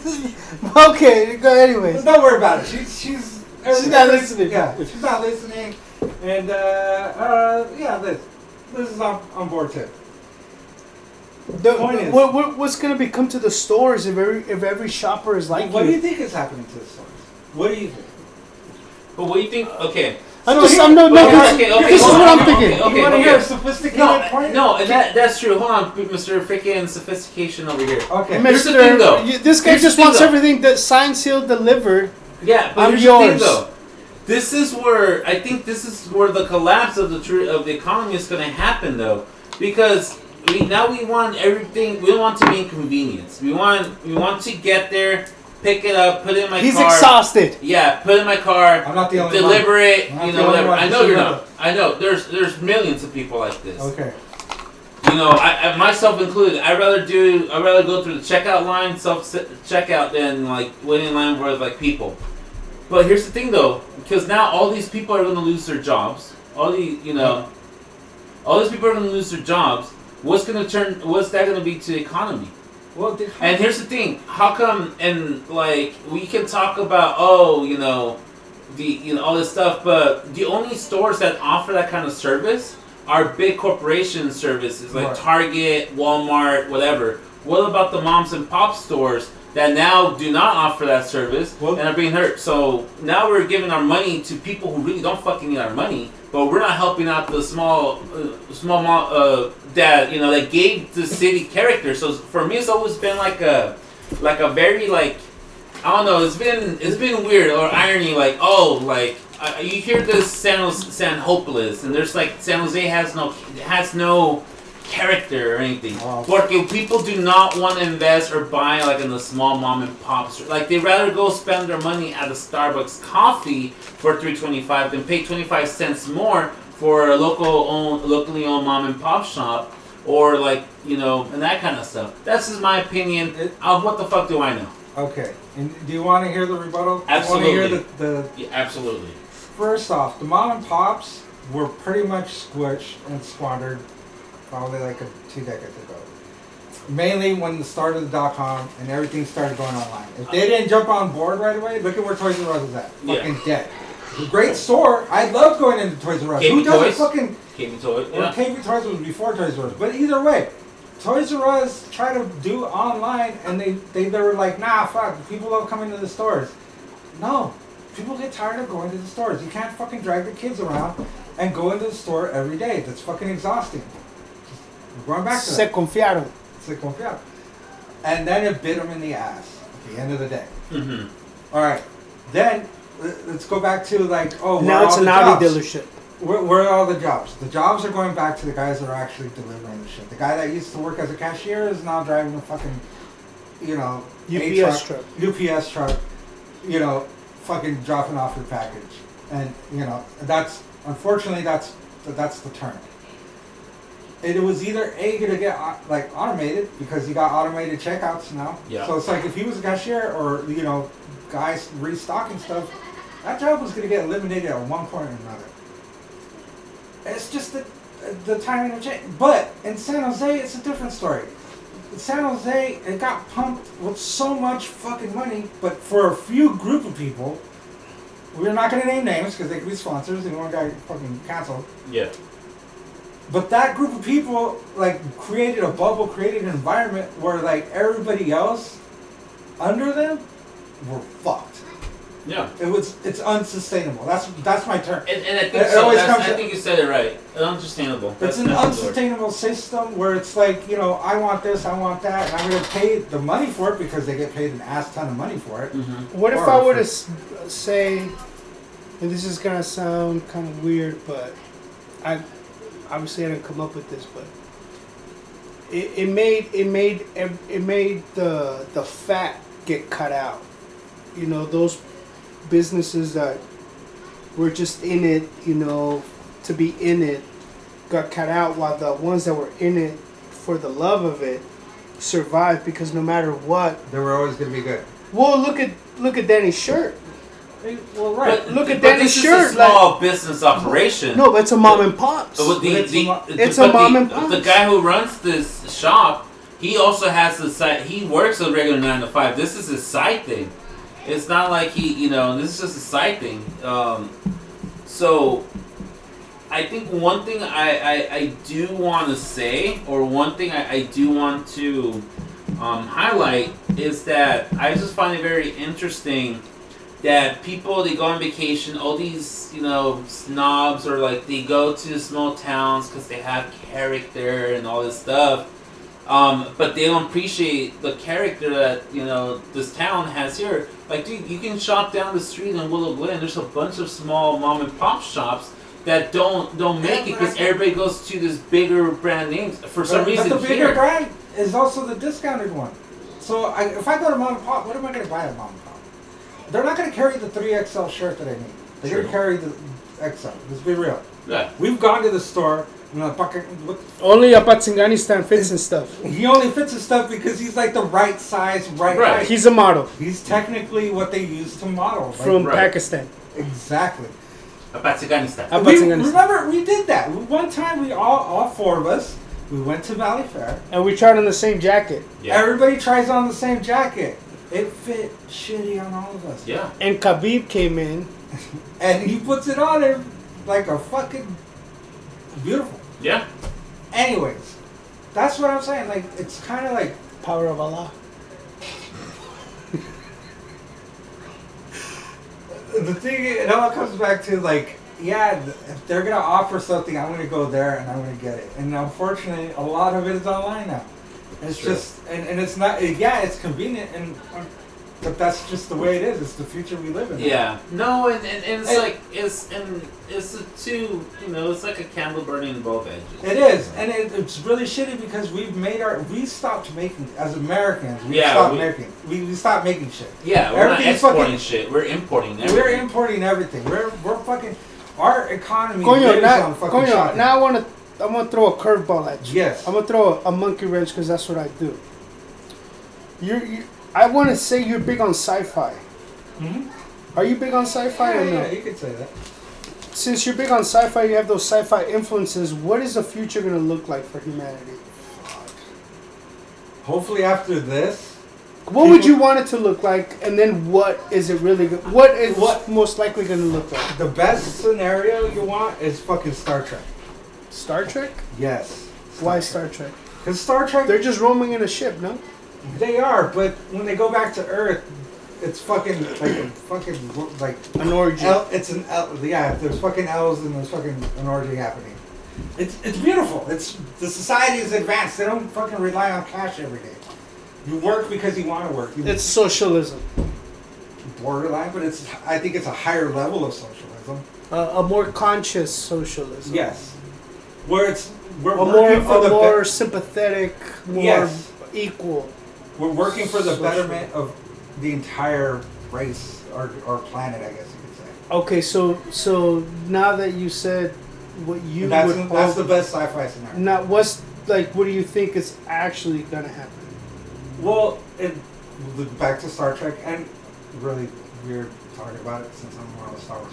okay, go anyways. Don't worry about it. She, she's She's not listening. Yeah, she's not listening. And uh, uh, yeah, Liz, Liz is on, on board too. The, point is- what, what, what's gonna become to the stores if every if every shopper is like what do you? you think is happening to the stores? What do you think? But what do you think? Okay. I'm So just here- I'm no no. okay, this- okay, okay, this is hold what on, I'm okay, thinking. okay. you want to hear a sophisticated No, point? no, and that, that's true. Hold on, Mr. Freaking Sophistication over here. Okay. Here's the thing, though. Mister, you- this guy Here's the just thing, wants though. everything that signed, sealed, delivered. Yeah, but I'm here's the thing, yours. though. This is where I think this is where the collapse of the tr- of the economy is going to happen, though, because we now we want everything. We want to be inconvenienced. We want we want to get there, pick it up, put it in my He's car. exhausted. Yeah, put it in my car. I'm not the only one. deliver it. I'm not You the know, only whatever. one. I You know should you're know not. I know there's there's millions of people like this. Okay. You know, I, I myself included. I'd rather do. I'd rather go through the checkout line, self checkout, than like waiting in line with like people. But here's the thing, though, because now all these people are going to lose their jobs. All the you know, all these people are going to lose their jobs. What's going to turn? What's that going to be to the economy? Well, did, And here's the thing: how come? And like we can talk about, oh, you know, the you know all this stuff, but the only stores that offer that kind of service are big corporation services like Right. Target, Walmart, whatever. What about the moms and pop stores that now do not offer that service Well- and are being hurt? So now we're giving our money to people who really don't fucking need our money, but we're not helping out the small, uh, small mo- uh, that you know that gave the city character. So for me, it's always been like a, like a very like, I don't know. It's been it's been weird or irony. Like oh like. Uh, you hear this San Jose, San Hopeless, and there's like San Jose has no has no character or anything. Wow. Porque people do not want to invest or buy like in the small mom and pop store. Like they rather go spend their money at a Starbucks coffee for three twenty five than pay twenty five cents more for a local owned, locally owned mom and pop shop or like you know and that kind of stuff. That's just my opinion. It- Uh, what the fuck do I know? okay. And do you want to hear the rebuttal? Absolutely. You want to hear the, the Yeah, absolutely. First off, the mom and pops were pretty much squished and squandered probably like a, two decades ago. Mainly when the start of the dot com and everything started going online. If they didn't jump on board right away, look at where Toys R Us is at. Yeah. Fucking dead. It's a great store. I love going into Toys R Us. Baby Who doesn't Toys? fucking Came to it. or Yeah. KB Toys was before Toys R Us. But either way, Toys R Us tried to do online, and they, they, they were like, nah, fuck, people love coming to the stores. No, people get tired of going to the stores. You can't fucking drag the kids around and go into the store every day. That's fucking exhausting. We're going back to Se that. confiaron. Se confiar. And then it bit them in the ass at the end of the day. Mm-hmm. All right, then let- let's go back to like, oh, where Now are it's all an the Audi jobs? dealership. Where, where are all the jobs? The jobs are going back to the guys that are actually delivering the shit. The guy that used to work as a cashier is now driving a fucking, you know, a UPS truck. UPS truck, you know, fucking dropping off your package. And, you know, that's, unfortunately, that's that's the turn. It was either A, gonna get au- like automated because you got automated checkouts now. Yeah. So it's like if he was a cashier or, you know, guys restocking stuff, that job was gonna get eliminated at one point or another. It's just the, the timing of change. But in San Jose, it's a different story. San Jose, it got pumped with so much fucking money, but for a few group of people, we're not gonna name names because they could be sponsors and one guy fucking canceled. Yeah. But that group of people like created a bubble, created an environment where like everybody else under them were fucked. Yeah. It was it's unsustainable. That's that's my term. And, and I It think so. always That's- comes I up- think you said it right. Unsustainable. It's That's- an that's the word. unsustainable system where it's like, you know, I want this, I want that, and I'm gonna pay the money for it because they get paid an ass ton of money for it. Mhm. What if Or I were to for- s- say, and this is gonna sound kind of weird, but I obviously I didn't come up with this, but it, it made it made ev- it made the the fat get cut out. You know those businesses that were just in it, you know, to be in it, got cut out. While the ones that were in it for the love of it survived because no matter what, They were always gonna be good. well, look at look at Danny's shirt. Well, right. But look at but Danny's this shirt, Is a small business operation. No, but it's a mom and pops. But the, It's the, a mo- the- it's but a mom the, and pops. The guy who runs this shop, he also has the side. He works a regular nine to five. This is his side thing. It's not like he, you know, this is just a side thing. Um, so, I think one thing I, I, I do want to say, or one thing I, I do want to um, highlight, is that I just find it very interesting that people they go on vacation all these you know snobs or like they go to small towns because they have character and all this stuff um, but they don't appreciate the character that you know this town has here like dude you can shop down the street in willow glen there's a bunch of small mom and pop shops that don't don't make it because everybody goes to this bigger brand names for some but, reason but the bigger here brand is also the discounted one. So I, if I go to mom and pop, what am I going to buy at mom and pop? They're not going to carry the three XL shirt that I need. They're going True. to carry the XL. Let's be real. yeah. We've gone to the store. And the fucking, look, Only Apatzinghanistan fits and stuff. he only fits his stuff because he's like the right size, right. Right. height. He's a model He's technically what they use to model. like- from Right. Pakistan. exactly. Apatzinghanistan. I'm We, putting in- remember, we did that. We- One time, we all, all four of us, we went to Valley Fair. And we tried on the same jacket. yeah Everybody tries on the same jacket. It fit shitty on all of us. yeah And Khabib came in. And he puts it on him like a fucking beautiful. yeah Anyways, that's what I'm saying. Like, it's kind of like, Power of Allah. the thing, it all comes back to like, yeah, th- if they're gonna offer something, I'm gonna go there and I'm gonna get it. And unfortunately, a lot of it is online now. It's Sure. just, and, and it's not, yeah, it's convenient, and but that's just the way it is. It's the future we live in. Yeah. No, and, and, and it's And- like it's and it's a two. You know, it's like a candle burning in both edges. It is, and it, it's really shitty because we've made our, we stopped making as Americans. We Yeah, stopped we- making, we, we stopped making shit. Yeah, we're not Everything's exporting fucking- shit. We're importing everything. We're importing everything. We're we're fucking, our economy. Coño, lives now, on fucking coño, shopping. now I want to I'm gonna throw a curveball at you. Yes. I'm gonna throw a monkey wrench because that's what I do. You're, you, I want to say you're big on sci-fi. Are you big on sci-fi yeah, or no? yeah, you could say that. Since you're big on sci-fi, you have those sci-fi influences. What is the future gonna look like for humanity? Hopefully after this, What would People- you want it to look like, and then what is it really? go- What is what most likely gonna look like? the best scenario you want is fucking Star Trek. Star Trek? Yes. Why Star Trek? Because Star Trek, They're just roaming in a ship, no? they are, but when they go back to Earth, it's fucking like a fucking like An origin. El, it's an el, yeah. There's fucking elves and there's fucking an orgy happening. It's it's beautiful. It's the society is advanced. They don't fucking rely on cash every day. You work because you want to work. You It's socialism, borderline, but it's I think it's a higher level of socialism. uh, a more conscious socialism. Yes, where it's we're A more, working for a the be- more sympathetic, more Yes. equal. we're working for the social- betterment of the entire race or or planet. I guess you could say. Okay, so so now that you said what you And that's would call- that's the best sci-fi scenario. Now, what's like? What do you think is actually gonna happen? Well, it, back to Star Trek, and really weird talking about it since I'm more of a Star Wars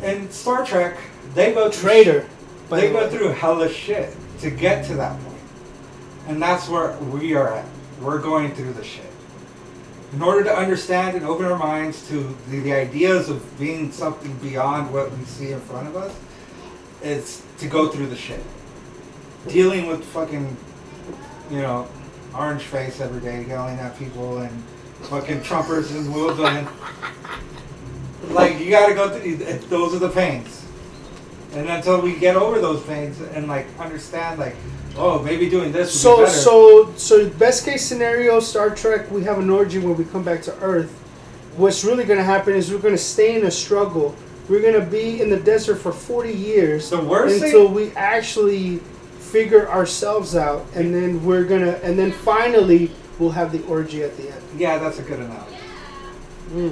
fan. In Star Trek, they go through Traitor. by They the go way. through hella shit to get to that point, and that's where we are at. We're going through the shit. In order to understand and open our minds to the, the ideas of being something beyond what we see in front of us, is to go through the shit. Dealing with fucking, you know, orange face every day, yelling at people and fucking Trumpers and Will Glenn. Like, you gotta go through, those are the pains. And until we get over those pains and, like, understand, like, oh, maybe doing this would So be better. so so best case scenario, Star Trek, we have an origin where we come back to Earth. What's really gonna happen is we're gonna stay in a struggle. We're gonna be in the desert for forty years The worst thing- until we actually figure ourselves out, and then we're gonna, and then finally we'll have the orgy at the end. Yeah, that's a good analogy. Hmm.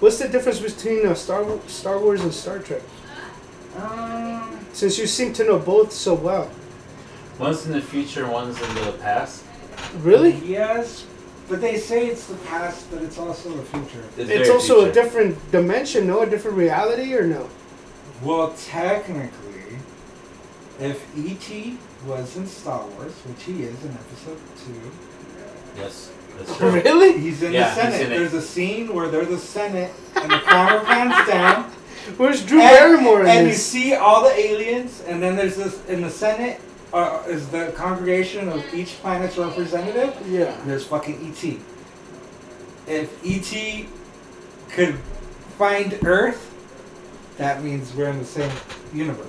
What's the difference between uh, Star Wa- Star Wars and Star Trek? Um, Since you seem to know both so well, One's in the future, one's in the past. really, Yes, but they say it's the past, but it's also the future. it's very also future. a different dimension, no, a different reality, or no? Well, technically, if E.T. was in Star Wars, which he is in episode two, Yes, that's true. Really? he's in Yeah, he's the Senate. in it. There's a scene where they're the Senate and the camera pans down. Where's Drew and, Barrymore in and you this? see all the aliens, and then there's this in the Senate uh, is the congregation of each planet's representative. Yeah. And there's fucking ET. If ET could find Earth, that means we're in the same universe.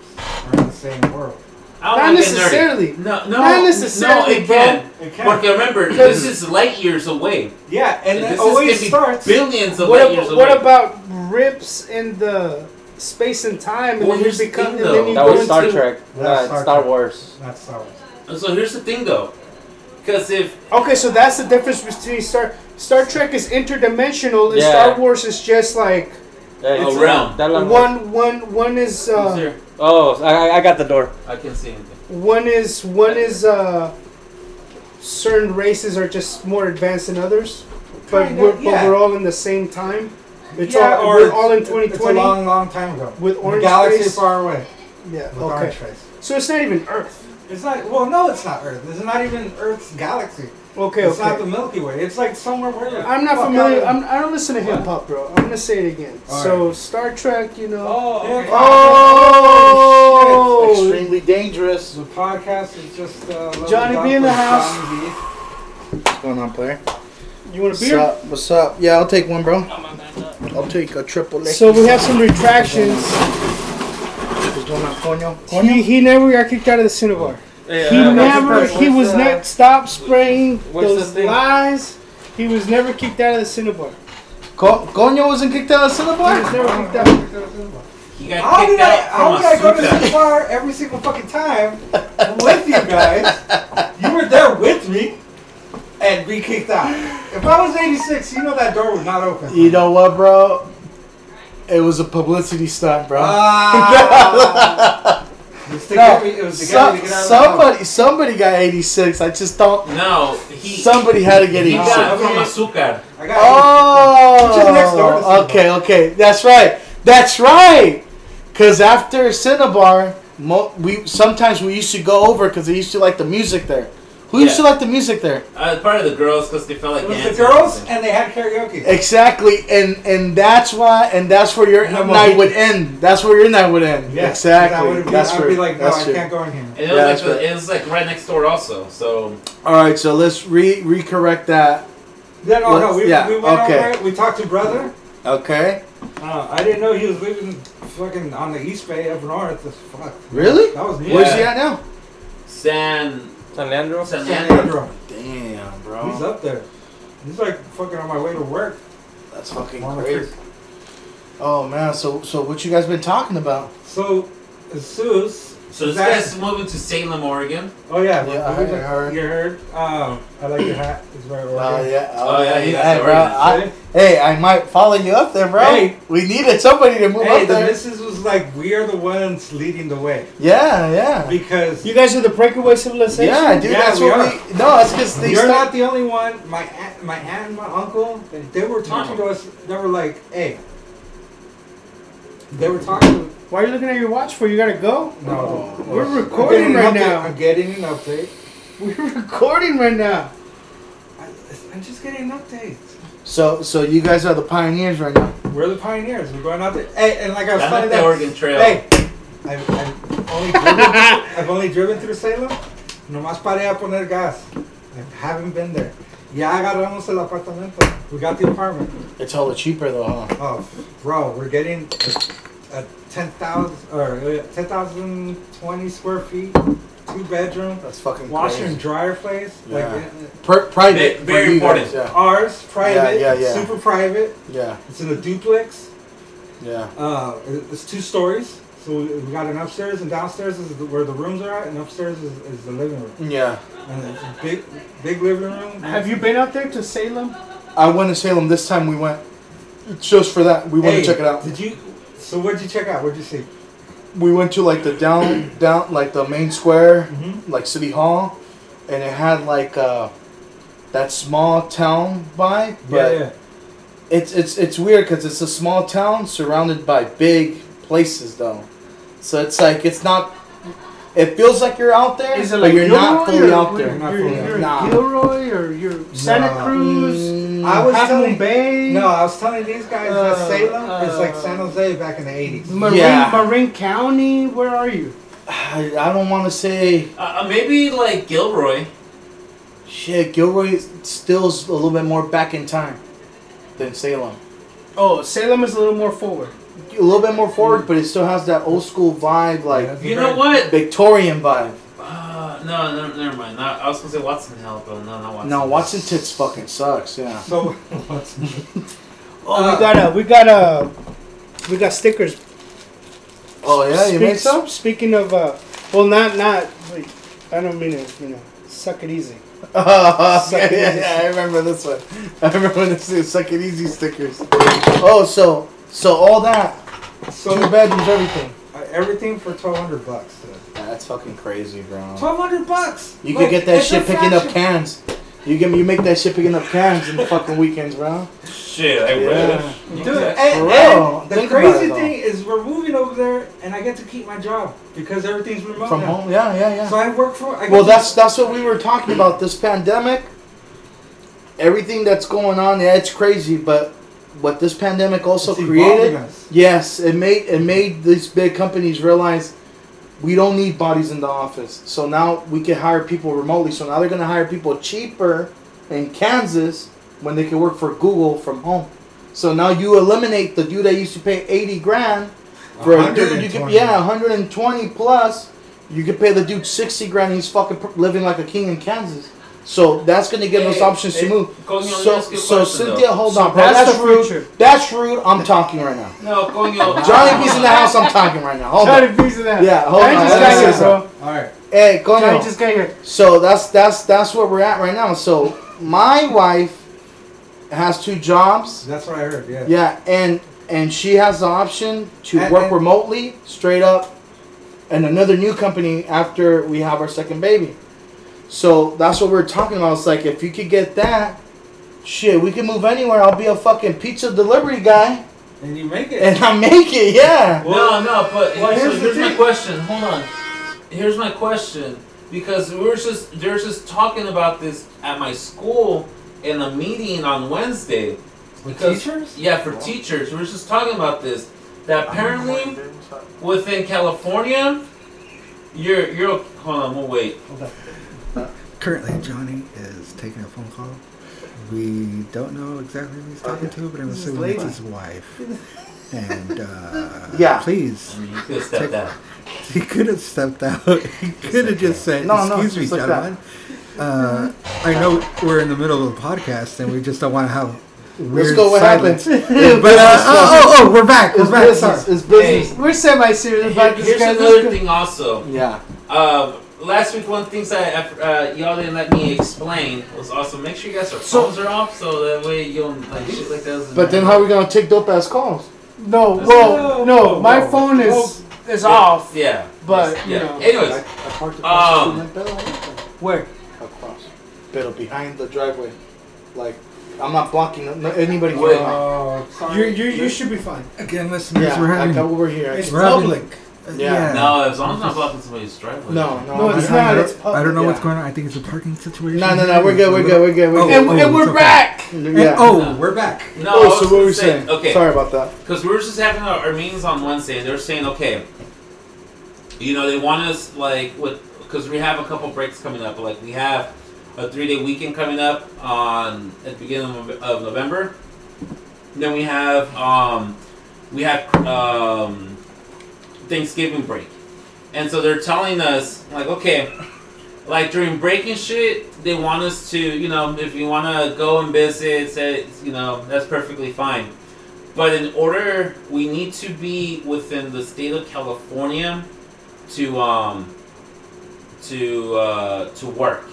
We're in the same world. I don't Not wanna get nerdy. necessarily. No, no, Not necessarily, no, it can. It can. But remember, this is light years away. Yeah, and this it is always gonna be starts. billions of What, light ab- years what away. about rips in the space and time, and Well, then here's you the become, thing, and then though. you That go was Star into- Trek, That was not Star Star Trek. Wars. Not Star Wars. so here's the thing, though, because if Okay, so that's the difference between Star Star Trek is interdimensional, and Yeah. Star Wars is just like Yeah, Oh, it's- realm. That line- one one one is Who's uh, here? Oh, I, I- I got the door. I can see anything. one is one is uh, certain races are just more advanced than others, but Kinda, we're but yeah. we're all in the same time. It's yeah, all or we're all in it's- It's a 2020. long, long time ago. with In a orange galaxy face. far away. yeah. With orange Okay. face. So it's not even Earth. It's not. Well, no, it's not Earth. It's not even Earth's galaxy. Okay. it's okay. not the Milky Way. It's like somewhere weird. I'm not Fuck familiar. out. I'm, I don't listen to hip hop, bro. I'm gonna say it again. All so Star Trek, you know. Oh, Yeah, okay. fuck. Oh! Extremely dangerous. Shit. The podcast is just uh, leveled Johnny up B in the with house. Johnny B. What's going on, player? You want a What's beer? up? What's up? Yeah, I'll take one, bro. I'll take a triple. So we have some retractions. What's going on, coño? He, he never got kicked out of the Cinnabar. Yeah, he what's the never. first- He what's was the- not stopped spraying what's the those thing? lies. He was never kicked out of the Cinnabar. Co- coño wasn't kicked out of Cinnabon? He was never kicked out. He got How kicked did I? out How from did I go to Asuka. the bar every single fucking time with you guys? You were there with me, and be kicked out. If I was 86, you know that door would not open. You know what, bro? It was a publicity stunt, bro. Uh, Ah. It was to No, get me- it was to get some- me to get out of the house. somebody, somebody got 86. I just don't. No, he. Somebody had to get he 86. got Okay. it from Asuka. I got Oh, Which is next door to Cinnabar. okay, okay, that's right, that's right. Cause after Cinnabar, mo- we sometimes we used to go over because they used to like the music there. Who used to Yeah. like the music there? Uh, part of the girls because they felt like It was the dancing. girls, and they had karaoke. Exactly, and and that's why, and that's where your And I'm night a- would end. That's where your night would end. Yeah, I exactly. would be, that's I'd where. be like, no, that's I true. can't go in here. And it Yeah, was that's like the- right. it was like right next door also. So All right, so let's re recorrect that. Then, oh no, we, Yeah, we went okay. over it. We talked to brother. Okay, Uh, I didn't know he was living fucking on the East Bay up north. As fuck. really? That was me. Where's he at now? San San Leandro? San San Leandro. Pedro. Damn, He's bro, up there. He's like fucking on my way to work. that's fucking One of crazy. Oh man, so so what you guys been talking about? So, Seuss. So this That- guy's moving to Salem, Oregon. Oh yeah, Yeah, I we- we- heard. You heard? Um, I like your hat. It's very Oh Oregon. yeah, Oh, yeah, hey, you guys hey, are bro, right. I, hey, I might follow you up there, bro. Hey. We needed somebody to move Hey, up the there. missus was like, we are the ones leading the way yeah, yeah, because You guys are the breakaway civilization. yeah, dude. Yeah, that's we what are. we. No, that's because they You're start. not the only one. My aunt, my aunt and my uncle, they, they were talking to us. They were like, "Hey." They were talking. Why are you looking at your watch for? You gotta go. No, We're I'm recording getting an right update- now. I'm getting an update. We're recording right now. I, I'm just getting an update. so, so you guys are the pioneers right now. We're the pioneers. We're going out there. Hey, and like I was Down telling at the them, Oregon Trail. Hey, I've, I've only driven, I've only driven through Salem. Nomás paré a poner gas. I haven't been there. Ya agarramos el apartamento. We got the apartment. It's hella cheaper though, huh? Oh, bro, we're getting a, a 10,000 or uh, 10,020 square feet, two bedroom, That's fucking washer and crazy. dryer place. Yeah. Like uh, Per- private, Ve- very for you guys, important. uh, ours, private, yeah, yeah. super private. Yeah, It's in a duplex. yeah, yeah. Uh, it- it's two stories. So we, we got an upstairs and downstairs is the, where the rooms are at, and upstairs is, is the living room. Yeah. And it's a big, big living room. Have you been out there to Salem? I went to Salem this time. We went just for that. We went Hey, to check it out. Did you? So what'd you check out? What'd you see? We went to like the down down like the main square, Mhm. like City Hall, and it had like uh, that small town vibe. But yeah, yeah. it's it's it's weird because it's a small town surrounded by big places though, so it's like it's not. It feels like you're out there, Is it but like you're not Gilroy fully or out where- there. Not You're, fully out. you're in Nah. Gilroy or you're Santa Nah. Cruz, Mm, I was Half Moon telling- Bay, No, I was telling these guys Uh, that Salem is like uh, San Jose back in the '80s. Marin, Yeah. Marin County. Where are you? I, I don't want to say Uh, uh, maybe like Gilroy. shit. Gilroy still's a little bit more back in time than Salem. Oh, Salem is a little more forward. A little bit more forward, but it still has that old school vibe, like Yeah, that's You very- know what? Victorian vibe. Uh, no, no, never mind. Not, I was gonna say Watson Hill, but no, not Watson. No, Watson tits fucking sucks. Yeah. So what's Oh, Uh, we got a, we got a, we got stickers. Oh yeah, you Speak- made some. Speaking of, uh, well, not not. Wait, I don't mean it. You know, suck it easy. Oh, Suck it yeah, easy. yeah, I remember this one. I remember when this is suck it easy stickers. Oh, so so all that, two so bedrooms, everything. uh, everything for twelve hundred bucks? That's fucking crazy, bro. Twelve hundred bucks. You Look, could get that it's a shit picking up fraction. cans. You can you make that shit picking up cans in the fucking weekends, bro. Shit, I Yeah. wish. Dude, Yeah. and, For real. and the Think about crazy it, though. thing is we're moving over there, and I get to keep my job because everything's remote From now. home, yeah, yeah, yeah. So I work for. I get Well, to- that's that's what we were talking about. This pandemic, everything that's going on, yeah, it's crazy. But what this pandemic also It's evolving created, us. yes, it made it made these big companies realize we don't need bodies in the office. So now we can hire people remotely. So now they're gonna hire people cheaper in Kansas when they can work for Google from home. So now you eliminate the dude that used to pay eighty grand for a dude. You could 120. yeah, 120 plus. You could pay the dude 60 grand. He's fucking pr- living like a king in Kansas. So that's gonna give us Hey, options to hey, move. Konyo, So, let me ask you a so question, Cynthia, though. hold So on, bro. that's That's, the rude. future. That's rude. I'm talking right now. No, uh, Konyo. Johnny B's in the house. I'm talking right now. Hold Try on. to piece of that. Yeah, hold Johnny on. just Let me got say here, something. bro. All right. Hey, go Johnny on. just got here. So that's that's that's where we're at right now. So my wife has two jobs. That's what I heard. Yeah. Yeah, and and she has the option to And- work and- remotely, straight up, and another new company after we have our second baby. So that's what we're talking about. It's like if you could get that, shit, we can move anywhere. I'll be a fucking pizza delivery guy, And you make it. and I make it. Yeah. No, no, but Well, so here's here's, the my thing. question. Hold on. Here's my question because we were just they're just talking about this at my school in a meeting on Wednesday. With Because- teachers? Yeah, for teachers, we were just talking about this. That apparently within California, you're you're hold on, we'll wait. Currently, Johnny is taking a phone call. We don't know exactly who he's Oh, talking to, but I'm This is assuming it's lady. his wife. And uh, Yeah. please, You could step down. he could have stepped out. He could have just said, No, no, "Excuse me, just like gentlemen. Uh, I know we're in the middle of a podcast, and we just don't want to have weird go what silence." happens. but uh, oh, oh, oh, we're back. We're It's back. Sorry. business. It's business. Hey, We're semi-serious here- about this here's guy. another thing also. Yeah. Um, last week, one of the things I uh, y'all didn't let me explain was also make sure you guys are So- phones are off, so that way you don't like shit like that. doesn't But then happen. how are we gonna take dope ass calls? No, That's well, not- no, my Whoa. phone is is Yeah, off. Yeah. But you yeah. know, I, I Anyways, parked across Um, the street like that. where? across. Pero behind the driveway. Like, I'm not blocking no- anybody. Wait. from- Oh, sorry. You you you should be fine. Again, listeners, Yeah, we're like having. over here. I It's can- we're having- public. uh, Yeah. no, as long as I'm not blocking somebody's driveway. No, no, No, I'm it's not- not. I It's don't, public. I don't know yeah. what's going on. I think it's a parking situation. No, no, no. We're good. We're good. We're good. We're good. And, Oh, and it's we're okay. back. yeah. And- oh, we're back. No. I Oh, was so what gonna were we say- saying? Okay. Sorry about that. Because we were just having our, our meetings on Wednesday, and they were saying, okay, you know, they want us like with because we have a couple breaks coming up. Like we have a three-day weekend coming up on at the beginning of, of November. Then we have um, we have um, Thanksgiving break, and so they're telling us like, okay, like during break and shit, they want us to, you know, if you want to go and visit, say, you know, that's perfectly fine. But in order, we need to be within the state of California to um, to uh, to work.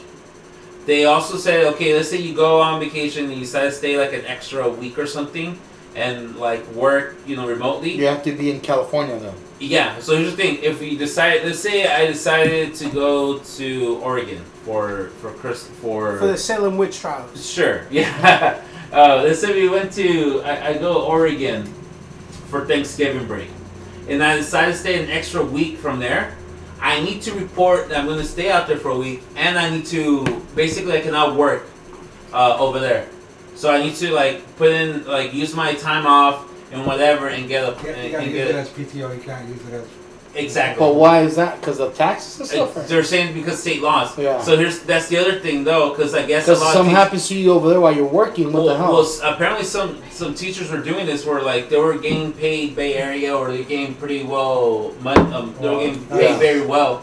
They also said, okay, let's say you go on vacation and you decide to stay like an extra week or something, and like work, you know, remotely. You have to be in California though. Yeah, so here's the thing. If we decide, let's say I decided to go to Oregon for for Chris for, for the Salem witch trials. sure, yeah. Uh, let's say we went to I, I go Oregon for Thanksgiving break, and I decide to stay an extra week from there. I need to report that I'm going to stay out there for a week, and I need to basically I cannot work uh, over there, so I need to like put in like use my time off and whatever and get a You, have, you and, gotta and use get it as PTO. You can't use it as. exactly. But why is that? Because of taxes and Uh, stuff. right? They're saying because state laws. Yeah. So here's that's the other thing though, because I guess a Because lot something of teach- happens to you over there while you're working. What well, the hell? well, s- apparently some some teachers were doing this where like they were getting paid Bay Area or they getting pretty well, mon- um, they were getting paid Yeah. very well,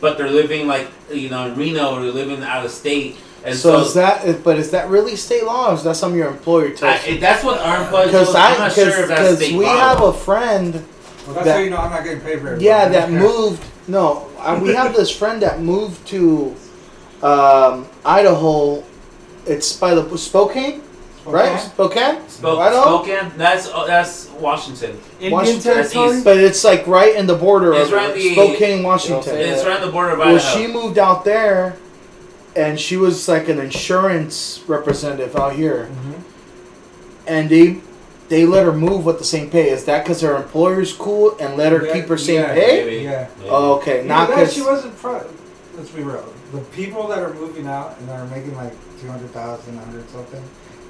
but they're living like you know in Reno or they're living out of state, and so, so, is that? But is that really state law? Or is that something your employer I, tells you? it- that's what arm was. Because I'm I not sure if that's because state we law. have a friend. Well, that's That- how you know I'm not getting paid very well. Yeah, I that can't- moved. No, I, we have this friend that moved to um, Idaho. It's by the Spokane, right? Okay. Spokane. Spoke- I don't- Spokane. That's oh, that's Washington. Indian Washington- territory. East. But it's like right in the border It's of right in the- Spokane, Washington. Yeah. It's around the border of Idaho. Well, she moved out there, and she was like an insurance representative out here, Mhm. and they they let her move with the same pay. Is that because her employer's cool and let her Yeah, keep her same yeah, pay? Maybe. Yeah. Maybe. Oh, okay, You not know, that because she wasn't pro. Let's be real. The people that are moving out and are making like 200,000, 100 something,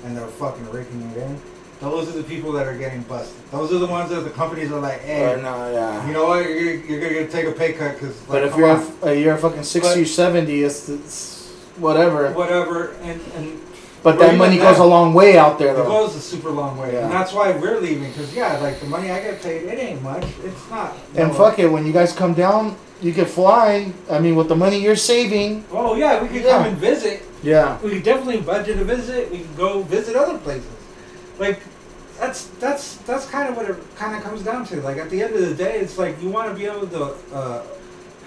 and they're fucking raking it in, those are the people that are getting busted. Those are the ones that the companies are like, or hey, no, uh, yeah. you know what? You're, gonna- you're going to take a pay cut because, like, but if come you're on, a, uh, you're a fucking sixty or seventy, it's, it's whatever. whatever. And, and But Well, that even money goes that- a long way out there, it though. goes a super long way. Yeah. And that's why we're leaving because, yeah, like the money I get paid, it ain't much. It's not. And no. fuck it, when you guys come down, you can fly. I mean, with the money you're saving, Oh, yeah, we could Yeah. come and visit. yeah. we could definitely budget a visit. We could go visit other places. Like that's that's that's kind of what it kind of comes down to. Like at the end of the day, it's like you want to be able to uh,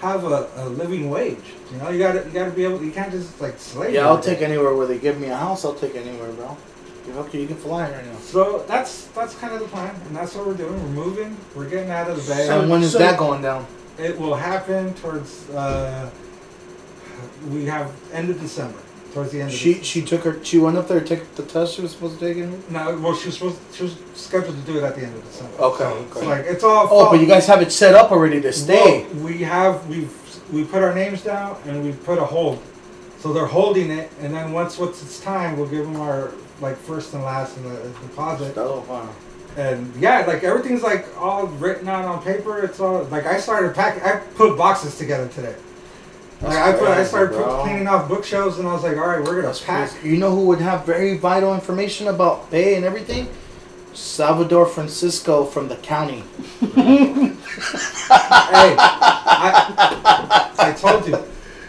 have a, a living wage. You know, you got to you got to be able. You can't just like slave. Yeah, I'll everything. take anywhere where they give me a house. I'll take anywhere, bro. You okay? You can fly right now. So that's that's kind of the plan, and that's what we're doing. We're moving. We're getting out of the bay. and when is so- that going down? it will happen towards. Uh, we have end of December. Towards the end. of She December. she took her. She went up there, took the test she was supposed to take. In. No, well, she was supposed. She was scheduled to do it at the end of December. Okay, So it's Oh, okay. like it's all. Oh, but fucked. you guys have it set up already to stay. Well, we have we've we put our names down and we put a hold, so they're holding it, and then once once it's time, we'll give them our like first and last and the deposit. Oh wow. And yeah, like everything's like all written out on paper. It's all like I started packing. I put boxes together today. Like That's I put I crazy, started put- bro. cleaning off bookshelves, and I was like, all right, we're gonna That's pack. crazy. You know who would have very vital information about pay and everything? Salvador Francisco from the county. hey, I, I told you.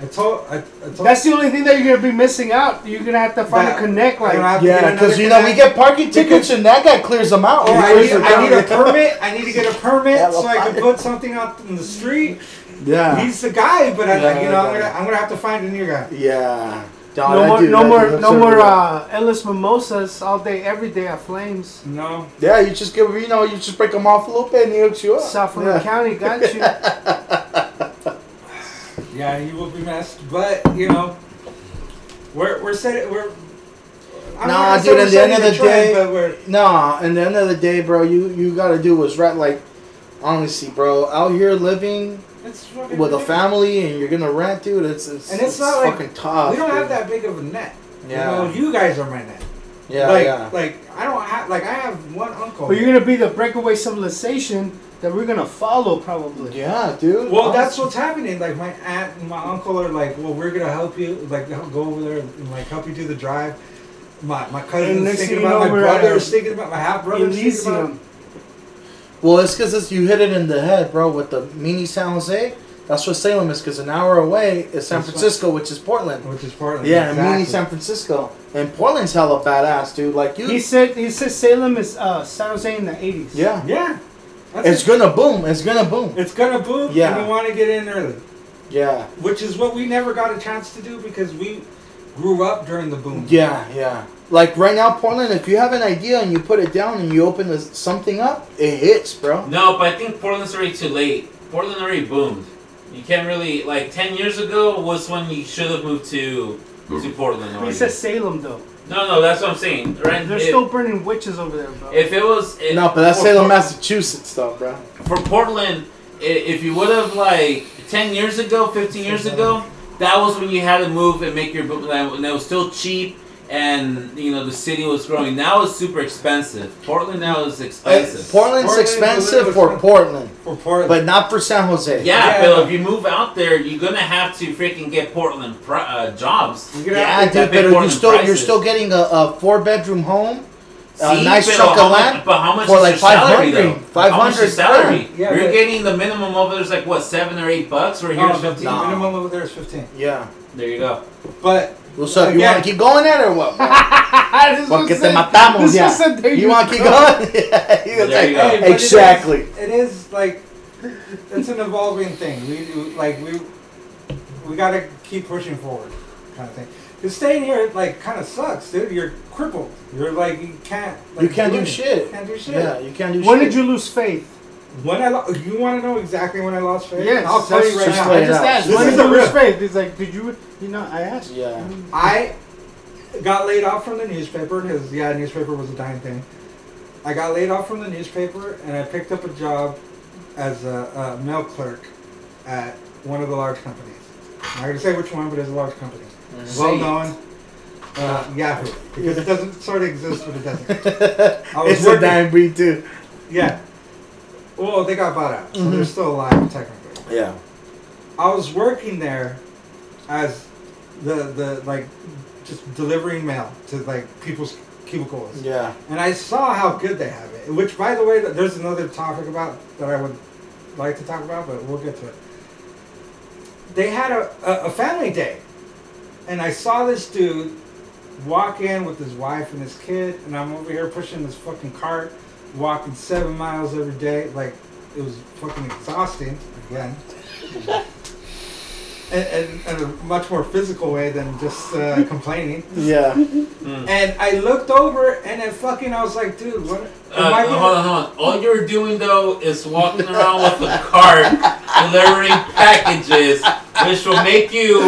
I told I, I told. That's the only thing that you're gonna be missing out. You're gonna have to find That- a connect. I'm gonna Like, have to get Yeah, another because you know we connect. get parking tickets and that guy clears them out. Oh, He I clears need, the I need a county. permit. I need to get a permit so I Hella can put something out in the street. Yeah. He's the guy, but I, Yeah, you know, I'm yeah. gonna, I'm gonna have to find a new guy. Yeah. Dog, no that more, dude- no that dude more, looks no more everywhere. uh, endless mimosas all day, every day at Flames. No, Yeah, you just give you know you just break them off a little bit and he hooks you up. South Yeah. Florida County got you. yeah, you will be messed, but you know, we're we're set. We're I'm not Nah, gonna say dude, we're at the setting end of the trend, day- but we're, Nah, and the end of the day, bro, you you gotta do what's right. Like, honestly, bro, out here living it's fucking with a ridiculous. family and you're gonna rent, dude. It's it's, And it's not like- fucking tough. We don't have dude. that big of a net. Yeah. You know, you guys are my net. Yeah, like, yeah. like I don't have like I have one uncle. But you're gonna be the breakaway civilization that we're gonna follow, probably. yeah, dude. Well, that's what's happening. Like my aunt and my uncle are like, "Well, we're gonna help you. Like, help go over there and like help you do the drive." My my And cousin's next thinking thing you about know, my we're at brother's a- thinking about my half brother's thinking about. Elysium. well, it's because you hit it in the head, bro, with the mini San Jose. That's what Salem is, because an hour away is San That's right. Francisco, which is Portland. Which is Portland. Yeah, exactly. mini San Francisco, and Portland's hella badass, dude. Like you, He said he said Salem is uh, San Jose in the eighties. yeah, Yeah. That's it's it's, gonna boom. It's gonna boom. it's gonna boom. Yeah. And we want to get in early, Yeah, which is what we never got a chance to do because we grew up during the boom. yeah, yeah. Like right now, Portland. If you have an idea and you put it down and you open this, something up, it hits, bro. No, but I think Portland's already too late. Portland already boomed. You can't really like ten years ago was when you should have moved to to Portland. He already. said Salem though. no, no, that's what I'm saying. Right? They're if, still burning witches over there, bro. if it was if, No, but that's for- Salem, for- Massachusetts, though, bro. for Portland, i- if you would have like ten years ago, fifteen years ago, that was when you had to move and make your book. like, And it was still cheap, and you know the city was growing. Now it's super expensive. Portland now Uh, is expensive. Portland's expensive for expensive. Portland, For Portland. but not for San yeah, Jose. Yeah. Bill. If you move out there, you're gonna have to freaking get Portland pri uh, jobs. You gotta Yeah, have to- dude, that big but you're Portland still you're prices. still getting a, a four bedroom home, a See, nice but chunk how of much- land. but how much for is like your salary 500, though? how much is 500 your salary? Yeah, You're but- getting the minimum over there's like what seven or eight bucks. We're here No, at fifteen. no. oh, Minimum over there is fifteen. Yeah. There you go. But What's up? You Again. want to keep going at it or what? Ah, This was Porque te said- matamos, this yeah. was said, there You want to keep go. going? yeah. you gonna There you say, go. Hey, but it is- exactly. it is like it's an evolving thing. We do like we we gotta keep pushing forward, kind of thing. Because staying here like kind of sucks, dude. You're crippled. You're like you can't. Like, You can't do it. shit. Can't do shit. Yeah, you can't do When shit. did you lose faith? When I lo- you want to know exactly when I lost faith? Yes, I'll tell you that's- right just now. lay I it just out. asked. This When is did you the lose real- faith? He's like, did you? You know, I asked. Yeah. I got laid off from the newspaper because yeah, newspaper was a dying thing. I got laid off from the newspaper and I picked up a job as a, a mail clerk at one of the large companies. I'm not gonna say which one, but it's a large company, well known. Uh, Yahoo, because it doesn't sort of exist, but it doesn't. I was it's a working- damn breed too. Yeah. Well, they got bought out, so they're still alive technically. Yeah. I was working there as the the like just delivering mail to like people's cubicles, Yeah. and I saw how good they have it. Which, by the way, th- there's another topic about that I would like to talk about, but we'll get to it. They had a, a, a family day, and I saw this dude walk in with his wife and his kid, and I'm over here pushing this fucking cart, walking seven miles every day. Like it was fucking exhausting again. And, and, and a much more physical way than just uh, complaining. Yeah. And I looked over and then fucking I was like, dude, what? Uh, am I hold being- on, hold on. All you're doing though is walking around with a cart delivering packages, which will make you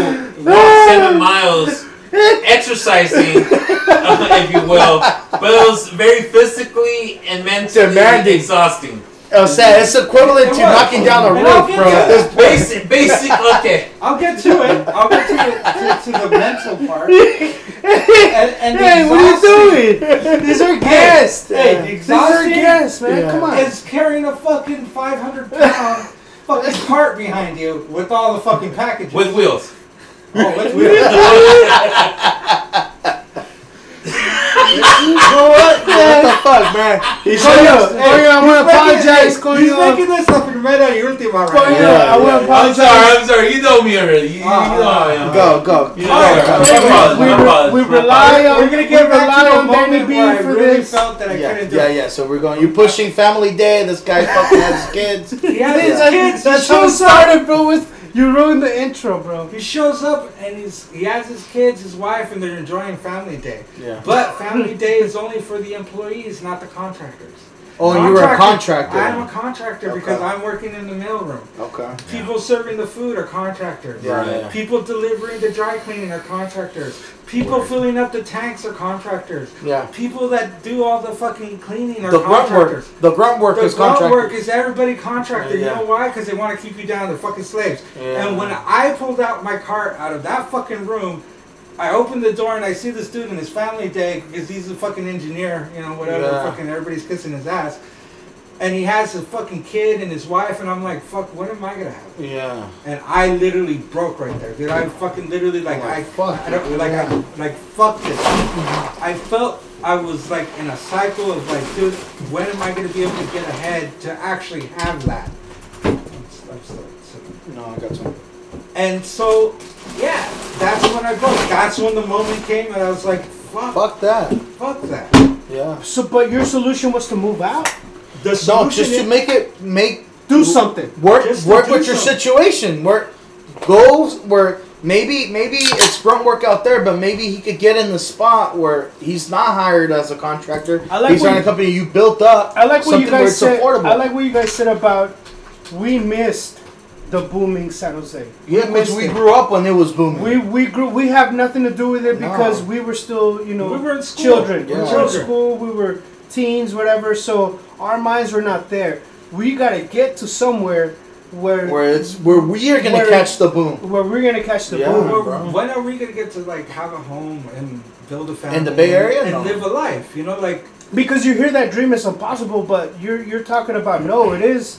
walk seven miles, exercising, uh, if you will. But it was very physically and mentally Demanding. exhausting. O sea, it's equivalent It was. to knocking down a And I'll roof, get bro. to at this that. point. Basic, basic. Okay, I'll get to it. I'll get to the, to, to the mental part. And, and Hey, what are you doing? These are guests. Hey, Hey, the these are exhausting guests, man. Yeah. Come on. is carrying a fucking 500 pound fucking cart behind you with all the fucking packages. with wheels. oh, with wheels. You know what? What the fuck, man? oh, He showed Coño, up. coño, I want to apologize, Making, he's coño. making this up in Red Eye Ultima right Coño, now. I want to I'm sorry, apologize. I'm sorry. You know me already. You, you know I am. Ah, Go, go. You know I am. Go, My go. apologies, We, my apologies, we my rely on, We're gonna get we back rely to a on Danny moment B where I for really this. felt that I Yeah, couldn't do yeah, it. yeah. So we're going. You're pushing Family Day. This guy fucking has kids. He has his Yeah. kids. That's he how it shows up. started, bro. With you ruined the intro, bro. He shows up and he's he has his kids, his wife, and they're enjoying family day. Yeah. But family day is only for the employees, not the contractors. Oh, and you were a Contractor- contractor. I'm a contractor because Okay. I'm working in the mailroom. okay. People serving the food are contractors. Yeah, yeah, yeah. People delivering the dry cleaning are contractors. People filling up the tanks are contractors. Yeah. People that do all the fucking cleaning are The grunt work. contractors. The grunt work The is grunt contractor. work is everybody contractor. Yeah. You know why? Because they want to keep you down. They're fucking slaves. Yeah. And when I pulled out my cart out of that fucking room, I opened the door and I see this dude and his family day because he's a fucking engineer, you know, whatever. Yeah. Fucking everybody's kissing his ass. And he has a fucking kid and his wife, and I'm like, fuck, what am I gonna have? Yeah. And I literally broke right there, dude. I fucking literally like Oh, I fuck I don't it, like yeah. I like fuck this. I felt I was like in a cycle of like, dude, when am I gonna be able to get ahead to actually have that? I'm s- I'm so- so- No, No, I got some. And so, yeah, that's when I broke. That's when the moment came, and I was like, fuck, fuck, Fuck that. that. Yeah. So, but your solution was to move out, The No, solution just to is- make it make do something. work Just to work do with your something. situation. Work goals where maybe maybe it's grunt work out there, but maybe he could get in the spot where he's not hired as a contractor. I like he's what on a you- company you built up. I like what something you where guys it's said. affordable. I like what you guys said about we missed the booming San Jose. yeah, because missed we it. grew up when it was booming. We we grew. We have nothing to do with it No. because we were still, you know, We were in school. children. Yeah. We were in Children. school. We were teens, whatever. So our minds were not there. We gotta get to somewhere where where, where it's where we are gonna Where- catch the boom. we're gonna catch the Yeah. boom. Well, bro. when are we gonna get to like have a home and build a family In the Bay Area? and No. live a life? You know, like Because you hear that dream is impossible, but you're you're talking about no, it is.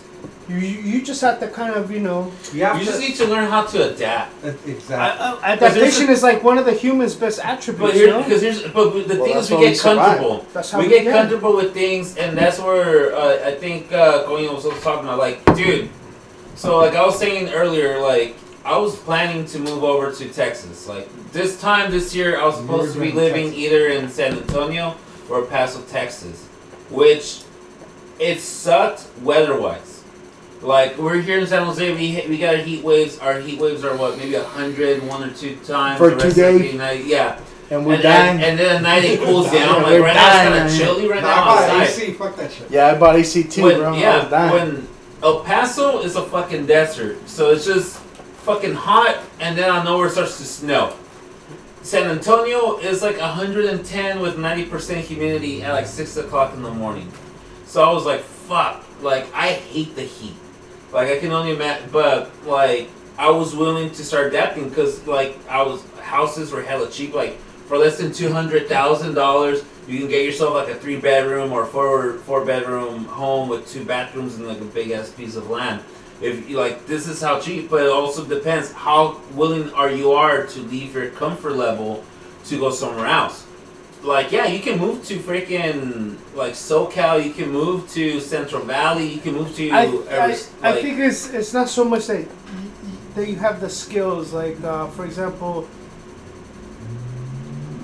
You you you just have to kind of you know we have You to just need to learn how to adapt. Uh, exactly. uh, But there's adaptation a- is like one of the human's best attributes. But you here, know? because here's, but the Well, thing that's is, we how we get survive. comfortable. That's how we we get get. comfortable with things, and that's where uh, I think uh, Cohen was also talking about, like, dude. So, like I was saying earlier, like I was planning to move over to Texas. Like this time this year, I was You supposed to were be going to living Texas. either in San Antonio or Paso, Texas, which it sucked weather-wise. Like we're here in San Jose, we hit, we got heat waves. Our heat waves are what maybe a hundred, one or two times For the two rest of the days. night. Yeah, And we're and, dying. And, and then at night it cools down. Like We're right now it's kind dying. of chilly right Nah, now I bought outside. AC, fuck that shit. yeah, I bought AC too, When, bro. I was yeah, dying. when El Paso is a fucking desert, so it's just fucking hot, and then I know where it starts to snow. San Antonio is like 110 with 90% humidity at like 6 o'clock in the morning. So I was like, fuck. Like, I hate the heat. Like, I can only imagine, but like, I was willing to start adapting because, like, I was, houses were hella cheap. Like, for less than $200,000, you can get yourself like a three bedroom or four four bedroom home with two bathrooms and like a big ass piece of land. If you like, this is how cheap, but it also depends how willing are you are to leave your comfort level to go somewhere else like yeah, you can move to freaking like SoCal. You can move to Central Valley. You can move to. I, every, I, I like- think it's it's not so much that y- that you have the skills. Like uh, for example,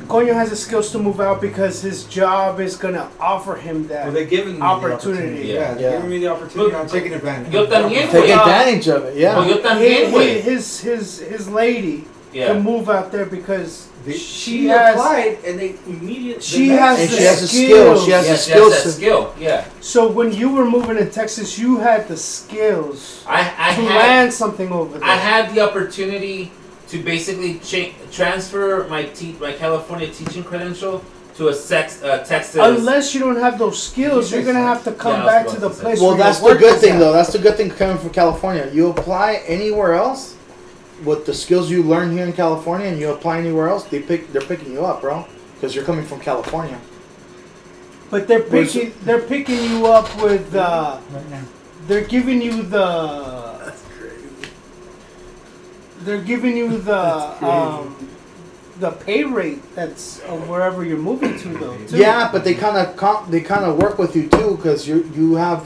Konyo has the skills to move out because his job is gonna offer him that. Well, they're giving me Opportunity. The opportunity. Yeah. Yeah, they're Yeah. giving me the opportunity. Look, I'm taking advantage. yo también, Take uh, advantage of it. Well, Yeah. yo He- también, he- güey. his his his lady can Yeah. move out there because They- she has. applied and they immediately. She the has next- And the she has a skill. skills. She has Yeah, a she skill has that set. skill. Yeah, So when you were moving to Texas, you had the skills I I to had land something over there. I had the opportunity to basically cha- transfer my te- my California teaching credential to a sex uh, Texas. Unless you don't have those skills, you're gonna have to come Yeah, I was back about to the to say. place. Well, where your that's the work good is thing at. though. That's the good thing coming from California. You apply anywhere else with the skills you learn here in California, and you apply anywhere else, they pick. They're picking you up, bro, because you're coming from California. But they're Where's picking they're picking you up with uh, Right now. they're giving you the they're giving you the um, the pay rate that's uh, wherever you're moving to though. Too. Yeah, but they kind of comp- they kind of work with you too, because you you have.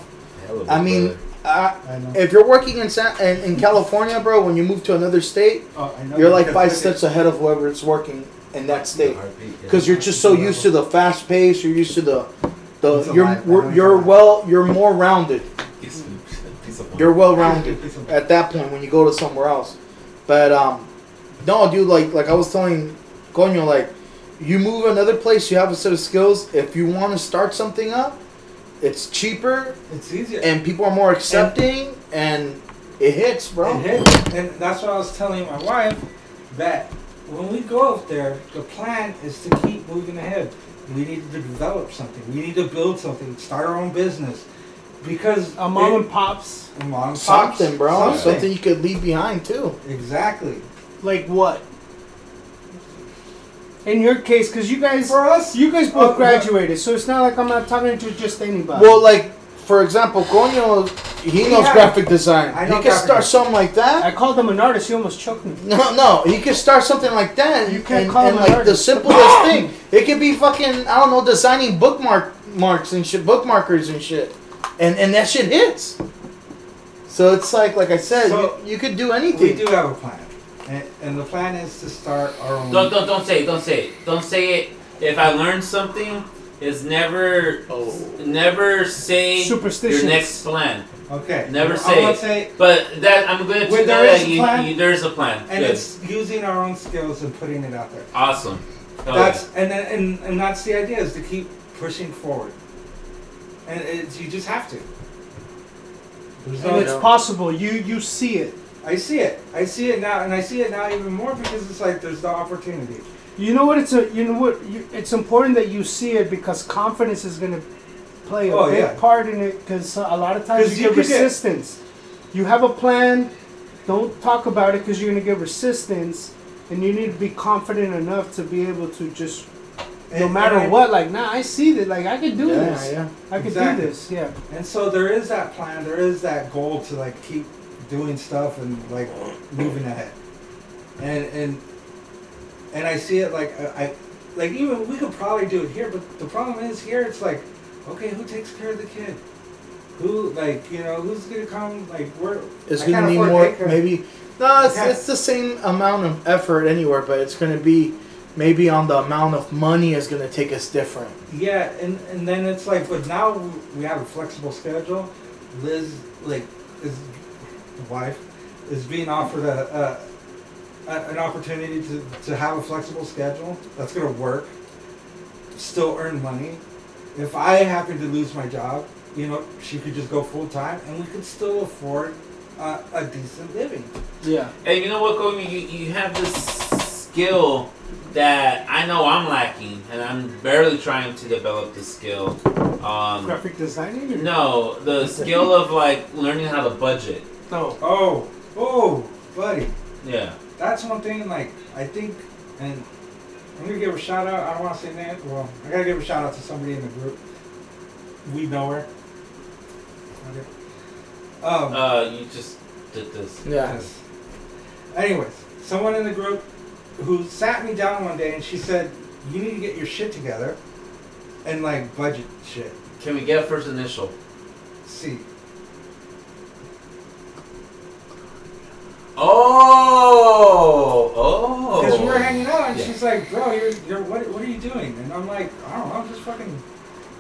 Hell of a I mean, brother. uh, I know. if you're working in, San- in in California, bro, when you move to another state, Oh, I know you're like five because- steps ahead of whoever it's working in that state. Heartbeat, yeah. because you're just so used to the fast pace. You're used to the, It's the a you're life, I we're- don't you're know. well you're more rounded. Piece of- piece of- You're well rounded at that point when you go to somewhere else. But um, no, dude, like like I was telling Coño, like you move another place, you have a set of skills. If you want to start something up, it's cheaper It's easier. and people are more accepting and it hits, bro. It hit. And that's what I was telling my wife that when we go up there, the plan is to keep moving ahead. We need to develop something. We need to build something. Start our own business. Because A Uh, mom it- and pops a mom and pops, Something, bro. something. something you could leave behind too. Exactly. like what? In your case, because you guys For us, you guys Oh, both yeah. graduated, so it's not like I'm not talking to just anybody. Well, like for example, Coño, he We knows have- graphic design. I He know could graphic start design. something like I that. called him an artist. He almost choked me. No, no, he could start something like that. You can't and, call and him an like the artist. simplest thing. It could be fucking I don't know, designing bookmark marks and shit, bookmarkers and shit, and and that shit hits. So it's like, like I said, So- you, you could do We anything. do have a plan, and, and the plan is to start our own. Don't, don't, don't say it. Don't say it. Don't say it. If I learned something, is never, Oh. never say your Superstitions. next plan. Okay. Never I say would it. say, But that I'm going to Wait, there is a plan? You, there's a plan. and Good. it's using our own skills and putting it out there. awesome. Okay. That's and, then- and and that's the idea is to keep pushing forward, and it's, you just have to. There's Oh, no- And it's possible. You you see it. I see it. I see it now, and I see it now even more because it's like there's the opportunity. You know what? It's a you know what? You, it's important that you see it because confidence is going to play a Oh, big yeah. part in it. Because a lot of times 'Cause you, you get could get- resistance. You have a plan. Don't talk about it because you're going to get resistance, and you need to be confident enough to be able to just no And- matter and I- what. Like, nah, I see that. Like, I could do yeah, this. yeah. I could Exactly. do this. Yeah. And so there is that plan. There is that goal to like keep doing stuff and like moving ahead. And and and I see it like uh, I, I like even we could probably do it here, but the problem is here it's like, okay, who takes care of the kid? Who like you know who's gonna come like where? It's I gonna can't need afford more, daycare. maybe. No, it's, Yeah. it's the same amount of effort anywhere, but it's gonna be maybe on the amount of money it's gonna take us different. Yeah, and and then it's like, but now we have a flexible schedule. Liz, like, is the wife is being offered a, a, a an opportunity to to have a flexible schedule that's gonna work, still earn money. If I happen to lose my job, you know, she could just go full time, and we could still afford a, a decent living. Yeah. And you know what, Kobe? You, you have this skill that I know I'm lacking, and I'm barely trying to develop this skill. Um, Graphic designing. or- no, the skill of like learning how to budget. No. Oh, oh, buddy. Yeah. that's one thing. Like I think, and I'm gonna give a shout out. I don't want to say name. Well, I gotta give a shout out to somebody in the group. We know her. Okay. Um, Uh, you just did this. Yeah. Yes. Anyways, someone in the group who sat me down one day and she said, "You need to get your shit together, and like budget shit." Can we get a first initial? See, Oh, oh. because we were hanging out, and Yeah. she's like, "Bro, you're, you're what? What are you doing?" And I'm like, "I don't know. I'm just fucking."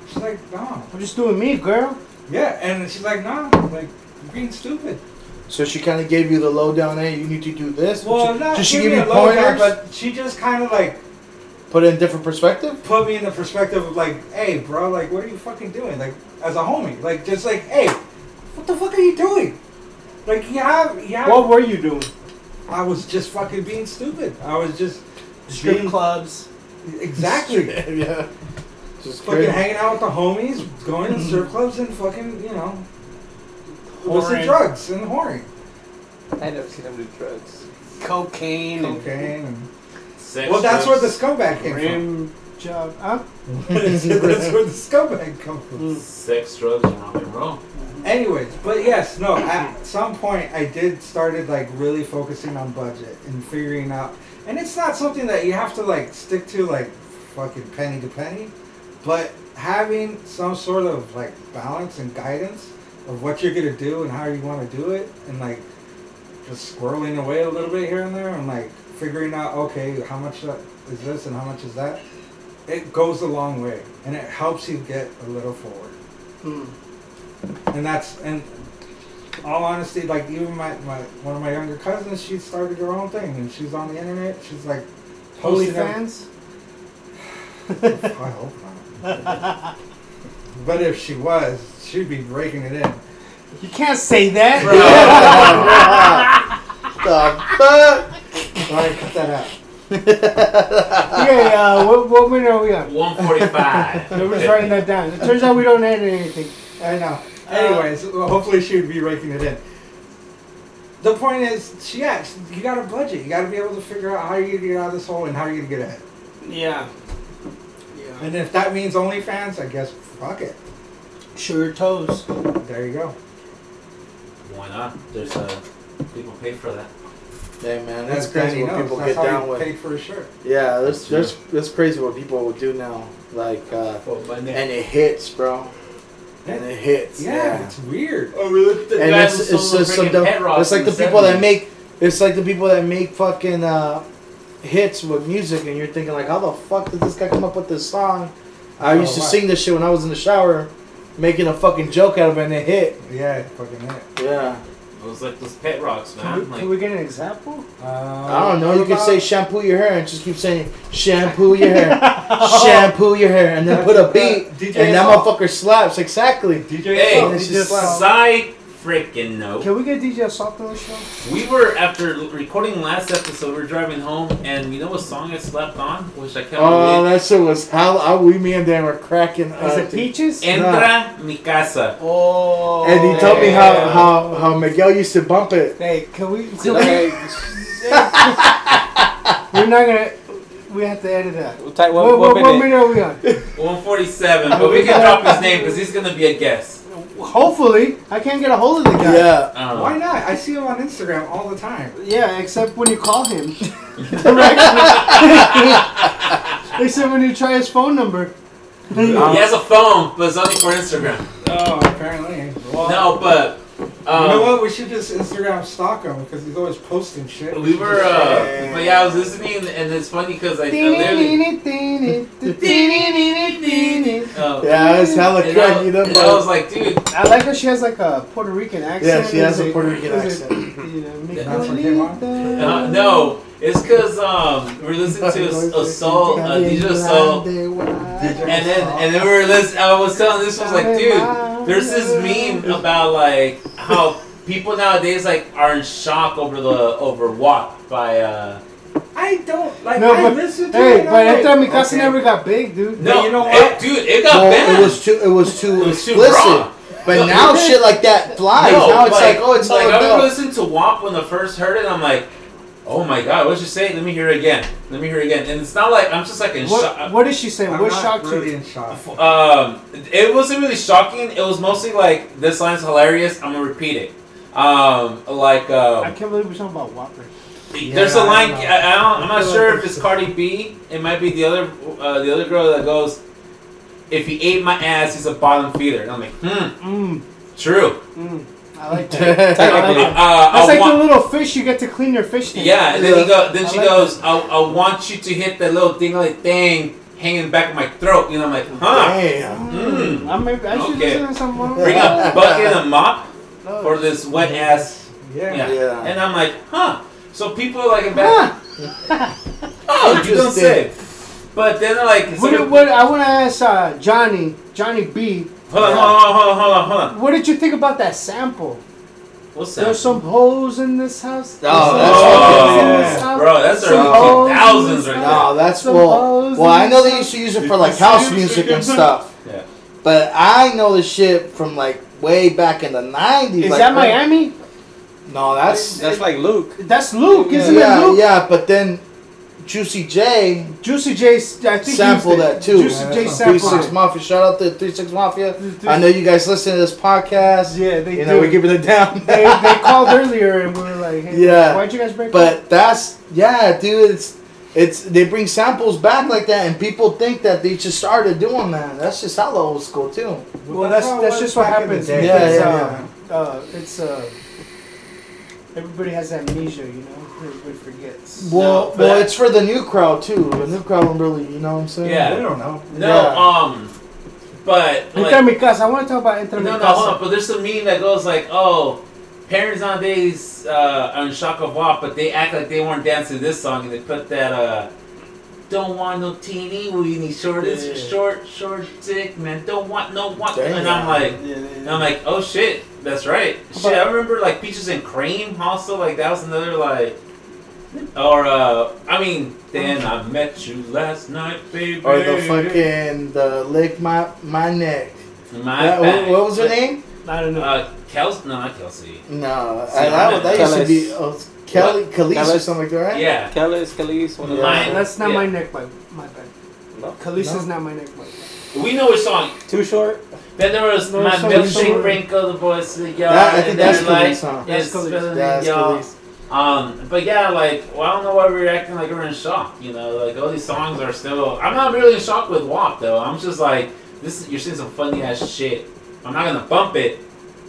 She's like, "No, I'm just doing me, girl. Yeah, and she's like, nah, like, you're being stupid. So she kind of gave you the lowdown. Hey, you need to do this. but Well, she, not did she give give me you a low pointers? down, but she just kind of like Put it in different perspective. put me in the perspective of like, hey, bro, like, what are you fucking doing? Like, as a homie, like, just like, hey, what the fuck are you doing? Like, you have, you have. What were you doing? I was just fucking being stupid. I was just Strip being- clubs. Exactly. yeah. Just fucking crazy. hanging out with the homies, going to strip clubs, and fucking, you know, illicit Whoring. drugs and whoring, I never seen him do drugs. Cocaine. and cocaine. And, Sex well, that's where the drugs, scumbag came from. Rim job. Huh? that's where the scumbag comes from. sex, drugs, and rock and roll. Anyways, but yes, no. At some point, I did started like really focusing on budget and figuring out, and it's not something that you have to like stick to like fucking penny to penny, but having some sort of like balance and guidance of what you're gonna do and how you want to do it, and like just squirreling away a little bit here and there, and like figuring out okay, how much that- is this and how much is that. It goes a long way, and it helps you get a little forward. And that's and all honesty, like even my, my one of my younger cousins, she started her own thing and she's on the internet. She's like Holy posting every- fans. I hope not. but if she was, she'd be breaking it in. You can't say that. the Sorry, cut that out. Okay, uh, what, what minute are we on? 145. Nobody's writing that down. It turns out we don't edit anything. I know. Anyways, Uh, well, hopefully she would be raking it in. The point is, she- yeah, you got a budget. You got to be able to figure out how you're gonna get out of this hole and how you're gonna get ahead. Yeah. Yeah. And if that means OnlyFans, I guess fuck it. Sure toes. There you go. Why not? There's uh, people pay for that. fuck? Hey man, that's Danny crazy what knows. people That's get how down you with. Paid for a shirt. Yeah, that's that's that's crazy what people will do now. Like, uh, For money. and it hits, bro. and it hits. Yeah, it's weird. Oh, we look at the and guy it's, who it's sold the just some freaking dumb. pet rock It's like in the the people that 70s. make. It's like the people that make fucking uh, hits with music, and you're thinking like, how the fuck did this guy come up with this song? I Oh, used to wow. sing this shit when I was in the shower, making a fucking joke out of it, and it hit. Yeah, it fucking hit. Yeah. It was like those pet rocks, Can we, man. Like, can we get an example? Uh, I don't know. what You could about- say shampoo your hair and just keep saying shampoo your hair, Oh. shampoo your hair, and then That's put a what, beat, uh, DJ and that Saul. motherfucker slaps exactly. DJ. hey, Saul. it's just Saul. side freaking note. Can we get DJ Assault on the show? We were after recording last episode. We were driving home, and you know what song I slept on, which I can't Oh, believe. that shit was how I, we me and Dan were cracking Is up. it Peaches? Entra mi casa. Oh. And he told me how, Yeah. how, how Miguel used to bump it. Hey, can we? Can we we're not gonna. We have to edit that. What, type- what, What, what what, what minute? minute are we on? 147, but we can drop his name because he's gonna be a guest. Hopefully, I can't get a hold of the guy. Yeah. I don't know. Why not? I see him on Instagram all the time. Yeah, except when you call him. Directly. except when you try his phone number. He has a phone, but it's only for Instagram. Oh, apparently. Well, No, but um, you know what? We should just Instagram stalk him because he's always posting shit. we were. Uh, but yeah, I was listening, and it's funny because I, I literally. I Oh. Yeah, it's hella And I, cracky. and That I was mother- like, dude, like how she has like a Puerto Rican accent. Yeah, she has Is a it- Puerto Rican is it, accent. you know, That's what they want. Miguelita. uh, no, it's because um, we're listening to Ass- Assault, uh, DJ Assault, DJ and then Saul. and then we were listening. I was telling this was like, dude, there's this meme about like how people nowadays like are in shock over the over WAP by uh. I don't like. No, I but listen to hey, it. but I'm Entra Mi like, Casa okay. never got big, dude. No, you know it- what? dude, it got Well, banned. it was too, it was too It was too explicit. raw. But now shit like that flies. now it's like, oh, it's like all I was adult. listening to WAP when I first heard it. and I'm like, oh my god, what's she saying? Let me hear it again. Let me hear it again. And it's uh, not like I'm just like in What, shock. what did she say? I'm What not shocked really you? in shock. Um, it wasn't really shocking. It was mostly like this line's hilarious. I'm gonna repeat it. Um, like I um, can't believe we're talking about Whopper. there's a I line. don't I, know. I don't, I'm I not feel sure like if it's it's- Cardi B. It might be the other uh, the other girl that goes, "If he ate my ass, he's a bottom feeder." And I'm like, hmm, Mm, true. mm. I like that. Uh, Technically. uh, That's I like want- the little fish you get to clean your fish tank. Yeah, and then he go, then I she like goes, I, I want you to hit that little thing like thing hanging back of my throat. You know, I'm like, huh? Damn. Mm. I, may, I should Okay. listen to some more. Bring a bucket and a mop No. for this wet ass. Yeah. Yeah. Yeah. And I'm like, huh? So people are like, in back, Huh. oh, you don't say. Interesting. But then they're like, What, did- somebody- what, I want to ask uh, Johnny, Johnny B, hold on, hold on, hold on, hold on, hold on. what did you think about that sample? What's that? Oh, There's some hoes in this house. No, There's some that's hoes fucking in bad. this house. Bro, that's Some our hoes in thousands this right house. No, that's Some well. hoes Well, and I know they some- used to use it for like house music and stuff. Yeah. But I know the shit from like way back in the nineties. Is like, that when- Miami? No, that's That's like Luke. That's Luke, isn't it? yeah, Luke? yeah. But then Juicy J Juicy J, I think he sample used it. that too. Juicy Yeah, J that's Three not sample. Six Mafia. Shout out to Three Six Mafia. Dude. I know you guys listen to this podcast. Yeah, they do. you know we give it a down. they, they called earlier and we were like, hey, Yeah. why'd you guys break up? But that's yeah, dude. It's it's they bring samples back like that, and people think that they just started doing that. That's just hella old school too. Well, that's how it that's was just what back in the happens. day. Yeah, because, yeah, uh, Uh, it's uh, everybody has amnesia, you know. Everybody forgets. Well, but- well, it's for the new crowd too. The new crowd, don't really, you know what I'm saying? Yeah. I don't know. No, Yeah. um, but like, Entra mi casa. I want to talk about Entra mi No, no, hold on. casa. But there's some meme that goes like, "Oh, parents nowadays uh, are in shock of WAP, but they act like they weren't dancing this song, and they put that uh, don't want no teeny weeny short is Yeah. short short dick man don't want no one." Damn. And I'm like, Yeah, yeah, and yeah. I'm like, oh shit, that's right. Shit, I remember like peaches and cream also. Like that was another like. Or uh, I mean, then I met you last night, baby. Or the fucking the lick my my neck. My That- back. what, what was her name? I don't know. Uh, Kelsey? No, not Kelsey. No, See, I, that, was- that used to Kellis. be oh, Kelly, Khalees or Kellis. something like that, right? Yeah. Kellis, Kellis, one of Yeah. Mine. that's not yeah. my neck bite. My bad. No. Khaleesi's not my neck bite. We know which song. Too short. Then there was No, my so- milkshake so- wrinkle, the boys to the yard. That- I think and they're that's Khalees like, song. That's it's Khalees. better Yeah, than it's y'all. Khalees. Um, but yeah, like, well, I don't know why we're acting like we're in shock. You know, like all these songs are still. I'm not really in shock with WAP though. I'm just like, this. Is, you're seeing some funny ass shit I'm not gonna bump it,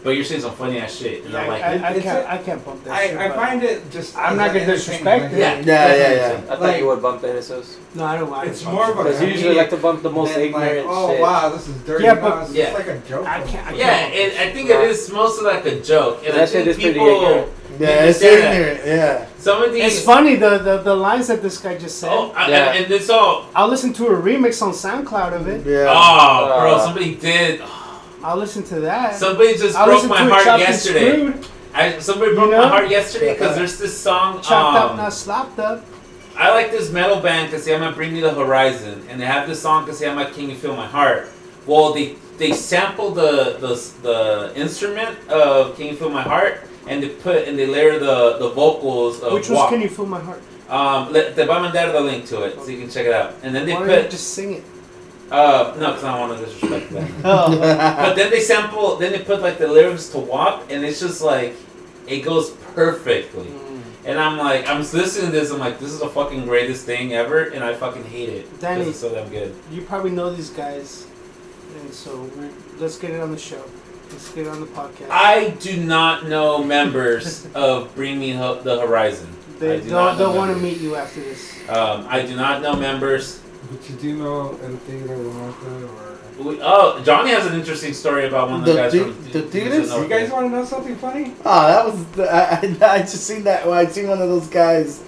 but you're saying some funny ass shit, and I like I, it. I, I It's can't. a- I can't bump that. shit, I, I but- find it just. I'm not gonna entertaining, disrespect like, it. Yeah. Yeah, yeah, yeah. I thought you would bump the NSOs. No, I don't want. It's more of a. Because you usually comedic like to bump the most than, like, ignorant Oh shit. wow, this is dirty. Yeah, Yeah, but- but it's Yeah. like a joke. I can't. I Yeah, can't. and I think it is mostly like a joke, and I That shit think is pretty people. ignorant. Yeah, it's Yeah. ignorant. Yeah. Some of these. It's funny the, the the lines that this guy just said. Oh, I- Yeah. and, and this all. I'll listen to a remix on SoundCloud of it. Oh, Yeah. bro! Uh, Somebody did. I'll listen to that. Somebody just I'll broke listen my to a heart Chopped and yesterday. Screwed, I, somebody broke know? my heart yesterday because there's this song. chopped up, um, not slopped up. I like this metal band because they have my Bring Me the Horizon, and they have this song because they have my Can You Feel My Heart. Well, they they sample the the, the instrument of Can You Feel My Heart, and they put and they layer the the vocals of Which was uh, Walk. Can You Feel My Heart? Um, let, te va a mandar the link to it so you can check it out. And then they Why don't you put just sing it? uh, no, because I don't want to disrespect them. Oh, But then they sample, then they put like the lyrics to WAP, and it's just like, it goes perfectly. And I'm like, I'm listening to this, I'm like, this is the fucking greatest thing ever, and I fucking hate it. 'cause Danny. It's so damn good. you probably know these guys, and so we're, let's get it on the show. Let's get it on the podcast. I do not know members of Bring Me Ho- the Horizon. I they do not not know don't want to members. meet you after this. Um, I do not know members. But you do know El Tigre de Norte or. We, oh, Johnny has an interesting story about one of the, The guys Ti- from the Tigres Tigres? del You guys Norte. want to know something funny? Ah, that was. I, I, I just seen that. I seen one of those guys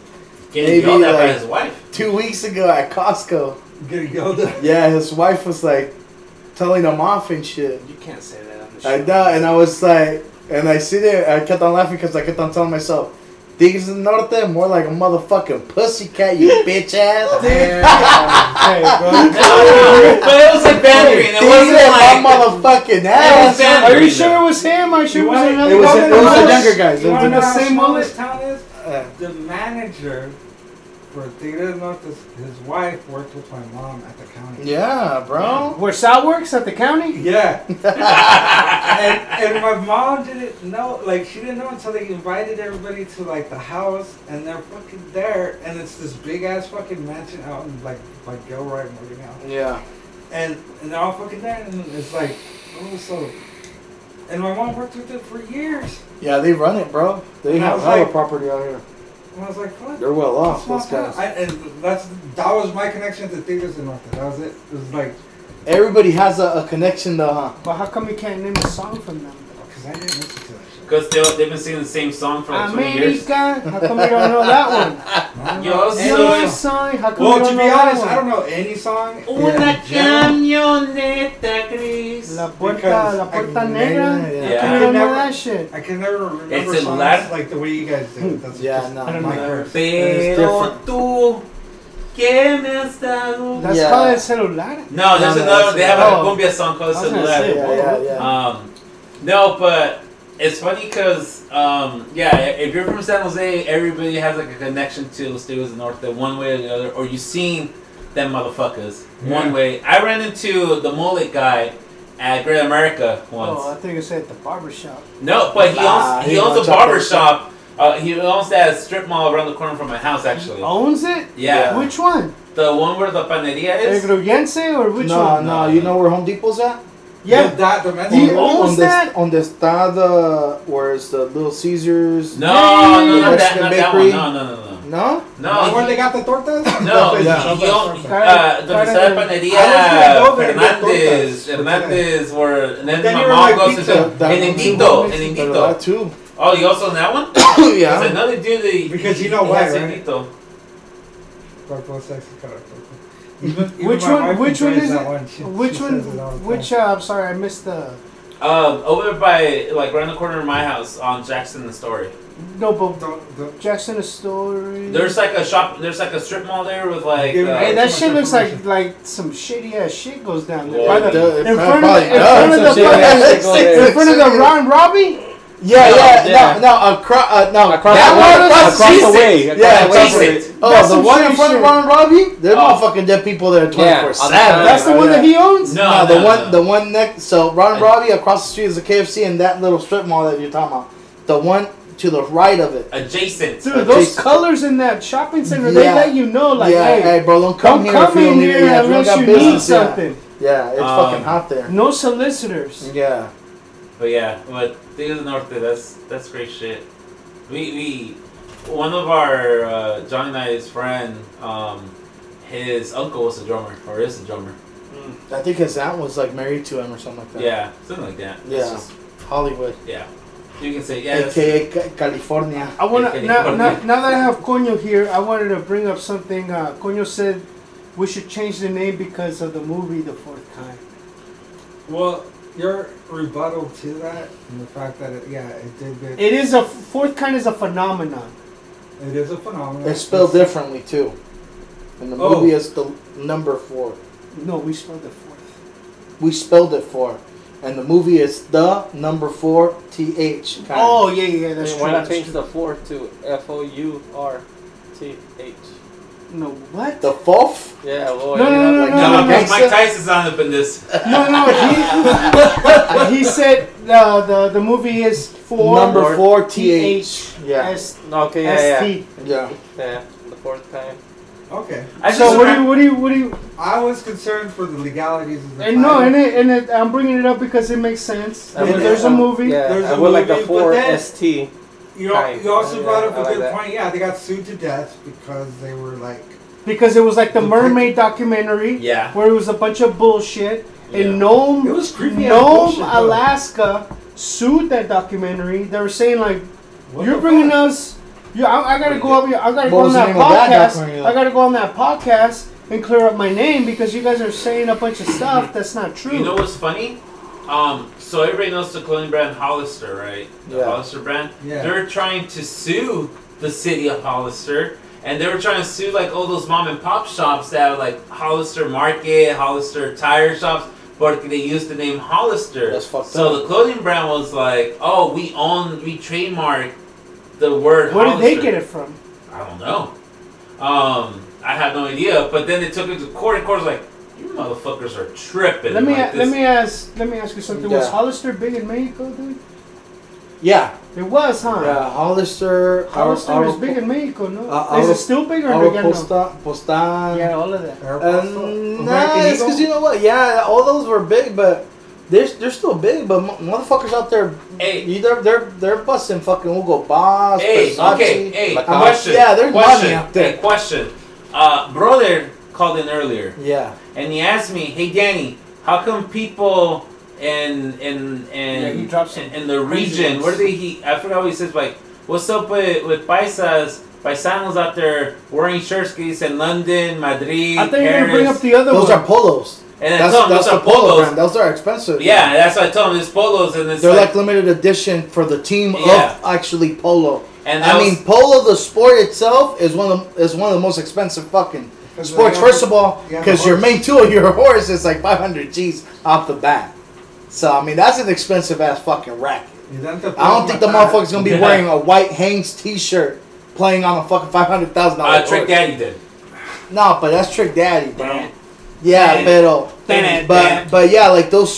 Getting maybe, yelled at by like- his wife. two weeks ago at Costco. Get a Yoda. Yeah, his wife was like telling him off and shit. You can't say that on the show. I know, and I was like, and I sit there, I kept on laughing because I kept on telling myself, Tigres del Norte, more like a motherfucking pussycat, you bitch ass. Dude. hey, bro. but it was like Hey, pandering. It wasn't Tigres, like. my motherfucking ass. bad. Are you sure it was him? Are you sure it was wanna- another It was, guy? it was Motherfucker. a younger guy. You so want it to know was how a- same small mullet? this town is? Uh, The manager for Tigre de Norte, his wife worked with my mom at the county. Yeah, bro. Where Sal works at the county? Yeah. and, and my mom didn't know, like, she didn't know until they invited everybody to, like, the house, and they're fucking there, and it's this big ass fucking mansion out in, like, by Gilroy and Morgan Hill. Yeah. And, and they're all fucking there, and it's like, oh, so. And my mom worked with it for years. Yeah, they run it, bro. They And I have was hella like- property out here. And I was like, what? They're well off, Small those town. guys. I, and that's that was my connection to Tigres and Norte. That was it. It was like Everybody has a, a connection, though, huh? But how come you can't name a song from them? because I didn't listen to that shit. Because they, they've been singing the same song for like 20 years. America, how come you don't know that I don't Yo, know so- any one? Your song. song, how come you well, don't to know be that honest, one? I don't know any song. Una in general. camioneta gris. La puerta, Because la puerta I- negra. yeah, How come yeah. you don't know Never- that shit? I can never remember It's in songs Latin. like the way you guys do. That's Yeah, just no. I don't my know. curse. It's Pero different. tú, que me has dado. That's Yeah. called el celular. No, there's No, no, another. They have oh. a cumbia song called I was gonna Celular. say, Yeah, yeah, yeah. Um, no, but it's funny because um, yeah, if you're from San Jose, everybody has like a connection to Los Tigres del Norte one way or the other, or you seen them motherfuckers one Yeah. way. I ran into the mullet guy at Great America once. Oh, I think you said at the barbershop. No, but he owns Nah, he, he owns owns a up barber there. shop. Uh, he owns that strip mall around the corner from my house, actually. Oh. Owns it? Yeah. Which one? The one where the paneria El is. Gruyense or which no, one? no, you know where Home Depot's at? Yeah, Yeah. that the He mental. owns on the, that? On the Stada, where it's the Little Caesars. No, no, not that, Mexican not that one. bakery. No, no, no, no. No? The one No, they got the tortas. he, no, Yeah. he, he owns Then uh, donde está la I was gonna go there paneria and get Fernandez, tortas for Hernandez, where and then, Then my you were mom like goes pizza. to That and one's Indito, in and But Indito. That too. Oh, you also on that one? There's yeah. another dude that Because he- you know he why, has right? Indito. Purple sexy color. Even, even Which my one? wife Which one enjoys is that it? One. She, Which she one? says it all the Which? time. Uh, I'm sorry, I missed the. Um, over by like around the corner of my house on Jackson and Story. No, but Don't, don't Jackson a story. There's like a shop. There's like a strip mall there with like. Give me- uh, Hey, Hey, that too shit much looks like information. like some shitty ass shit goes down there. Yeah, By it the, It in prob- front of the, probably in front does. of the Some shit fucking, like that. in front of the Ron Robbie. Yeah, yeah, Yeah. no, no, across, uh, no, across That the one way. is Across the Across the way. way. across Yeah, the way. decent. That's Oh, the some one in shitty front of shit. Ron Robbie? They're Oh. motherfucking dead people there 24 Yeah. 7. That's the one that he owns. No, No, the no, one, no. the one next. So Ron I- Robbie across the street is a KFC, and that little strip mall that you're talking about, the one to the right of it. adjacent. Dude, those Jason. colors in that shopping center, they Yeah. let you know, like, yeah, hey, hey, bro, don't come don't here come if you in don't need here yeah, if you don't unless got you need business, yeah. something. Yeah, it's Um, fucking hot there. No solicitors. Yeah. But yeah, but Tigres del Norte, that's that's great shit. We we one of our uh, Johnny and I's friend, um, his uncle was a drummer or is a drummer. I think his aunt was like married to him or something like that. Yeah, something like that. It's Yeah. just- Hollywood. yeah. You can say yeah. that's- AKA Ca- California. I want to Okay, now, what- now, now that I have Coño here, I wanted to bring up something. Uh, Coño said we should change the name because of the movie The Fourth Kind. Well, your rebuttal to that and the fact that it, yeah, it did get It is a Fourth Kind is a phenomenon. it is a phenomenon. It's spelled differently too. And the Oh. movie is the number four. No, we spelled the fourth. We spelled it four. And the movie is the number four T H. kinda. Oh yeah, yeah, yeah, that's Why true. not That's change true. the four to F O U R T H? No, what? The fourth? Yeah, No, no, boy. not no, like no, that. No, no, Mike no, no. Tyson's on up in this. No, no, he, he said uh, the the movie is four number four T H. th Yeah. S- No, Okay, yeah, yeah. ST. Yeah. Yeah, the fourth time. Okay. I just So what do you remem- what do you what do you? I was concerned for the legalities of the And no, title. and it, and it, I'm bringing it up because it makes sense. I would- There's a I would- movie. Yeah, There's I a would like the movie, but four then- ST. you, al- Right. you also Yeah, brought up I a like good that. point. Yeah, they got sued to death because they were like Because it was like the The mermaid documentary Yeah. where it was a bunch of bullshit. And Nome, It was creepy as Nome, bullshit, though. Alaska sued that documentary. They were saying like, what "You're the bringing fuck? us, you, I, I gotta go up, here- I gotta What go on was the that name of that podcast. documentary, though? I gotta go on that podcast and clear up my name because you guys are saying a bunch of stuff that's not true." You know what's funny? Um, so everybody knows the clothing brand Hollister, right? The Yeah. Hollister brand. Yeah. They're trying to sue the city of Hollister, and they were trying to sue like all those mom and pop shops that have like Hollister Market, Hollister Tire Shops, but they used the name Hollister. That's fucked so up. the clothing brand was like, "Oh, we own, we trademark the word." Where did they Hollister." get it from? I don't know. Um, I have no idea. But then they took it to court, and court was like, "You motherfuckers are tripping." Let me Like, let this- me ask let me ask you something. Was Yeah. Hollister big in Mexico, dude? Yeah. It was, huh? Yeah. uh, Hollister. Hollister Ar- is Ar- big in Mexico, no? Ar- is Ar- it still big or Ar- no? ya no? Posta, Postan. Yeah, all of that. Airpods, Um, nah, it's because you know what? Yeah, all those were big, but they're, they're still big. But mo- motherfuckers out there, Hey. you- they're they're they're busting fucking Hugo Boss. Hey, Versace, okay, hey, Lacoste. question. Yeah, there's question, money out there. Hey, question. Uh, brother called in earlier, Yeah, and he asked me, "Hey, Danny, how come people in in in Yeah, he dropped some in, in the crazy region? ones. Where did he? I forgot what he says. Like, what's up with with paisas?" Paisanos out there wearing shirts 'cause he's in London, Madrid, I think you're gonna Paris, bring up the other those one. are polos. and I That's told him that's those the are polo polos. brand. Those are expensive. Yeah, that's what I told him. It's polos and it's They're like, like limited edition for the team Yeah. of actually polo. and I that was- mean, polo, the sport itself, is one of the, is one of the most expensive fucking Because sports. they have- First of all, you have because the your horse. main tool, your horse, is like 500 G's off the bat. So I mean, that's an expensive ass fucking racket. Oh I don't think the motherfucker's gonna be Yeah. wearing a white Hanes T-shirt playing on a fucking five hundred thousand dollar uh, Trick Daddy did. No, but that's Trick Daddy, bro. Yeah, pero, Dun, dun. but but yeah, like those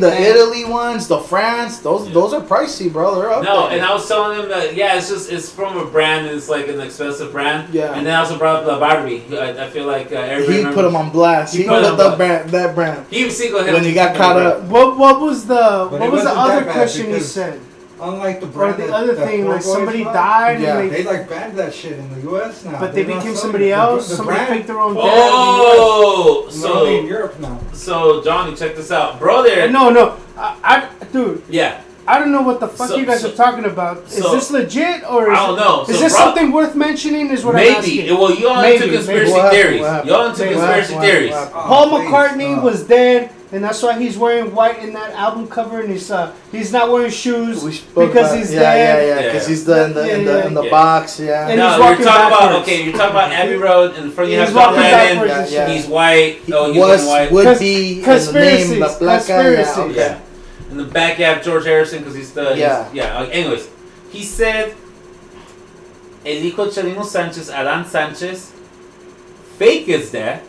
Dun, the dun. Italy ones, the France, those those are pricey, bro. They're up No, there. and I was telling him that yeah, it's just it's from a brand and it's like an expensive brand. Yeah. And then I also brought up La Barbie. I, I feel like uh, everybody he put him on blast. He, He put put 'em on that blast. brand, that brand. He single When he got caught up. What what was the But what it was the wasn't that other bad question he because- said? Unlike the Or brand the that- other that thing, Poor like Boys somebody bought, died Yeah. and They they, like banned that shit in the U.S. now. but they They're not became selling somebody it. The- else. The somebody brand, faked their own death. Oh, It's only in so Europe now. so Johnny, check this out, brother. And No, no, I, I dude, Yeah, I don't know what the fuck So- you guys so- are talking about. Is so- this legit or is I don't it- know. is So this bro- something worth mentioning? Is what I'm asking. maybe. Well, you all into Maybe, conspiracy maybe. What happened? theories. What happened? You all into Maybe. conspiracy What happened? What theories. happened? Oh, Paul please, McCartney stop. was dead, and that's why he's wearing white in that album cover, and he's uh, he's not wearing shoes We spoke because about- he's yeah, dead. Yeah, yeah, because Yeah. he's the in the in the, in the Yeah. box. Yeah, And no, he's you're walking talking about backwards. okay. You're talking about Abbey Road and in front you He's have John walking Lennon. backwards. Yeah, and shit. yeah. He's white. Oh, he was was white. would Cons- be in the name La conspiracies, Placa. Yeah, conspiracies. okay. Yeah. In the back, you have George Harrison because he's the. Yeah. Yeah. yeah. like, Anyways, he said, El hijo Chalino Sanchez, Alan Sanchez, fake is dead.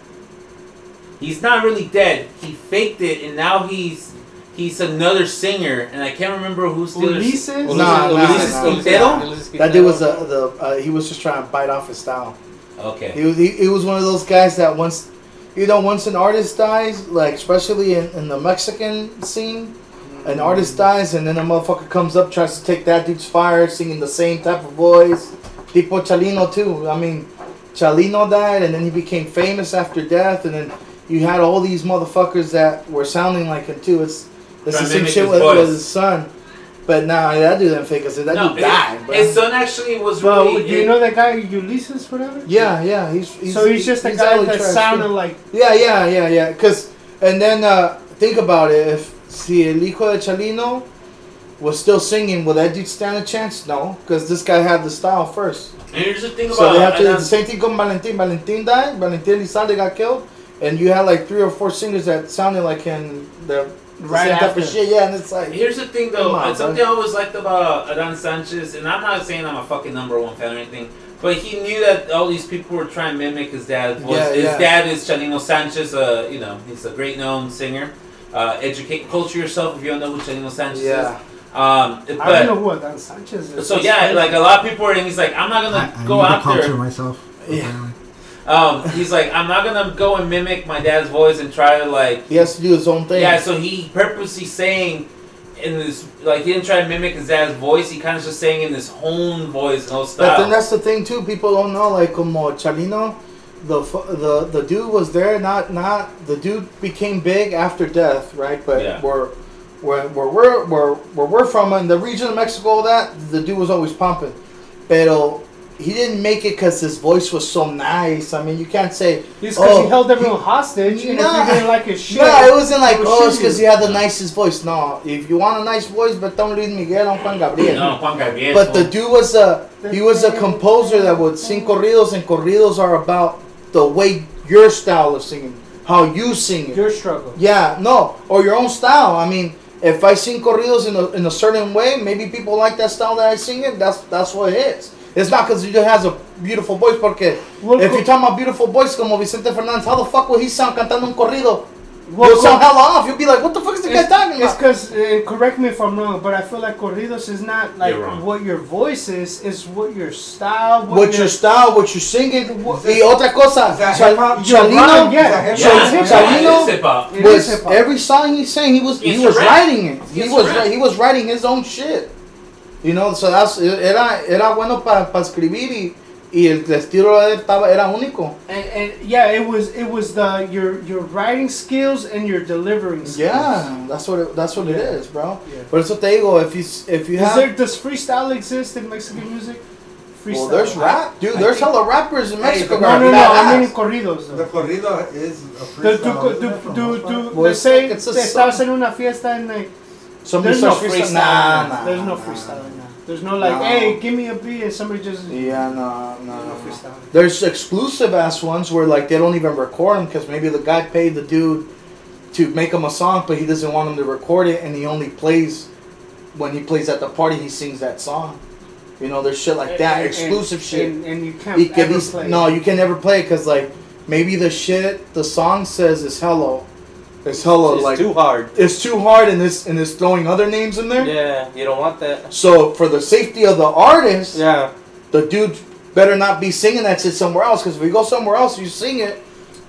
He's not really dead. He faked it, and now he's he's another singer, and I can't remember who's the other. s- Ulises? Nah, nah, Ulises nah. Quintero? That dude was a, the uh, he was just trying to bite off his style. Okay. He was he, he was one of those guys that once you know, once an artist dies, like especially in, in the Mexican scene, Mm-hmm. an artist dies and then a motherfucker comes up, tries to take that dude's fire, singing the same type of voice. Tipo Chalino too. I mean, Chalino died and then he became famous after death, and then you had all these motherfuckers that were sounding like him too. It's Trying it's the to same mimic shit his with, voice. with his son. But nah, that dude didn't fake us. That No, dude died. it, bro. his son actually was Well, really. do you know that guy Ulysses, whatever? yeah, yeah. He's, he's so he's just a guy alley that trash, sounded yeah. like Yeah, yeah, yeah, yeah. Cause and then uh, think about it. If si el hijo de Chalino was still singing, will that dude stand a chance? No, because this guy had the style first. and here's the thing So about they have and to do the that's- same thing with Valentin. Valentin died. Valentin Elizalde got killed, and you had like three or four singers that sounded like him. The the Right same type after. of shit. Yeah, and it's like Here's the thing, though. Come on, and something bud. I always liked about Adan Sanchez, and I'm not saying I'm a fucking number one fan or anything, but he knew that all these people were trying to mimic his dad. Was, Yeah, his yeah. dad is Chanino Sanchez. Uh, you know, he's a great known singer. Uh, educate, culture yourself if you don't know who Chanino Sanchez yeah. is. Um, I don't but know who Adan Sanchez is. so yeah, like a lot of people are, and he's like, I'm not I, gonna I go need out to culture there. myself. Yeah. apparently. Um, he's like, I'm not gonna go and mimic my dad's voice and try to like He has to do his own thing. Yeah, so he purposely sang in this like he didn't try to mimic his dad's voice. He kind of just sang in his own voice, no But then style. that's the thing too. People don't know like como Chalino, the fu- the the dude was there. Not not the dude became big after death, right? But Yeah. where where where we're where, where we're from in the region of Mexico, all that the dude was always pumping. Pero he didn't make it because his voice was so nice. I mean, you can't say He's because Oh, he held everyone hostage, and Nah. if you didn't like his shit, yeah, it wasn't like It was oh, it's because shitty. he had the nicest voice. No, if you want a nice voice, but don't leave Miguel on Juan Gabriel. No, Juan Gabriel. But the dude was a he was a composer that would sing corridos, and corridos are about the way your style of singing, how you sing it. your struggle. Yeah, no, or your own style. I mean, if I sing corridos in a, in a certain way, maybe people like that style that I sing in. That's that's what it is. It's not because he just has a beautiful voice, porque Well, if co- you're talking about beautiful voice, como Vicente Fernandez, how the fuck will he sound cantando un corrido? Well, You'll co- sound hella off. You'll be like, what the fuck is the guy talking It's about? because correct me if I'm wrong, but I feel like corridos is not like You're wrong. what your voice is; it's what your style, what, What your style, what you're singing, What- y otra cosa, Is that Chal- hip hop? Chalino, Right, yeah. Yeah, yeah, so- yeah, so you know- it's hip-hop. It is was hip-hop. every song he sang he was It's he was rap. writing it he It's was rap. ri- he was writing his own shit you know so that's era era bueno para escribir y, y el estilo de él estaba era único and, and yeah, it was it was the your your writing skills and your delivering skills. yeah that's what it, that's what it is bro Yeah. por eso te digo if you s- if you Is have there does freestyle exist in Mexican music? Freestyle. well there's rap dude I there's think- hella rappers in Hey, Mexico but No, that no, are no. I badass. mean corridos The though. corrido is a Do, do, freestyle. do, isn't it, do, for the do, most part? Well, let's say it's a estás song. en eh, una fiesta and like Somebody there's no starts freestyle. Nah, nah, there's no nah. freestyle. Nah. There's no like, Nah. hey, give me a beat, and somebody just yeah no no no, no, no. freestyle. There's exclusive ass ones where like they don't even record them because maybe the guy paid the dude to make him a song, but he doesn't want him to record it, and he only plays when he plays at the party. He sings that song. You know, there's shit like that, And- exclusive and, shit. And, and you can't It can ever be- play. no, you can never play it because like maybe the shit the song says is hello, it's hello It's like too hard. it's too hard, and it's and it's throwing other names in there. Yeah, you don't want that. So for the safety of the artist, Yeah. the dude better not be singing that shit somewhere else because if we go somewhere else you sing it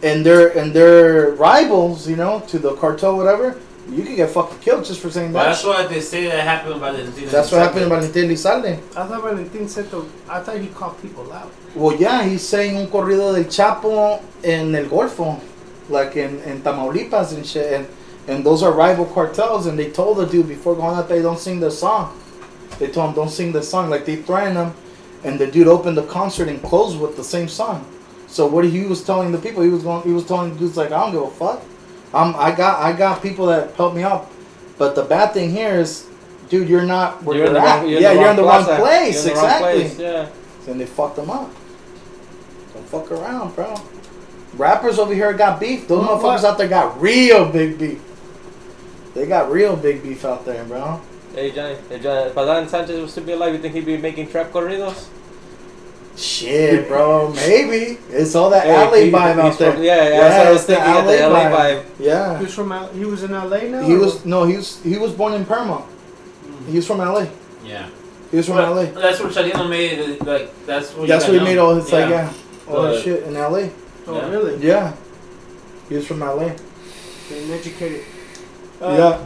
and they're and they're rivals you know to the cartel whatever you could get fucking killed just for saying But that that's shit. why they say that happened about the. that's what happened to Valentin Elizalde I thought Valentin said the. I thought he called people out. well yeah he's saying un corrido del Chapo in El Golfo like in, in Tamaulipas and shit and, and those are rival cartels and they told the dude before going out there don't sing the song they told him don't sing the song like they threatened him and the dude opened the concert and closed with the same song. So what he was telling the people, he was going, he was telling dudes like, I don't give a fuck. I'm, I got, I got people that help me out. But the bad thing here is, dude, you're not where You're you're, in the at. wrong. You're yeah, in the you're wrong in the wrong plaza. place. You're in the wrong exactly. place, Yeah. And they fucked them up. Don't fuck around, bro. Rappers over here got beef. Those Well, motherfuckers what- out there got real big beef. They got real big beef out there, bro. Hey Johnny, if Johnny, if Adan Sanchez was to be alive, you think he'd be making trap corridos? Shit, bro. Maybe it's all that Hey, alley he- vibe he's out there. from- yeah, yeah, that's what I was it's the thinking, yeah, the LA vibe. He was from. L- He was in L.A. now. Yeah, he or- was no, he was he was born in Paramount. He was from LA. Yeah. He was from But LA. That's Hmm. what Chalino made. it, Like that's what. That's you where he gotta made know. all his like yeah, all that But- shit in LA. Oh Yeah. really? Yeah, He was from LA. Getting educated. uh, yeah.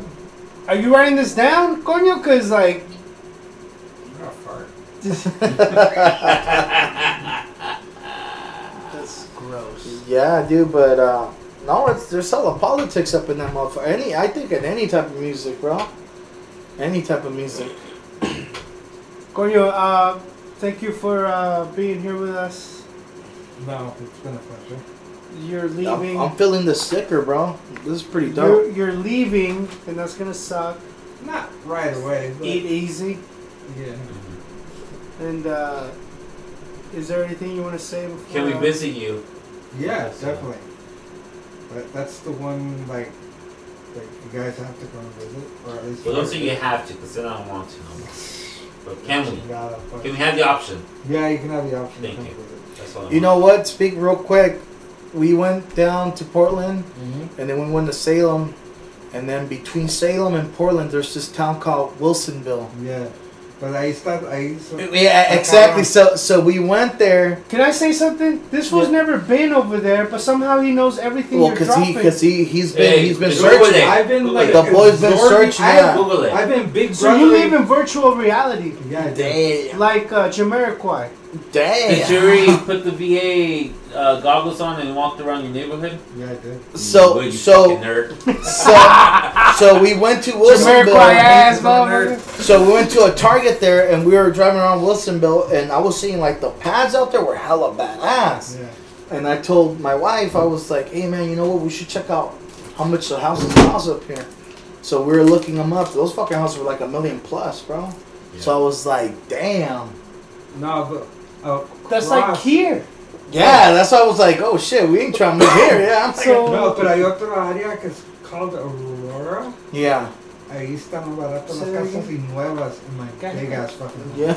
Are you writing this down, coño? Cause like, I'm gonna fart. that's gross. Yeah, dude, but uh, no, it's there's hella politics up in that motherfucker. Any, I think in any type of music, bro. Any type of music. Coño, uh, thank you for uh, being here with us. No, it's been a pleasure. You're leaving. I'm, I'm feeling the sticker, bro. This is pretty you're, dope. you're leaving, and that's gonna suck. Not right away, but Eat easy. yeah. And uh, is there anything you want to say before? Can we uh, visit you? Yeah, definitely. But that's the one like that you guys have to go and visit, or at least. Well, don't say you have to, because then I don't want to. But can we? Gotta, but- Can we have the option? yeah, you can have the option Thank to come you. visit. That's all. I want. You know what? Speak real quick. We went down to Portland, Mm-hmm. and then we went to Salem, and then between Salem and Portland, there's this town called Wilsonville. Yeah, but I used to. I used to. Yeah, exactly. So, so we went there. Can I say something? This fool's Yeah. never been over there, but somehow he knows everything Well, you're cause dropping. he, cause he, he's been, Hey, he's been it's over searching. there. I've been Look like at The boy's been absorbing- searching, I- yeah. Google it. I've been big so you brother. live in virtual reality, yeah, I did. Damn, like uh, Jamiroquai. Did damn. you already put the VA uh, goggles on and walked around your neighborhood? Yeah, I did. So, Would you so, fucking nerd. so, so we went to Jamiroquai Wilsonville. ass, He's a nerd. motherfucker. So we went to a Target there, and we were driving around Wilsonville, and I was seeing like the pads out there were hella badass. Yeah. And I told my wife, I was like, "Hey man, you know what? We should check out how much the houses cost up here." So we were looking them up. Those fucking houses were like a million plus, bro. So I was like, "Damn." No, but uh, That's like across- here. Yeah, that's why I was like, "Oh shit, we ain't trying to move here." Yeah, I'm so No, pero hay otro área que es called Aurora. yeah, Ahí están más baratas las Sí. casas y nuevas in my Caja. big ass fucking. yeah.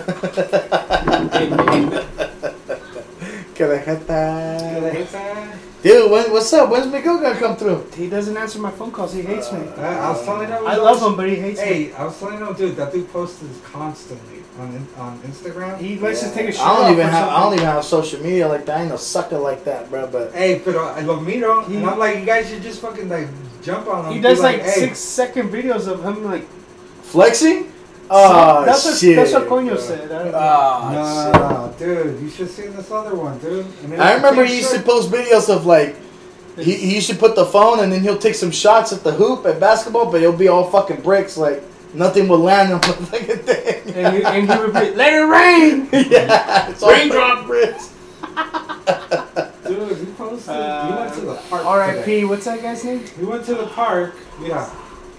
Can I hit Eh, that? Dude, when, what's up? When's Miguel gonna come through? He doesn't answer my phone calls. He hates me. I, I was telling him. I love him, but he hates me. Hey, I was telling him, dude, that dude posts constantly on in- on Instagram. He likes to take a shit. I off don't even or have I don't something. even have social media like that. I ain't no sucker like that, bro. But Hey, pero I lo miro, He- and I'm like, you guys should just fucking like jump on him. He be does like hey, six second videos of him like. flexing? Oh that's what shit! that's what Coño bro. said. I don't know. Oh, shit. Nah, dude, you should see this other one, dude. And then I remember same he used to shit. post videos of like he, he used to put the phone and then he'll take some shots at the hoop at basketball, but it'll be all fucking bricks like nothing will land on the fucking thing. and, he, and he would be, let it rain. yeah, it's all Raindrop. fucking bricks. Dude, he posted. he went to Uh, the park. today. R.I.P. What's that guy's name? He went to the park. Yeah.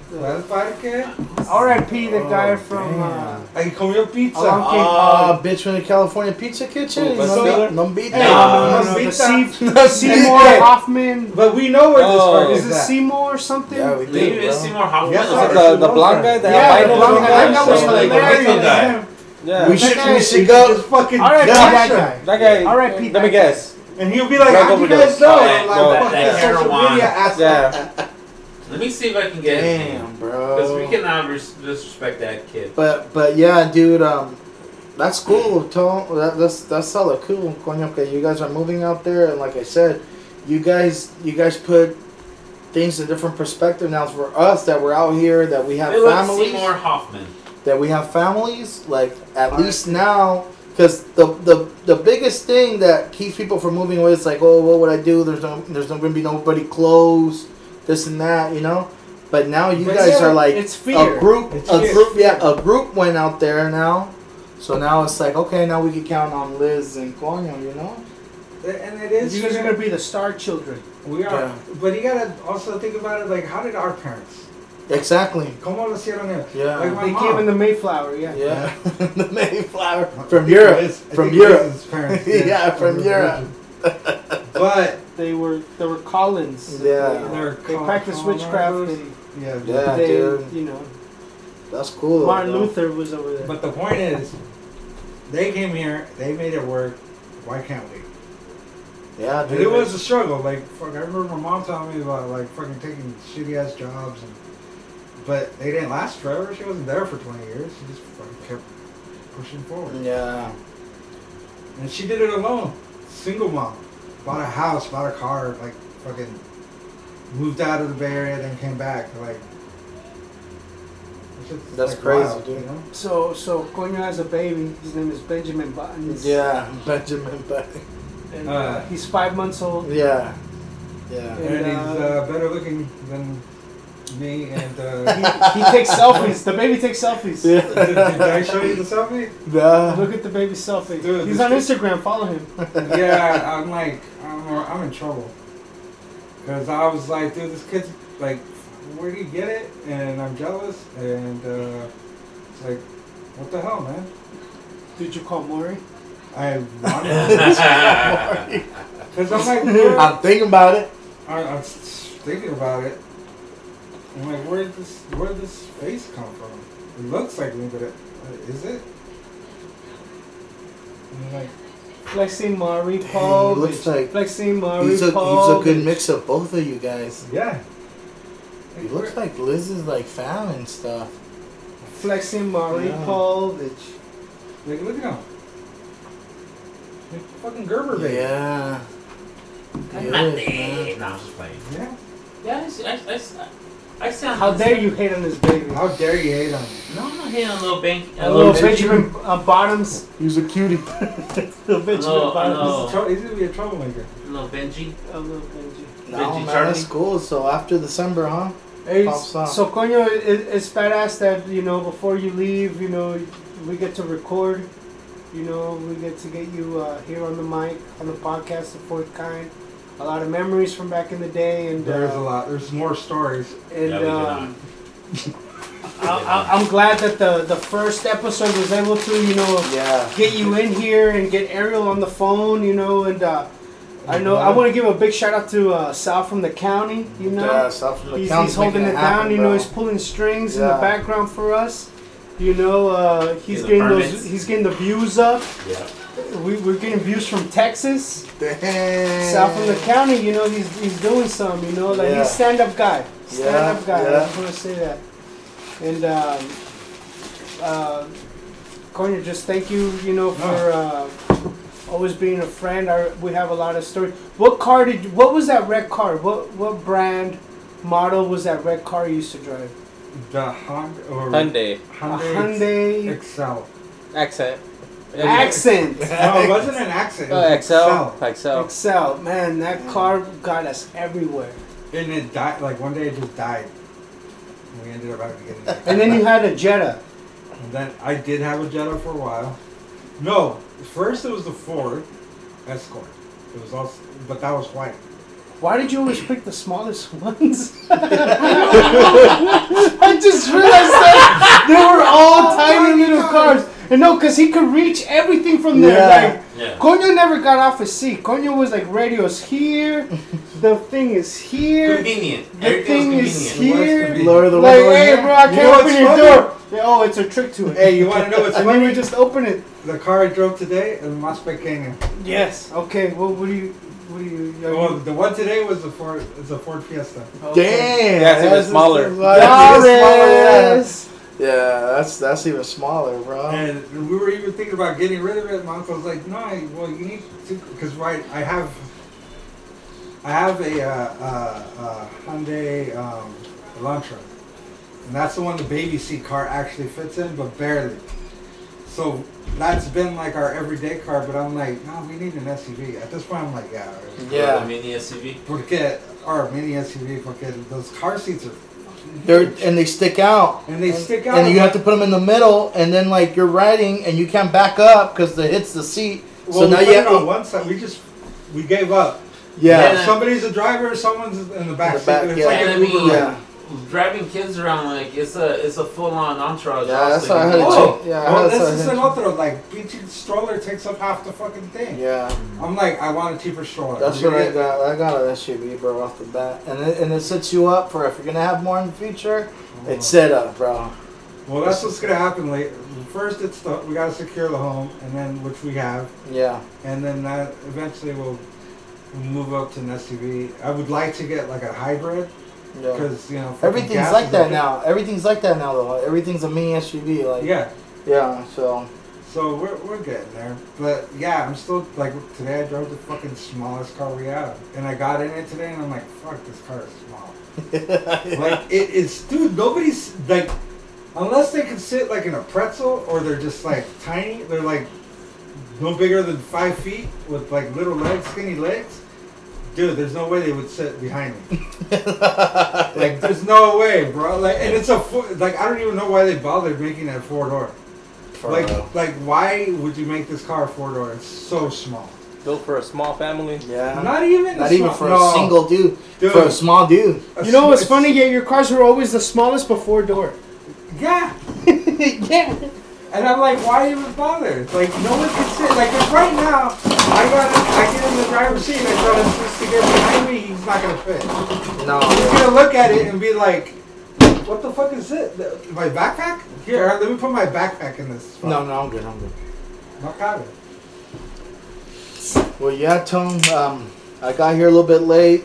Well, parque. R.I.P. The guy Oh, from. Uh, damn. Ahí comió pizza. Oh, Along- Okay, Ah, bitch from the California Pizza Kitchen. Ooh, you but know, Miller? no beat Hey, that. no, no, no, Uh, no, the Rosita. Se- Seymour Hey. Hoffman. But we know where this Oh. park is. Is it at. Seymour or something? Yeah, we Maybe did, it's bro. Seymour Hoffman. Yes, or- sir. the, the blonde guy, the Yeah, albino the blonde looking guy. guy, That so was like, hilarious. guy. Yeah. We should we should It's go. fucking All right, yeah. that guy. That guy. All right, Pete, Let that me guess. And he'll be like, Drug how do you overdose. guys know? Oh, And that- I'm like, no, fuck that the social heroin. media Oh, aspect. Yeah. Let me see if I can get it. Damn, Because bro. we cannot res- disrespect that kid. But but yeah, dude. Um, that's cool. Tone. That, that's that's hella cool. Coño, que you guys are moving out there, and like I said, you guys you guys put things in different perspective now for us that we're out here that we have Philip families Seymour Hoffman. that we have families like at Alright. least now because the, the the biggest thing that keeps people from moving away is like oh what would i do there's no there's no gonna be nobody close this and that you know but now you But guys yeah, are like it's fear. a group It's a fear. group yeah a group went out there now so now it's like okay now we can count on liz and Coño, you know And it is. You guys are gonna be the star children. we are. Yeah. But you gotta also think about it. Like, how did our parents? exactly ¿Cómo lo hicieron ellos? Yeah. Like my They mom. came in the Mayflower, yeah. yeah the mayflower I from think europe Liz- I from think europe Liz's parents, Yeah, from were Europe. religious. but They were they were Collins. Yeah. They, They're they Col- practiced witchcraft. Colorados. And yeah, Yeah, they, dude. you know, that's cool though, Martin bro. Luther was over there. But the point is, they came here, they made it work. Why can't we? yeah And dude. it was a struggle. Like, fuck, I remember my mom telling me about like fucking taking shitty ass jobs, and, but they didn't last forever. She wasn't there for 20 years. She just fucking kept pushing forward, yeah and she did it alone. Single mom, bought a house, bought a car, like fucking moved out of the Bay Area, then came back. Like, it's just, That's crazy, wild, dude. You know? So, so Coño has a baby. His name is Benjamin Buttons. Yeah, Benjamin Button. And, uh, he's five months old. Yeah, yeah. And, And, he's uh, uh, better looking than me. And He, uh, he takes selfies. The baby takes selfies. did, did Yeah. I show you the selfie? Nah. Look at the baby selfie. Dude, he's this on kid- Instagram. Follow him. yeah, I'm like, I'm, I'm in trouble. Because I was like, dude, this kid's like, where do you get it? And I'm jealous. And uh, it's like, what the hell, man? Did you call Maury? I want Because I'm like, where? I, I'm thinking about it. I'm thinking about it. I'm like, where did this, where did this face come from? It looks like me, but it, uh, is it? And I'm like, Flexing Maury Dang, Paul. looks like Flexing Maury he's a, he's Paul. a good mix of both of you guys. yeah. He looks like Liz is like fam and stuff. Flexing Maury Yeah. Povich. Like, look at him. Like fucking Gerber baby. Yeah. He is, No, I'm man. just playing. Yeah. Yeah, I, s- I, s- I s- I sound. How dare you hate on this baby? How dare you hate him? No, I'm not hitting a little bank. A little Benjamin uh, Bottoms. He's a cutie. Little Benjamin Hello, Bottoms. Oh. He's, trou- he's gonna be a troublemaker. A little Benji. A little Benji. no, man, Charlie? that's cool. So after December, huh? Hey, Pops up. so Coño, it, it's badass that you know before you leave, you know we get to record. You know we get to get you uh, here on the mic on the podcast, the fourth kind. A lot of memories from back in the day, and There's a uh, lot. There's more stories. and Yeah, we did um, I, I, I'm glad that the the first episode was able to you know Yeah. get you in here and get Ariel on the phone, you know, and uh, I know I want to give a big shout out to uh, Sal from the county, you know. Yeah, South from the He's, county's he's holding making it it happen, down, you know. bro. He's pulling strings in Yeah. the background for us. You know, uh, Get he's the getting those. permits. He's getting the views up. Yeah. We, we're getting views from Texas, Damn. South of the county. You know, he's he's doing some. You know, like Yeah. he's stand up guy, stand up guy. yeah. I just want to say that. And um, uh, Konya, just thank you. You know for. Uh, Always being a friend, Our, we have a lot of stories. What car did? You, what was that red car? What what brand, model was that red car you used to drive? The Honda or Hyundai A Hyundai Hyundai Excel. accent. Accent No, it wasn't an accent. it Uh, was Excel. Excel. Excel. Man, that car got us everywhere. Excel. And it died. Like one day it just died. And we ended up having to get it. And then you had a Jetta. And then I did have a Jetta for a while. No, first it was the Ford Escort. It was also, but that was white. Why did you always pick the smallest ones? I just realized that they were all tiny little cars. And no, because he could reach everything from there. Yeah. Like, Yeah. Konya never got off his seat. Konya was like, radio's here, the thing is here, Convenient. the thing Everything was is convenient. here. convenient. Lower the Like, window. in hey, here. bro, I You can't know what's open your funny? door. Yeah, oh, it's a trick to it. Hey, you want to know what's and then we funny? just open it. the car I drove today is my Canyon. Yes. Okay. Well, what do you? What do you? are you- Well, the one today was the Ford. It's a Ford Fiesta. okay. Damn. Yeah, it's even that's smaller. just like- that's even smaller, yeah. Doris. Yeah, that's that's even smaller, bro. And we were even thinking about getting rid of it. My uncle's like, no, I, well, you need to, because right, I have, I have a uh, uh, uh, Hyundai um, Elantra, and that's the one the baby seat car actually fits in, but barely. So that's been like our everyday car. But I'm like, no, we need an SUV. At this point, I'm like, yeah, The yeah, Mini SUV. porque our mini SUV, porque those car seats are, they're and they stick out. and they stick out. And you have to put them in the middle, and then like you're riding, and you can't back up because the hits the seat. Well, so now we you put have it on to, one side. We just we gave up. yeah, Yeah. Somebody's a driver, someone's in the back. In the seat. back, it's yeah. like an Enemy. Uber ride. yeah, Driving kids around like it's a it's a full on entourage. Yeah, that's also, what I you heard know. too. Oh, Yeah, I well, had this some- is an other like BT stroller takes up half the fucking thing. yeah. I'm like, I want a cheaper stroller. That's You what I get- got. I got an SUV, bro, off the bat, and it, and it sets you up for if you're gonna have more in the future. It's set up, bro. Well, that's what's gonna happen later. First, it's the we gotta secure the home, and then which we have, Yeah, and then that eventually we'll we'll move up to an SUV. I would like to get like a hybrid yeah. because you know fucking Everything's gas like is that a- now. Everything's like that now, though. Everything's a mini SUV, like yeah. Yeah. so So we're, we're getting there. But yeah, I'm still like today I drove the fucking smallest car we have. And I got in it today and I'm like, fuck this car is small. Like it is dude, nobody's like unless they can sit like in a pretzel or they're just like tiny, they're like no bigger than five feet with like little legs, skinny legs. Dude, there's no way they would sit behind me. Like, there's no way, bro. Like, and it's a four, like I don't even know why they bothered making that four door. For Like, real. like why would you make this car four door? It's so small. Built for a small family. yeah. Not, Not even. a even small- for no. a single dude, Dude. For a small dude. A You know what's small- funny? Yeah, your cars were always the smallest before door. Yeah. yeah. And I'm like, why even bother? Like, no one can sit. Like, if right now, I got, I get in the driver's seat, and I tell him just to get behind me. He's not gonna fit. He's No. gonna look at it and be like, what the fuck is it? My backpack? Here, let me put my backpack in this. No, no, I'm good. I'm good. Not got it. Well, yeah, Tom. Um, I got here a little bit late.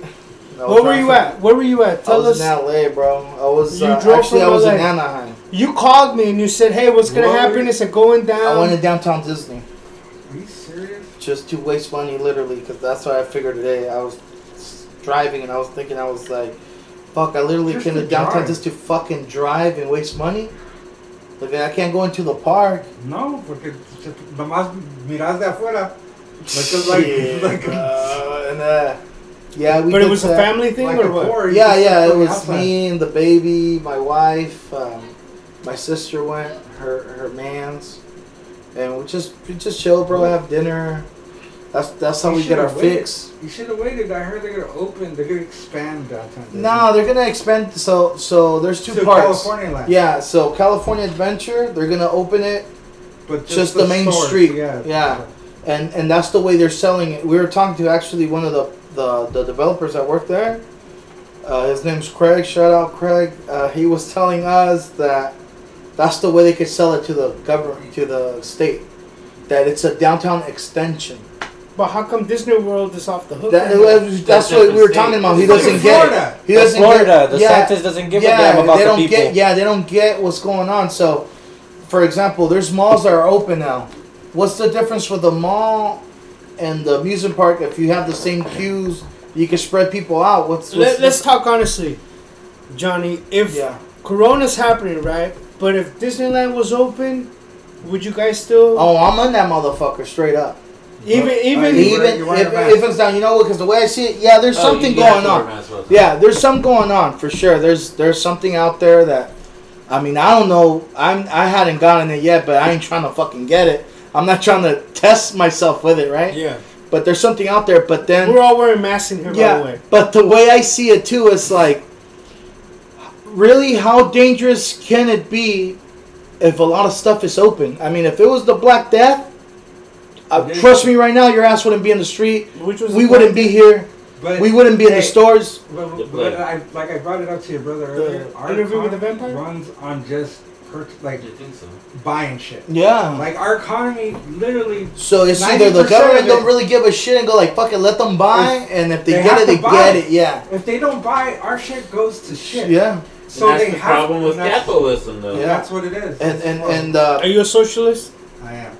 I was Where were you driving- at? Where were you at? I Tell us. was in LA, bro. I was You uh, drove actually from I was in LA. Anaheim. You called me and you said, "Hey, what's gonna Where were happen?" you? It's said, "Going I down." went to downtown Disney Are you serious? just to waste money, literally, because that's what I figured today. I was driving and I was thinking, I was like, fuck, I literally Just came to to downtown drive. just to fucking drive and waste money. Like, I can't go into the park. No, porque se- nomás miras de afuera. Like, a- like, Shit, like, a- bro, and, uh, yeah, we But it did was a that. family thing like or a what? quarry, Yeah, just yeah, it fucking was outside. me and the baby, my wife, um, my sister went, her her man's, and we just we just chill, bro. Have dinner. That's that's how You we get our should've waited. fix. You should have waited. I heard they're gonna open. They're gonna expand downtown. Disney. No, they're gonna expand. So so there's two to parts. California land. Yeah, so California Adventure, they're gonna open it, but just the main stores, street. Yeah, Yeah. and and that's the way they're selling it. We were talking to actually one of the the, the developers that work there. Uh, his name's Craig. Shout out Craig. Uh, he was telling us that that's the way they could sell it to the government, to the state. That it's a downtown extension. But how come Disney World is off the hook? That, right now? that's what we were Different talking about. He It's like doesn't Florida. get. It. He That's doesn't Florida. get. The yeah, Santas doesn't give yeah, a damn about they don't the people. get. Yeah, they don't get what's going on. So, for example, there's malls that are open now. What's the difference with the mall and the amusement park? If you have the same queues, you can spread people out. What's, Let, what's let's talk honestly, Johnny. If Yeah. Corona's happening, right? But if Disneyland was open, would you guys still Oh, I'm on that motherfucker straight up. even even? You're Oh, Even wearing- you're wearing if, a mask. if it's down, you know what? Because the way I see it, yeah, there's Oh, something going on. Yeah, there's some going on for sure. There's there's something out there that, I mean, I don't know. I'm I hadn't gotten it yet, but I ain't trying to fucking get it. I'm not trying to test myself with it, right? Yeah, But there's something out there. But then, we're all wearing masks in here, by the yeah. way. But the way I see it too is like, really, how dangerous can it be if a lot of stuff is open? I mean, if it was the Black Death. Uh, Yeah. trust me, right now, your ass wouldn't be in the street. Which was We wouldn't be here. But We wouldn't be in the Hey, stores. But, Yeah, but but- I, like I brought it up to your brother earlier. Our interview with economy the vampire? runs on just per, I like think so. buying shit. Yeah. Like our economy, literally, So it's either the 90% government of it- don't really give a shit and go like fuck it, let them buy, If and if they, they get have to it, they buy. get it. Yeah, if they don't buy, our shit goes to shit. yeah. So And that's they the have problem with and that's- capitalism, though. Yeah. That's what it is. And and and uh, Are you a socialist? I am.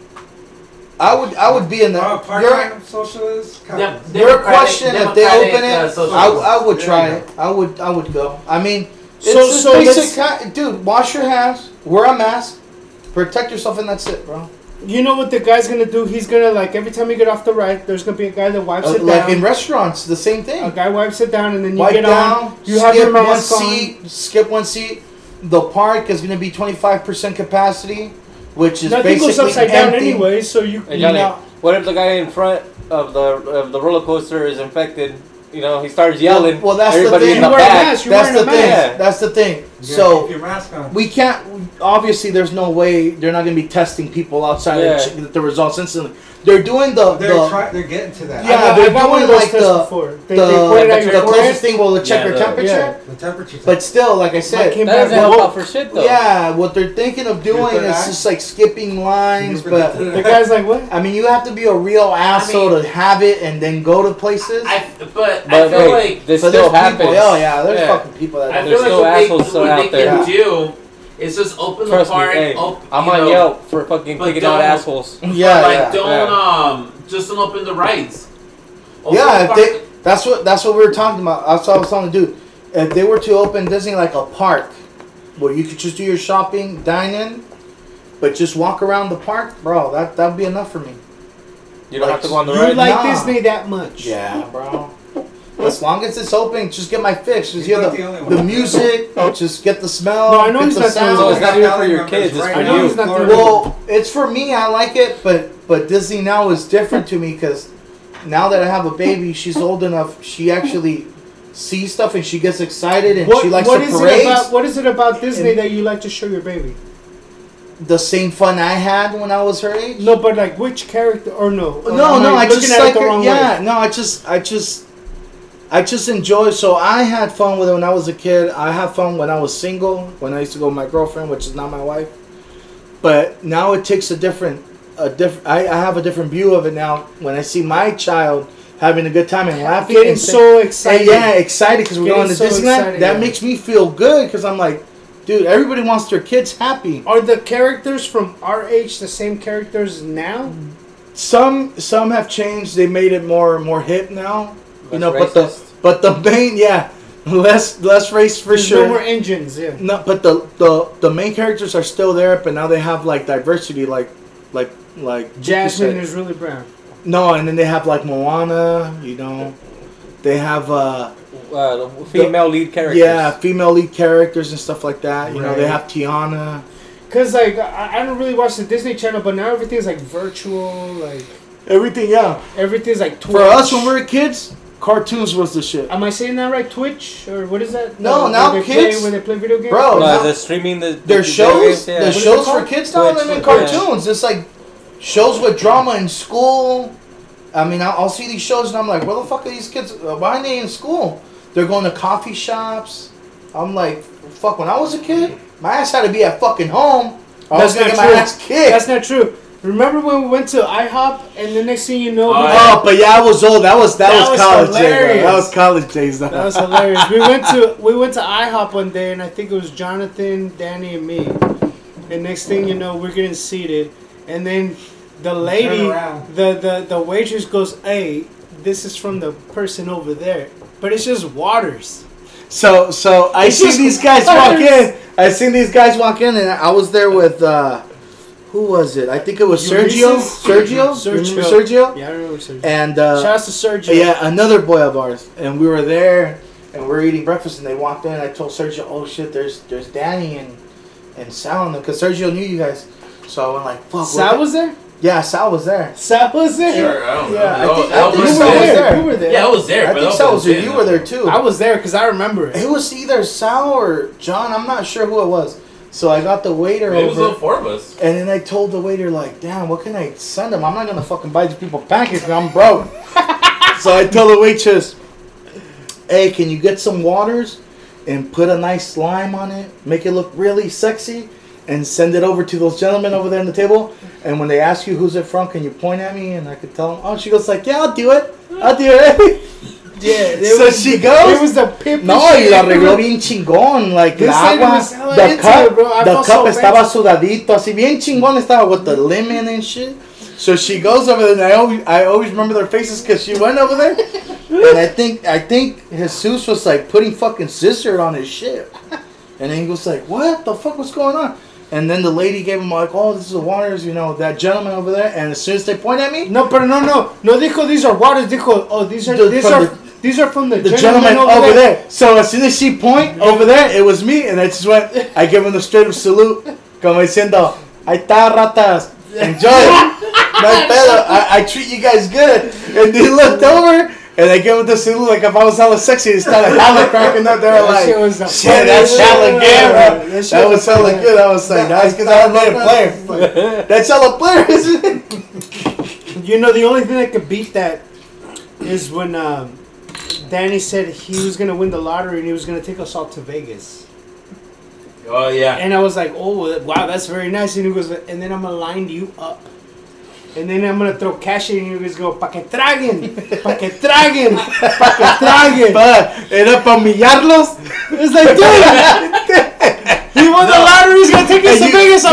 I would I would be in the. Uh, Your, part-time socialist. Dem- capitalist. your Democratic- question if they Democratic, open uh, it, socialism. I, I would There try you it. I would I would go. I mean, it's So- just so basic, ki- dude. Wash your hands, wear a mask, protect yourself, and that's it, bro. You know what the guy's gonna do? He's gonna like every time you get off the ride, there's gonna be a guy that wipes Uh, it like down. in restaurants, the same thing. a guy wipes it down, and then you Wipe get down. on. You have your one mask on. seat. Skip one seat. The park is going to be twenty five percent capacity, which is Nothing basically goes upside down empty. anyway, so you. Hey, you Johnny, know- what if the guy in front of the of the roller coaster is infected? You know, he starts yelling. Well, that's the everybody thing. in You the wear a back. mask. You're That's the wearing a thing. mask. That's the thing. You gotta keep So your mask on. we can't. Obviously, there's no way they're not going to be testing people outside Yeah. and checking that the results instantly. They're doing the They're the. try- They're getting to that. I got- yeah, I they're got one doing of those like tests the- before. They, the, they point it at your the forehead. closest thing will check Yeah, your the- temperature, yeah. The temperature. but still, like I said, came That doesn't Well, help out for shit though. yeah, what they're thinking of doing You're is good, just like skipping lines, You're good. but The guy's like, what? I mean, you have to be a real asshole to have it and then go to places. I, but, I But feel hey, like this but still there's happens. people, oh yeah, there's Yeah. fucking people I that. feel there's like still what they, assholes still what out they there. can do It's just open Trust the park. me, hey, op- I'm you on know, Yelp for fucking but picking out don't- assholes. Yeah, like yeah. don't yeah. um just don't open the rights. Open the Yeah, if park- they, that's what that's what we were talking about. That's what I was telling the dude. If they were to open Disney like a park, where you could just do your shopping, dine in, but just walk around the park, bro, that that'd be enough for me. You don't have to go on the You ride. like now. Disney that much? Yeah, bro. As long as it's open, just get my fix. Just He's hear not the, the only the, one. Oh. music, just get the smell. No, I know get he's the not the only so sound. it's not here for your Family kids. It's members, for I know you. he's not the Well, it's for me. I like it, but but Disney now is different to me because now that I have a baby, she's old enough. She actually sees stuff and she gets excited and What, she likes what the is parades. it about? What is it about Disney And- that you like to show your baby? the same fun I had when I was her age. No, but like which character or no? Or no, am no. I looking just at it like the her- wrong yeah. way? No, I just I just I just enjoy. So I had fun with it when I was a kid. I had fun when I was single. When I used to go with my girlfriend, which is not my wife. But now it takes a different a different. I, I have a different view of it now. When I see my child having a good time and laughing, Getting and sa- so and excited. yeah, excited because we're Getting going to so Disneyland. excited, that yeah. makes me feel good because I'm like, dude, everybody wants their kids happy. Are the characters from our age the same characters now? some some have changed. They made it more more hip now. you Less know, but the racist. but the main yeah, less less race for There's sure. No more engines. Yeah. No, but the, the the main characters are still there, but now they have like diversity, like like like Jackie Jasmine said. is really brown. no, and then they have like Moana. You know, they have uh Uh, the female lead characters. yeah female lead characters and stuff like that. You know, they Right. have Tiana. Cause like I, I don't really watch the Disney Channel, but now everything's like virtual. Like Everything, yeah. everything's like Twitch. For us when we were kids, cartoons was the shit. Am I saying that right? Twitch or what is that? No, where now they kids- Play, when they play video games, Bro, No, now- they're streaming the, the Oh, their video shows, games, yeah. What their is it shows for called? kids now Twitch, and then yeah. cartoons. It's like shows with drama in school. I mean, I'll, I'll see these shows and I'm like, where the fuck are these kids? uh, Why are they in school? They're going to coffee shops. I'm like, fuck. When I was a kid, my ass had to be at fucking home. I was That's not gonna get my true. ass kicked. That's not true. Remember when we went to IHOP and the next thing you know, Oh, we- yeah. oh, but yeah, I was old. That was that, That was was, college days. bro. That hilarious. was college days. though. That was hilarious. We went to we went to IHOP one day, and I think it was Jonathan, Danny, and me. And next thing you know, we're getting seated, and then the lady, around. the, the the waitress goes, "Hey, this is from the person over there." But it's just waters. So so I It's see just these guys walk colors. in. I seen these guys walk in, and I was there with uh, who was it? I think it was Sergio. Ulysses? Sergio. Remember Sergio. Yeah, I remember Sergio. And Shout uh, out to Sergio. yeah, another boy of ours, and we were there, and we were eating breakfast, and they walked in. And I told Sergio, "Oh shit, there's there's Danny and and Sal and them, because Sergio knew you guys." So I went like, "Fuck." Sal what- was there. yeah, Sal was there. Sal was there. Sure, I don't Yeah, I know. think- I Elvis think You Sal were was there. You were there. Yeah, I was there. I but think Elvis Sal was there. in. You were there too. I was there because I remember it. It was either Sal or John. I'm not sure who it was. So I got the waiter It was over. all four of us. And then I told the waiter, like, damn, what can I send them? I'm not gonna fucking buy these people pancakes, man. I'm broke. so I tell the waitress, hey, can you get some waters and put a nice slime on it, make it look really sexy, and send it over to those gentlemen over there on the table? And when they ask you who's it from, can you point at me? And I could tell them, oh, she goes like, yeah, I'll do it. I'll do it. Yeah. it so was- she It goes. was the pimp. No, y la arregló bien chingón, like This el lady agua, was hella the into cup, it, bro. I the felt cup so estaba bad. sudadito, así bien chingón estaba with the lemon and shit. So she goes over there, and I always, I always remember their faces because she went over there, and I think, I think Jesus was like putting fucking scissor on his shit, and then he was like, "What the fuck? What's going on?" And then the lady gave him like, "Oh, this is the waters, you know, that gentleman over there." And as soon as they point at me, No, pero no, no, no dijo these are waters. Dijo, oh, these are The- these from are the- these are from the, the gentleman over, there. So as soon as she point over there, it was me, and I just went. I give him the straight up salute, como diciendo, "Ahí está, ratas, enjoy." it." No pedo, I, I treat you guys good. And they looked over, and I give him the salute like if I was hella sexy. They started hella cracking up. They were That like, shit was the "Shit, funniest that's hella shit ever. good, bro." That shit That was was hella good. good. I was like, "That's because I made a player." That's hella player, isn't it? You know, the only thing that could beat that is when um, Danny said he was gonna win the lottery and he was gonna take us all to Vegas. Oh yeah. And I was like, oh wow, that's very nice. And he goes, and then I'm gonna line you up. And then I'm gonna throw cash in, and you guys go, pa que traguen, pa que traguen, pa que traguen. But era para humillarlos. It's like, dude, he won the lottery. He's to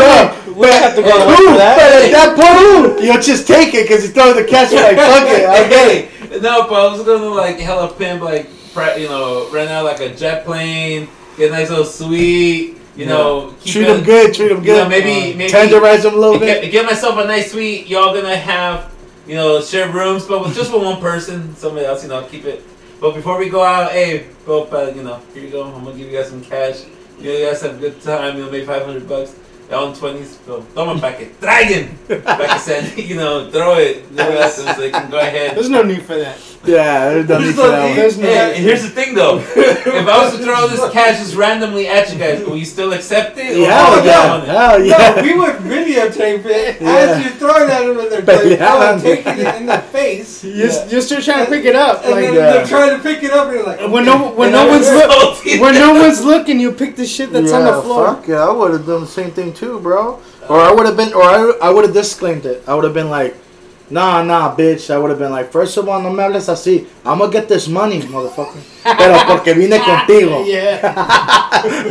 go away Ooh, for but that. at that point, you'll just take it because you throw the cash you're like, fuck it, I get it. No, but I was gonna like hella pimp, like pre- you know, rent out like a jet plane, get a nice little suite, you know, keep Treat it- them good, treat them You know, good. maybe- maybe- tenderize them a little bit. Get, get myself a nice suite. Y'all gonna have, you know, share rooms, but with just with one person. Somebody else, you know, keep it. But before we go out, hey, bro, but, you know, here you go. I'm gonna give you guys some cash. You guys have a good time. You'll make 500 bucks. Y'all in 20s, so throw my packet. Dragon! Like I said, you know, throw it. You guys, so they can go ahead. There's no need for that. Yeah, there's no need There's for no that need. one. There's no- Hey, and here's the thing though. if I was to throw this cash just randomly at you guys, will you still accept it? Or Yeah, would you yeah, want it? hell No, yeah. we would videotape it Yeah. as you're throwing at them in their But face. yeah. Yeah. taking it in the face. You're, you're still trying to pick it up. And then Like, that. they're trying to pick it up and you're like, when no, when no Yeah. one's It's Oh, look, salty. when no one's looking, you pick the shit that's on the floor. Fuck yeah, I would have done the same thing too, bro. Or I would have been, or I, I would have disclaimed it. I would have been like, nah, nah, bitch. I would have been like, first of all, no me hables así. I'm gonna get this money, motherfucker. Pero porque vine contigo. Yeah,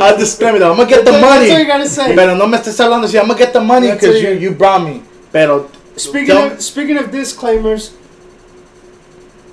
I'll disclaim it. I'm gonna get the That's- That's all you money. gotta say. Pero no me estés hablando así. I'm gonna get the money That's because it. you, you brought me. Pero Speaking Don't- of speaking of disclaimers,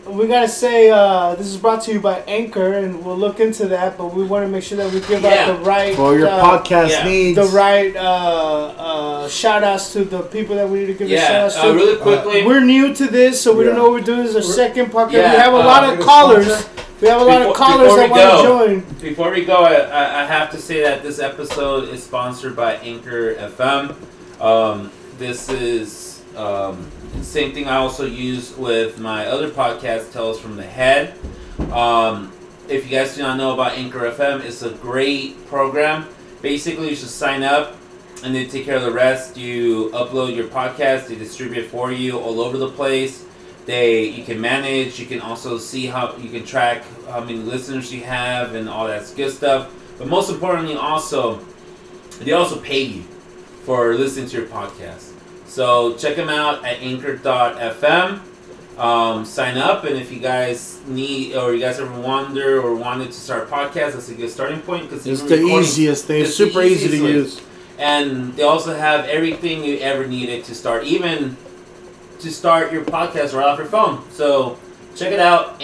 we gotta say uh, this is brought to you by Anchor, and we'll look into that. But we want to make sure that we give Yeah. out the right for your uh, podcast yeah. needs. the right uh, uh, shout outs to the people that we need to give a Yeah, shout outs uh, to. really quickly. We're new to this, so we don't Yeah. know what we're doing. This is our second podcast. we yeah, have a uh, lot of we're callers. sponsor. We have a lot Before- of callers before that we want to join. Before we go, I, I, I have to say that this episode is sponsored by Anchor FM. Um, this is um, same thing I also use with my other podcast, Tales from the Head. Um, if you guys do not know about Anchor FM, it's a great program. Basically, you should sign up and they take care of the rest. You upload your podcast, they distribute for you all over the place. They you can manage, you can also see how you can track how many listeners you have and all that good stuff. But most importantly, also they also pay you for listening to your podcast. So check them out at anchor.fm um, sign up. And if you guys need or you guys ever wonder or wanted to start a podcast, that's a good starting point because It's the easiest thing. It's It's the super easy to easiest way. use. And they also have everything you ever needed to start, even to start your podcast right off your phone. So check it out,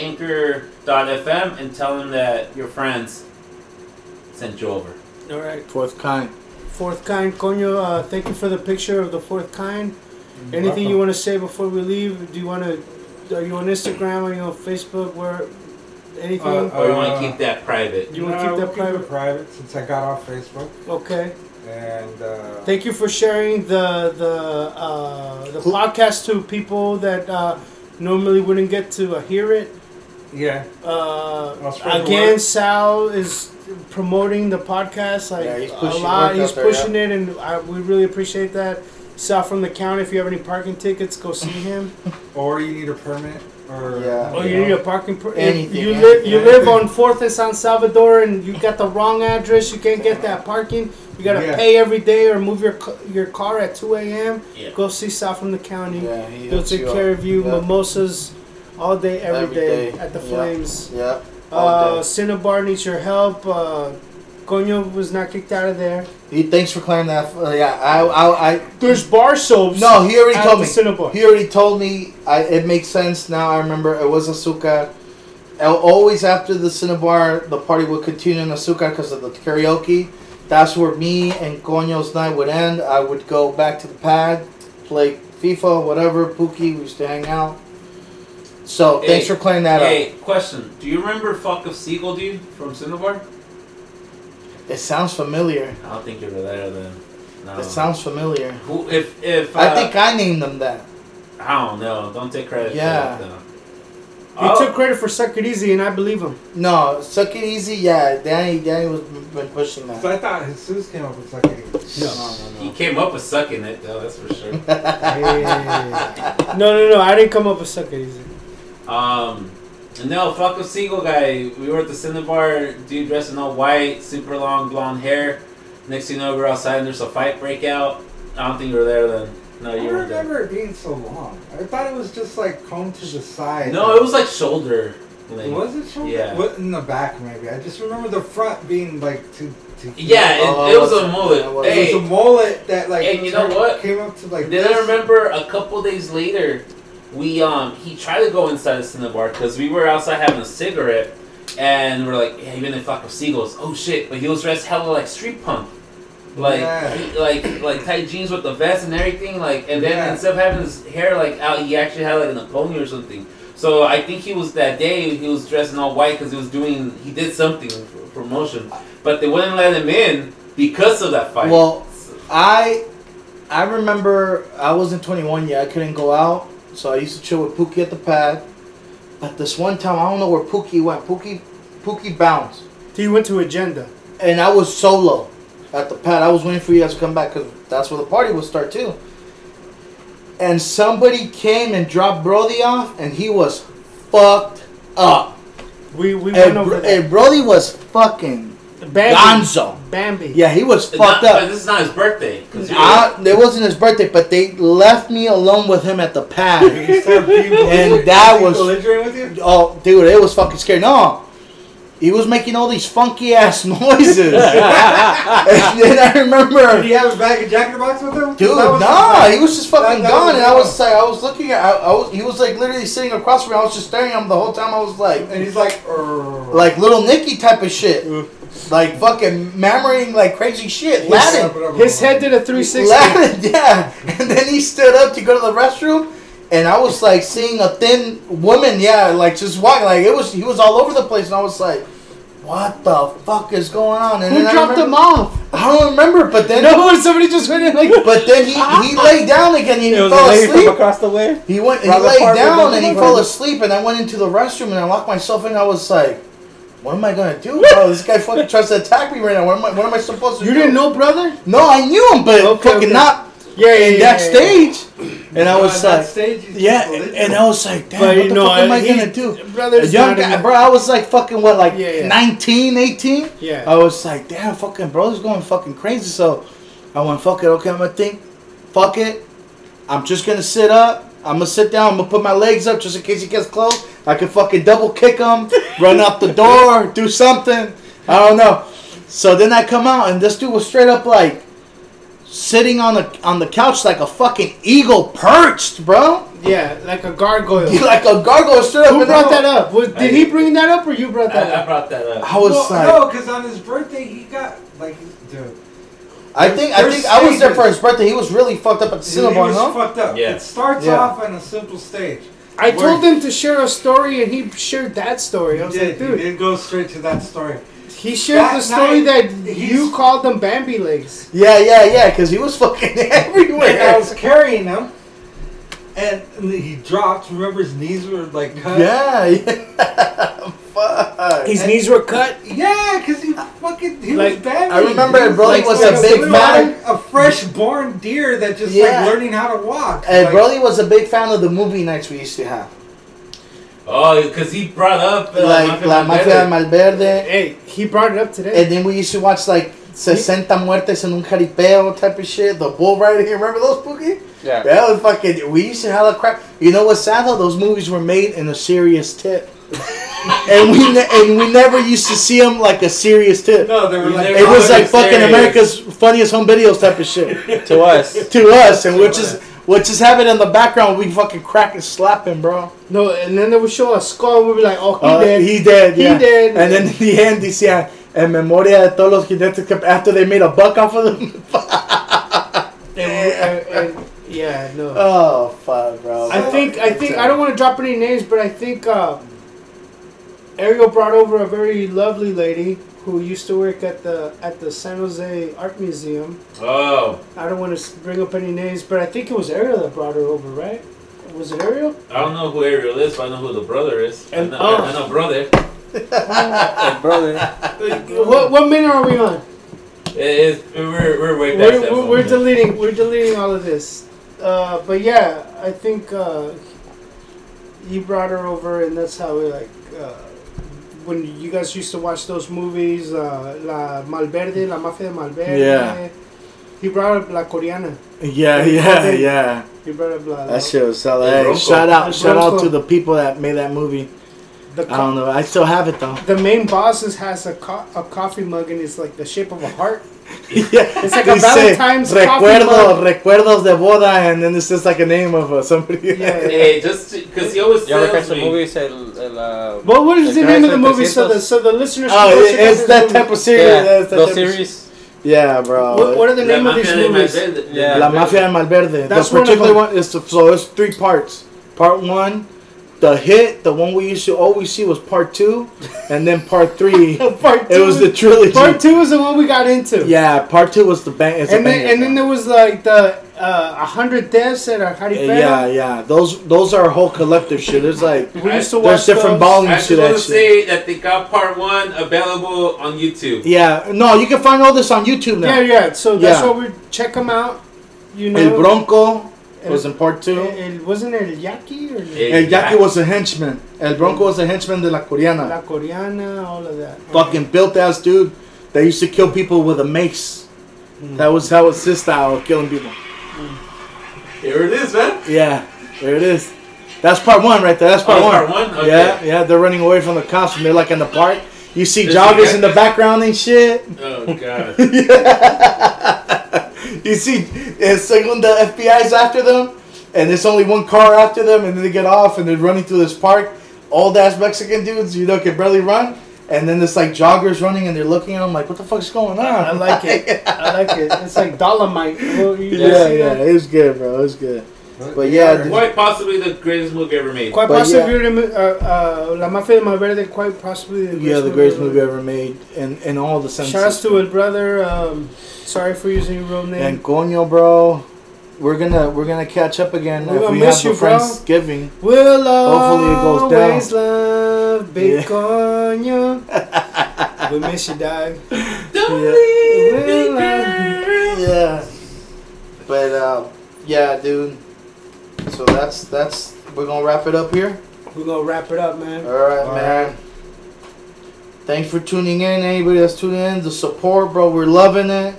anchor.fm, and tell them that your friends sent you over. All right. Fourth kind. Fourth kind, Coño, uh, thank you for the picture of the fourth kind. Anything you want to say before we leave? Do you want to? Are you on Instagram? Are you on Facebook? Where? Anything? Uh, Or you want to keep that private. You wanna No, keep that we'll private? it private since I got off Facebook. okay. And uh, Thank you for sharing the the uh, the podcast to people that uh, normally wouldn't get to uh, hear it. yeah, Uh, I'll spread the again, word. Sal is promoting the podcast like Yeah, he's a pushing lot. work He's out there, pushing it, and I, we really appreciate that. Sal from the county, if you have any parking tickets, go see him. or you need a permit, or Yeah. Oh, you need a parking. Per- Anything, You anything, live. You live on anything. Fourth and San Salvador, and you got the wrong address. You can't get that parking. You gotta Yeah. pay every day, or move your ca- your car at two a.m. Yeah. Go see South from the County. Yeah, he They'll hooks take you up. care of you. Yeah. Mimosas, all day, every Every day, day. at the Yeah. Flames. Yeah. all Uh, day. Cinnabar needs your help. Uh, Coño was not kicked out of there. He, thanks for clearing that. Uh, yeah, I, I, I. There's bar soaps. No, he already at told the me. Cinnabar. He already told me. I, it makes sense now. I remember it was Asuka. Al- Always after the Cinnabar, the party would continue in Asuka because of the karaoke. That's where me and Coño's night would end. I would go back to the pad, play FIFA, whatever, Pookie. We used to hang out. So Hey, thanks for clearing that Hey, question. Do you remember Fuck of Seagull, dude, from Cinnabar? up. It sounds familiar. I don't think you're related to them. No. It sounds familiar. Who, if, Oh. if, uh, I think I named them that. I don't know. Don't take credit Yeah. for that, though. Oh, He took credit for Suck It Easy, and I believe him. No, suck it easy. Yeah, Danny. Danny was been pushing that. So I thought Jesus came up with something. No, no, He no. came up with sucking it, though, that's for sure. No, no, no. I didn't come up with Suck It Easy. um, no, fuck a seagull guy. We were at the Cinnabar, dude dressed in all white, super long blonde hair. Next thing you know, we're outside and there's a fight breakout. I don't think you were there then. No, I you don't weren't there. remember it being so long. I thought it was just like combed to the side. No, it was like shoulder length. Was it shoulder? Yeah. What in the back maybe? I just remember the front being like to tequila. Yeah, it, Oh, it was what's a that? mullet. That was- It Hey, was a mullet that like and you know turned- what? came up to like Then this. I remember a couple days later, we um he tried to go inside the cinnabar because we were outside having a cigarette, and we're like, yeah, you're gonna fuck with seagulls. Oh shit! But he was dressed hella like street punk, like Yeah. he, like like tight jeans with the vest and everything. Like and then Yeah. instead of having his hair like out, he actually had like an pony or something. So I think he was that day he was dressed in all white because he was doing he did something for promotion, but they wouldn't let him in because of that fight. Well, I I remember I wasn't 21 yet. I couldn't go out, so I used to chill with Pookie at the pad. But this one time, I don't know where Pookie went. Pookie Pookie bounced, He went to agenda. and I was solo at the pad. I was waiting for you guys to come back because that's where the party would start too. And somebody came and dropped Brody off, and he was fucked up. We we And, went over Bro- that. and Brody was fucking Bambi. Gonzo. Bambi. Yeah, he was It's not- fucked up. Ah. But this is not his birthday. 'cause you're- I, it wasn't his birthday, but they left me alone with him at the You pad. started being belligerent- that being was- belligerent with you. oh, dude, it was fucking scary. No, he was making all these funky ass noises. and then I Did he remember, have a bag of Jack in the Box with him? dude, That was- nah, he was just that- fucking that gone, was- and I was like, I was looking at, I, I was, he was like literally sitting across from me. I was just staring at him the whole time. I was like, And he's like, "Err." like little Nicky type of shit, like fucking mammering like crazy shit, Latin. His head did a 360. Laughed, yeah. And then he stood up to go to the restroom, and I was like seeing a thin woman, yeah, like just walking, like it was he was all over the place, and I was like, what the fuck is going on? And Who then I dropped remember- him off? I don't remember, but then No, somebody just went in like. but then he he lay down again, and he It was fell a lady from asleep. across the way. He went, and he Robert laid Parker down, doesn't and he look fell like- asleep, and I went into the restroom, and I locked myself in. and I was like. What am I gonna do, bro? This guy fucking tries to attack me right now. What am I? What am I supposed to You do? didn't know, brother? No, I knew him, but Okay, fucking okay. not Yeah, in that stage, and I On was that like, stage, he's yeah, belligerent. and I was like, damn, But, what you the know, fuck am I he- gonna do? A Brother's young not guy, in- bro, I was like fucking what, like Yeah, yeah. 19, 18? Yeah. I was like, damn, fucking bro's going fucking crazy. So I went, fuck it, okay, I'm gonna think, fuck it, I'm just gonna sit up. I'm gonna sit down. I'm gonna put my legs up just in case he gets close. I can fucking double kick him, run out the door, do something. I don't know. So then I come out and this dude was straight up like sitting on the on the couch like a fucking eagle perched, bro. Yeah, like a gargoyle. like a gargoyle straight up. Who and I- brought that up? Was, did he bring that up or you brought that I, I up? brought that up. I was Well, like, no, because on his birthday he got like, dude, I think I there's think I was there for stages. his birthday. He was really fucked up at the he was cinema, huh? fucked up. Yeah. It starts Yeah. off on a simple stage. I told him to share a story and he shared that story. I He was did. like, dude, He did go straight to that story. he shared That the story night, that he's- you called them Bambi legs. Yeah, yeah, yeah, because he was fucking And I everywhere. was carrying him, and he dropped. Remember, his knees were like cut. yeah, yeah. Fuck. His knees were cut. Yeah, because he fucking he Like, was bad. I remember He Broly was a like big little- man. like a fresh born deer that just Yeah. like learning how to walk. And like, Broly was a big fan of the movie nights we used to have, Oh, because he brought up uh, like La Mafia de Malverde, Hey, he brought it up today. and then we used to watch like 60 Muertes en un Jaripeo type of shit, The Bull Rider. You remember those, Pookie? Yeah. That was fucking. We used to hella crap. You know what's sad though? Those movies were made in a serious tip, and we ne- and we never used to see them like a serious tip. no, they were You like never- It was like Fucking fucking serious. America's funniest home videos type of shit To us. to us, and we'll just we'll just have it in the background. We fucking crack and slap him, bro. No, and then they would show a skull. We'd be like, oh, he Uh, dead. He dead. He yeah. dead. And then in the end, they say, "En memoria de todos los jinetes que-" After they made a buck off of them. And- and- and- yeah, no. oh fuck, bro. I think I think I don't want to drop any names, but I think um, Ariel brought over a very lovely lady who used to work at the at the San Jose Art Museum. Oh, I don't want to bring up any names, but I think it was Ariel that brought her over, right? Was it Ariel? I don't know who Ariel is, but I know who the brother is. And- I know, oh. I know brother. brother. What what minute are we on? It is, we're, we're way past We're, that we're, moment. we're deleting we're deleting all of this. Uh, but yeah, I think uh, he brought her over, and that's how we like. Uh, when you guys used to watch those movies, uh, La Malverde, La Mafia de Malverde. Yeah. He brought up La Coreana. Yeah, yeah, yeah. He brought up La. That shit was hella. Hey, Hey, Bronco. shout out, shout out Bronco. to the people that made that movie. the I co- don't know. I still have it though. the main bosses has a, co- a coffee mug and it's like the shape of a heart. yeah. It's like a They say, Valentine's coffee recuerdo, mug. recuerdos de boda, and then it's just like a name of uh, somebody. Yeah. Hey, just because he always You ever catch tells the me. movie? It's el, el, uh, Well, what is the The name of guys the with movie so the casitos. so the listeners? can Oh, go it, check out it's this that movie? type of series. yeah, that's that the type of- series. Yeah, bro. What, what are the La name of these Mafia de movies? Malverde. Yeah. La Mafia de Malverde. That's the one of particular them. one is to, so it's three parts. Part one, the hit, the one we used to always see was part two, and then part three. Part two. it was the trilogy. part two is the one we got into. Yeah, part two was the bang. It's a And banger, then, and then bro. there was like the uh, 100 deaths at a Jaripeo. yeah, yeah. Those those are a whole collective shit. It's like We used to watch there's different those. volumes I just to that want shit. to say that they got part one available on YouTube. Yeah, no, you can find all this on YouTube now. Yeah, yeah. So that's Yeah. what we check them out. You know, El Bronco was in part two. It, wasn't it Yaki or Eh, El Yaqui was a henchman. El Bronco was a henchman de la Coreana. La Coreana, all of that. Fucking built ass dude that used to kill people with a mace. Hmm. That was how was his style of killing people. Here it is, man. Yeah, there it is. That's part one right there. That's part Oh, one. part one? Okay. Yeah, yeah. They're running away from the cops and they're like in the park. You see There's joggers the- in the background and shit. Oh god. You see, and second the FBI's after them, and there's only one car after them, and then they get off and they're running through this park. Old ass Mexican dudes, you know, can barely run. And then this like joggers running, and they're looking at them like, "What the fuck's going on?" I like it. I like it. It's like Dolomite. You yeah, see yeah, that? it was good, bro. It was good. But yeah, dude. Quite possibly the greatest movie ever made. Quite But possibly, uh, uh, La Mafia de Malverde, quite possibly the Yeah, the greatest movie ever made, and in all the senses. Shout outs to his brother. Um, sorry for using your real name. And Coño, bro, we're gonna we're gonna catch up again We're if gonna we miss have you, a bro. Thanksgiving. We'll Hopefully it goes down. always love Yeah. Baconia. we miss you, dog. Yeah. We'll love- Yeah. But uh, yeah, dude. So that's that's we're gonna wrap it up here. We're gonna wrap it up, man. All right, man. Thanks for tuning in, anybody that's tuning in. The support, bro, we're loving it.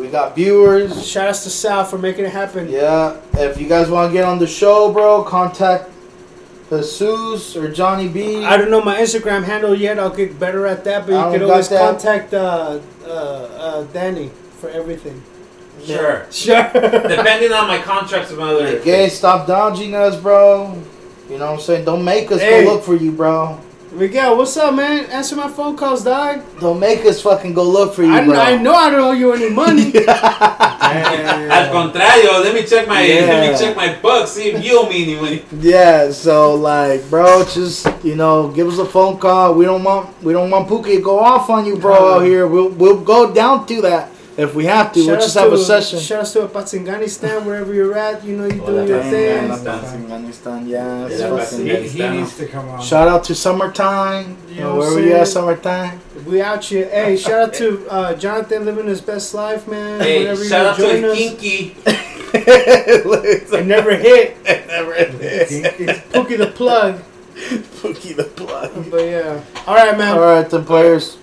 We got viewers. Shout outs to Sal for making it happen. Yeah. If you guys want to get on the show, bro, contact Jesus or Johnny B. I don't know my Instagram handle yet. I'll get better at that, I but you don't can got always that. contact uh, uh, uh, Danny for everything. Sure. Sure. Depending on my contracts with my lawyer. Gay, stop dodging us, bro. You know what I'm saying? Don't make us Hey. go look for you, bro. Miguel, what's up, man? Answer my phone calls, dog. Don't make us fucking go look for you, I, bro. I know I don't owe you any money. Al contrario, let me check my let Yeah. me check my book, see if you owe me any money. Yeah, so like, bro, just you know, give us a phone call. We don't want we don't want Pookie to go off on you, bro. Out here, we'll we'll go down to that if we have to. Shout we'll outs just have to, a session. Shout outs to Apatzinganistan, wherever you're at. You know, you're doing your Damn, man, thing. that's Afghanistan, yeah, it's Yeah, that's fucking- it. He, he needs to come on. Shout out to summertime. You You know, know what I'm wherever you at, saying? summertime. We out here. Hey, shout out to uh, Jonathan living his best life, man. Hey, Whenever shout out you to join us. Kinky. It never hit. Pookie Pookie the plug. the plug. But yeah. All right, man. All right, then players.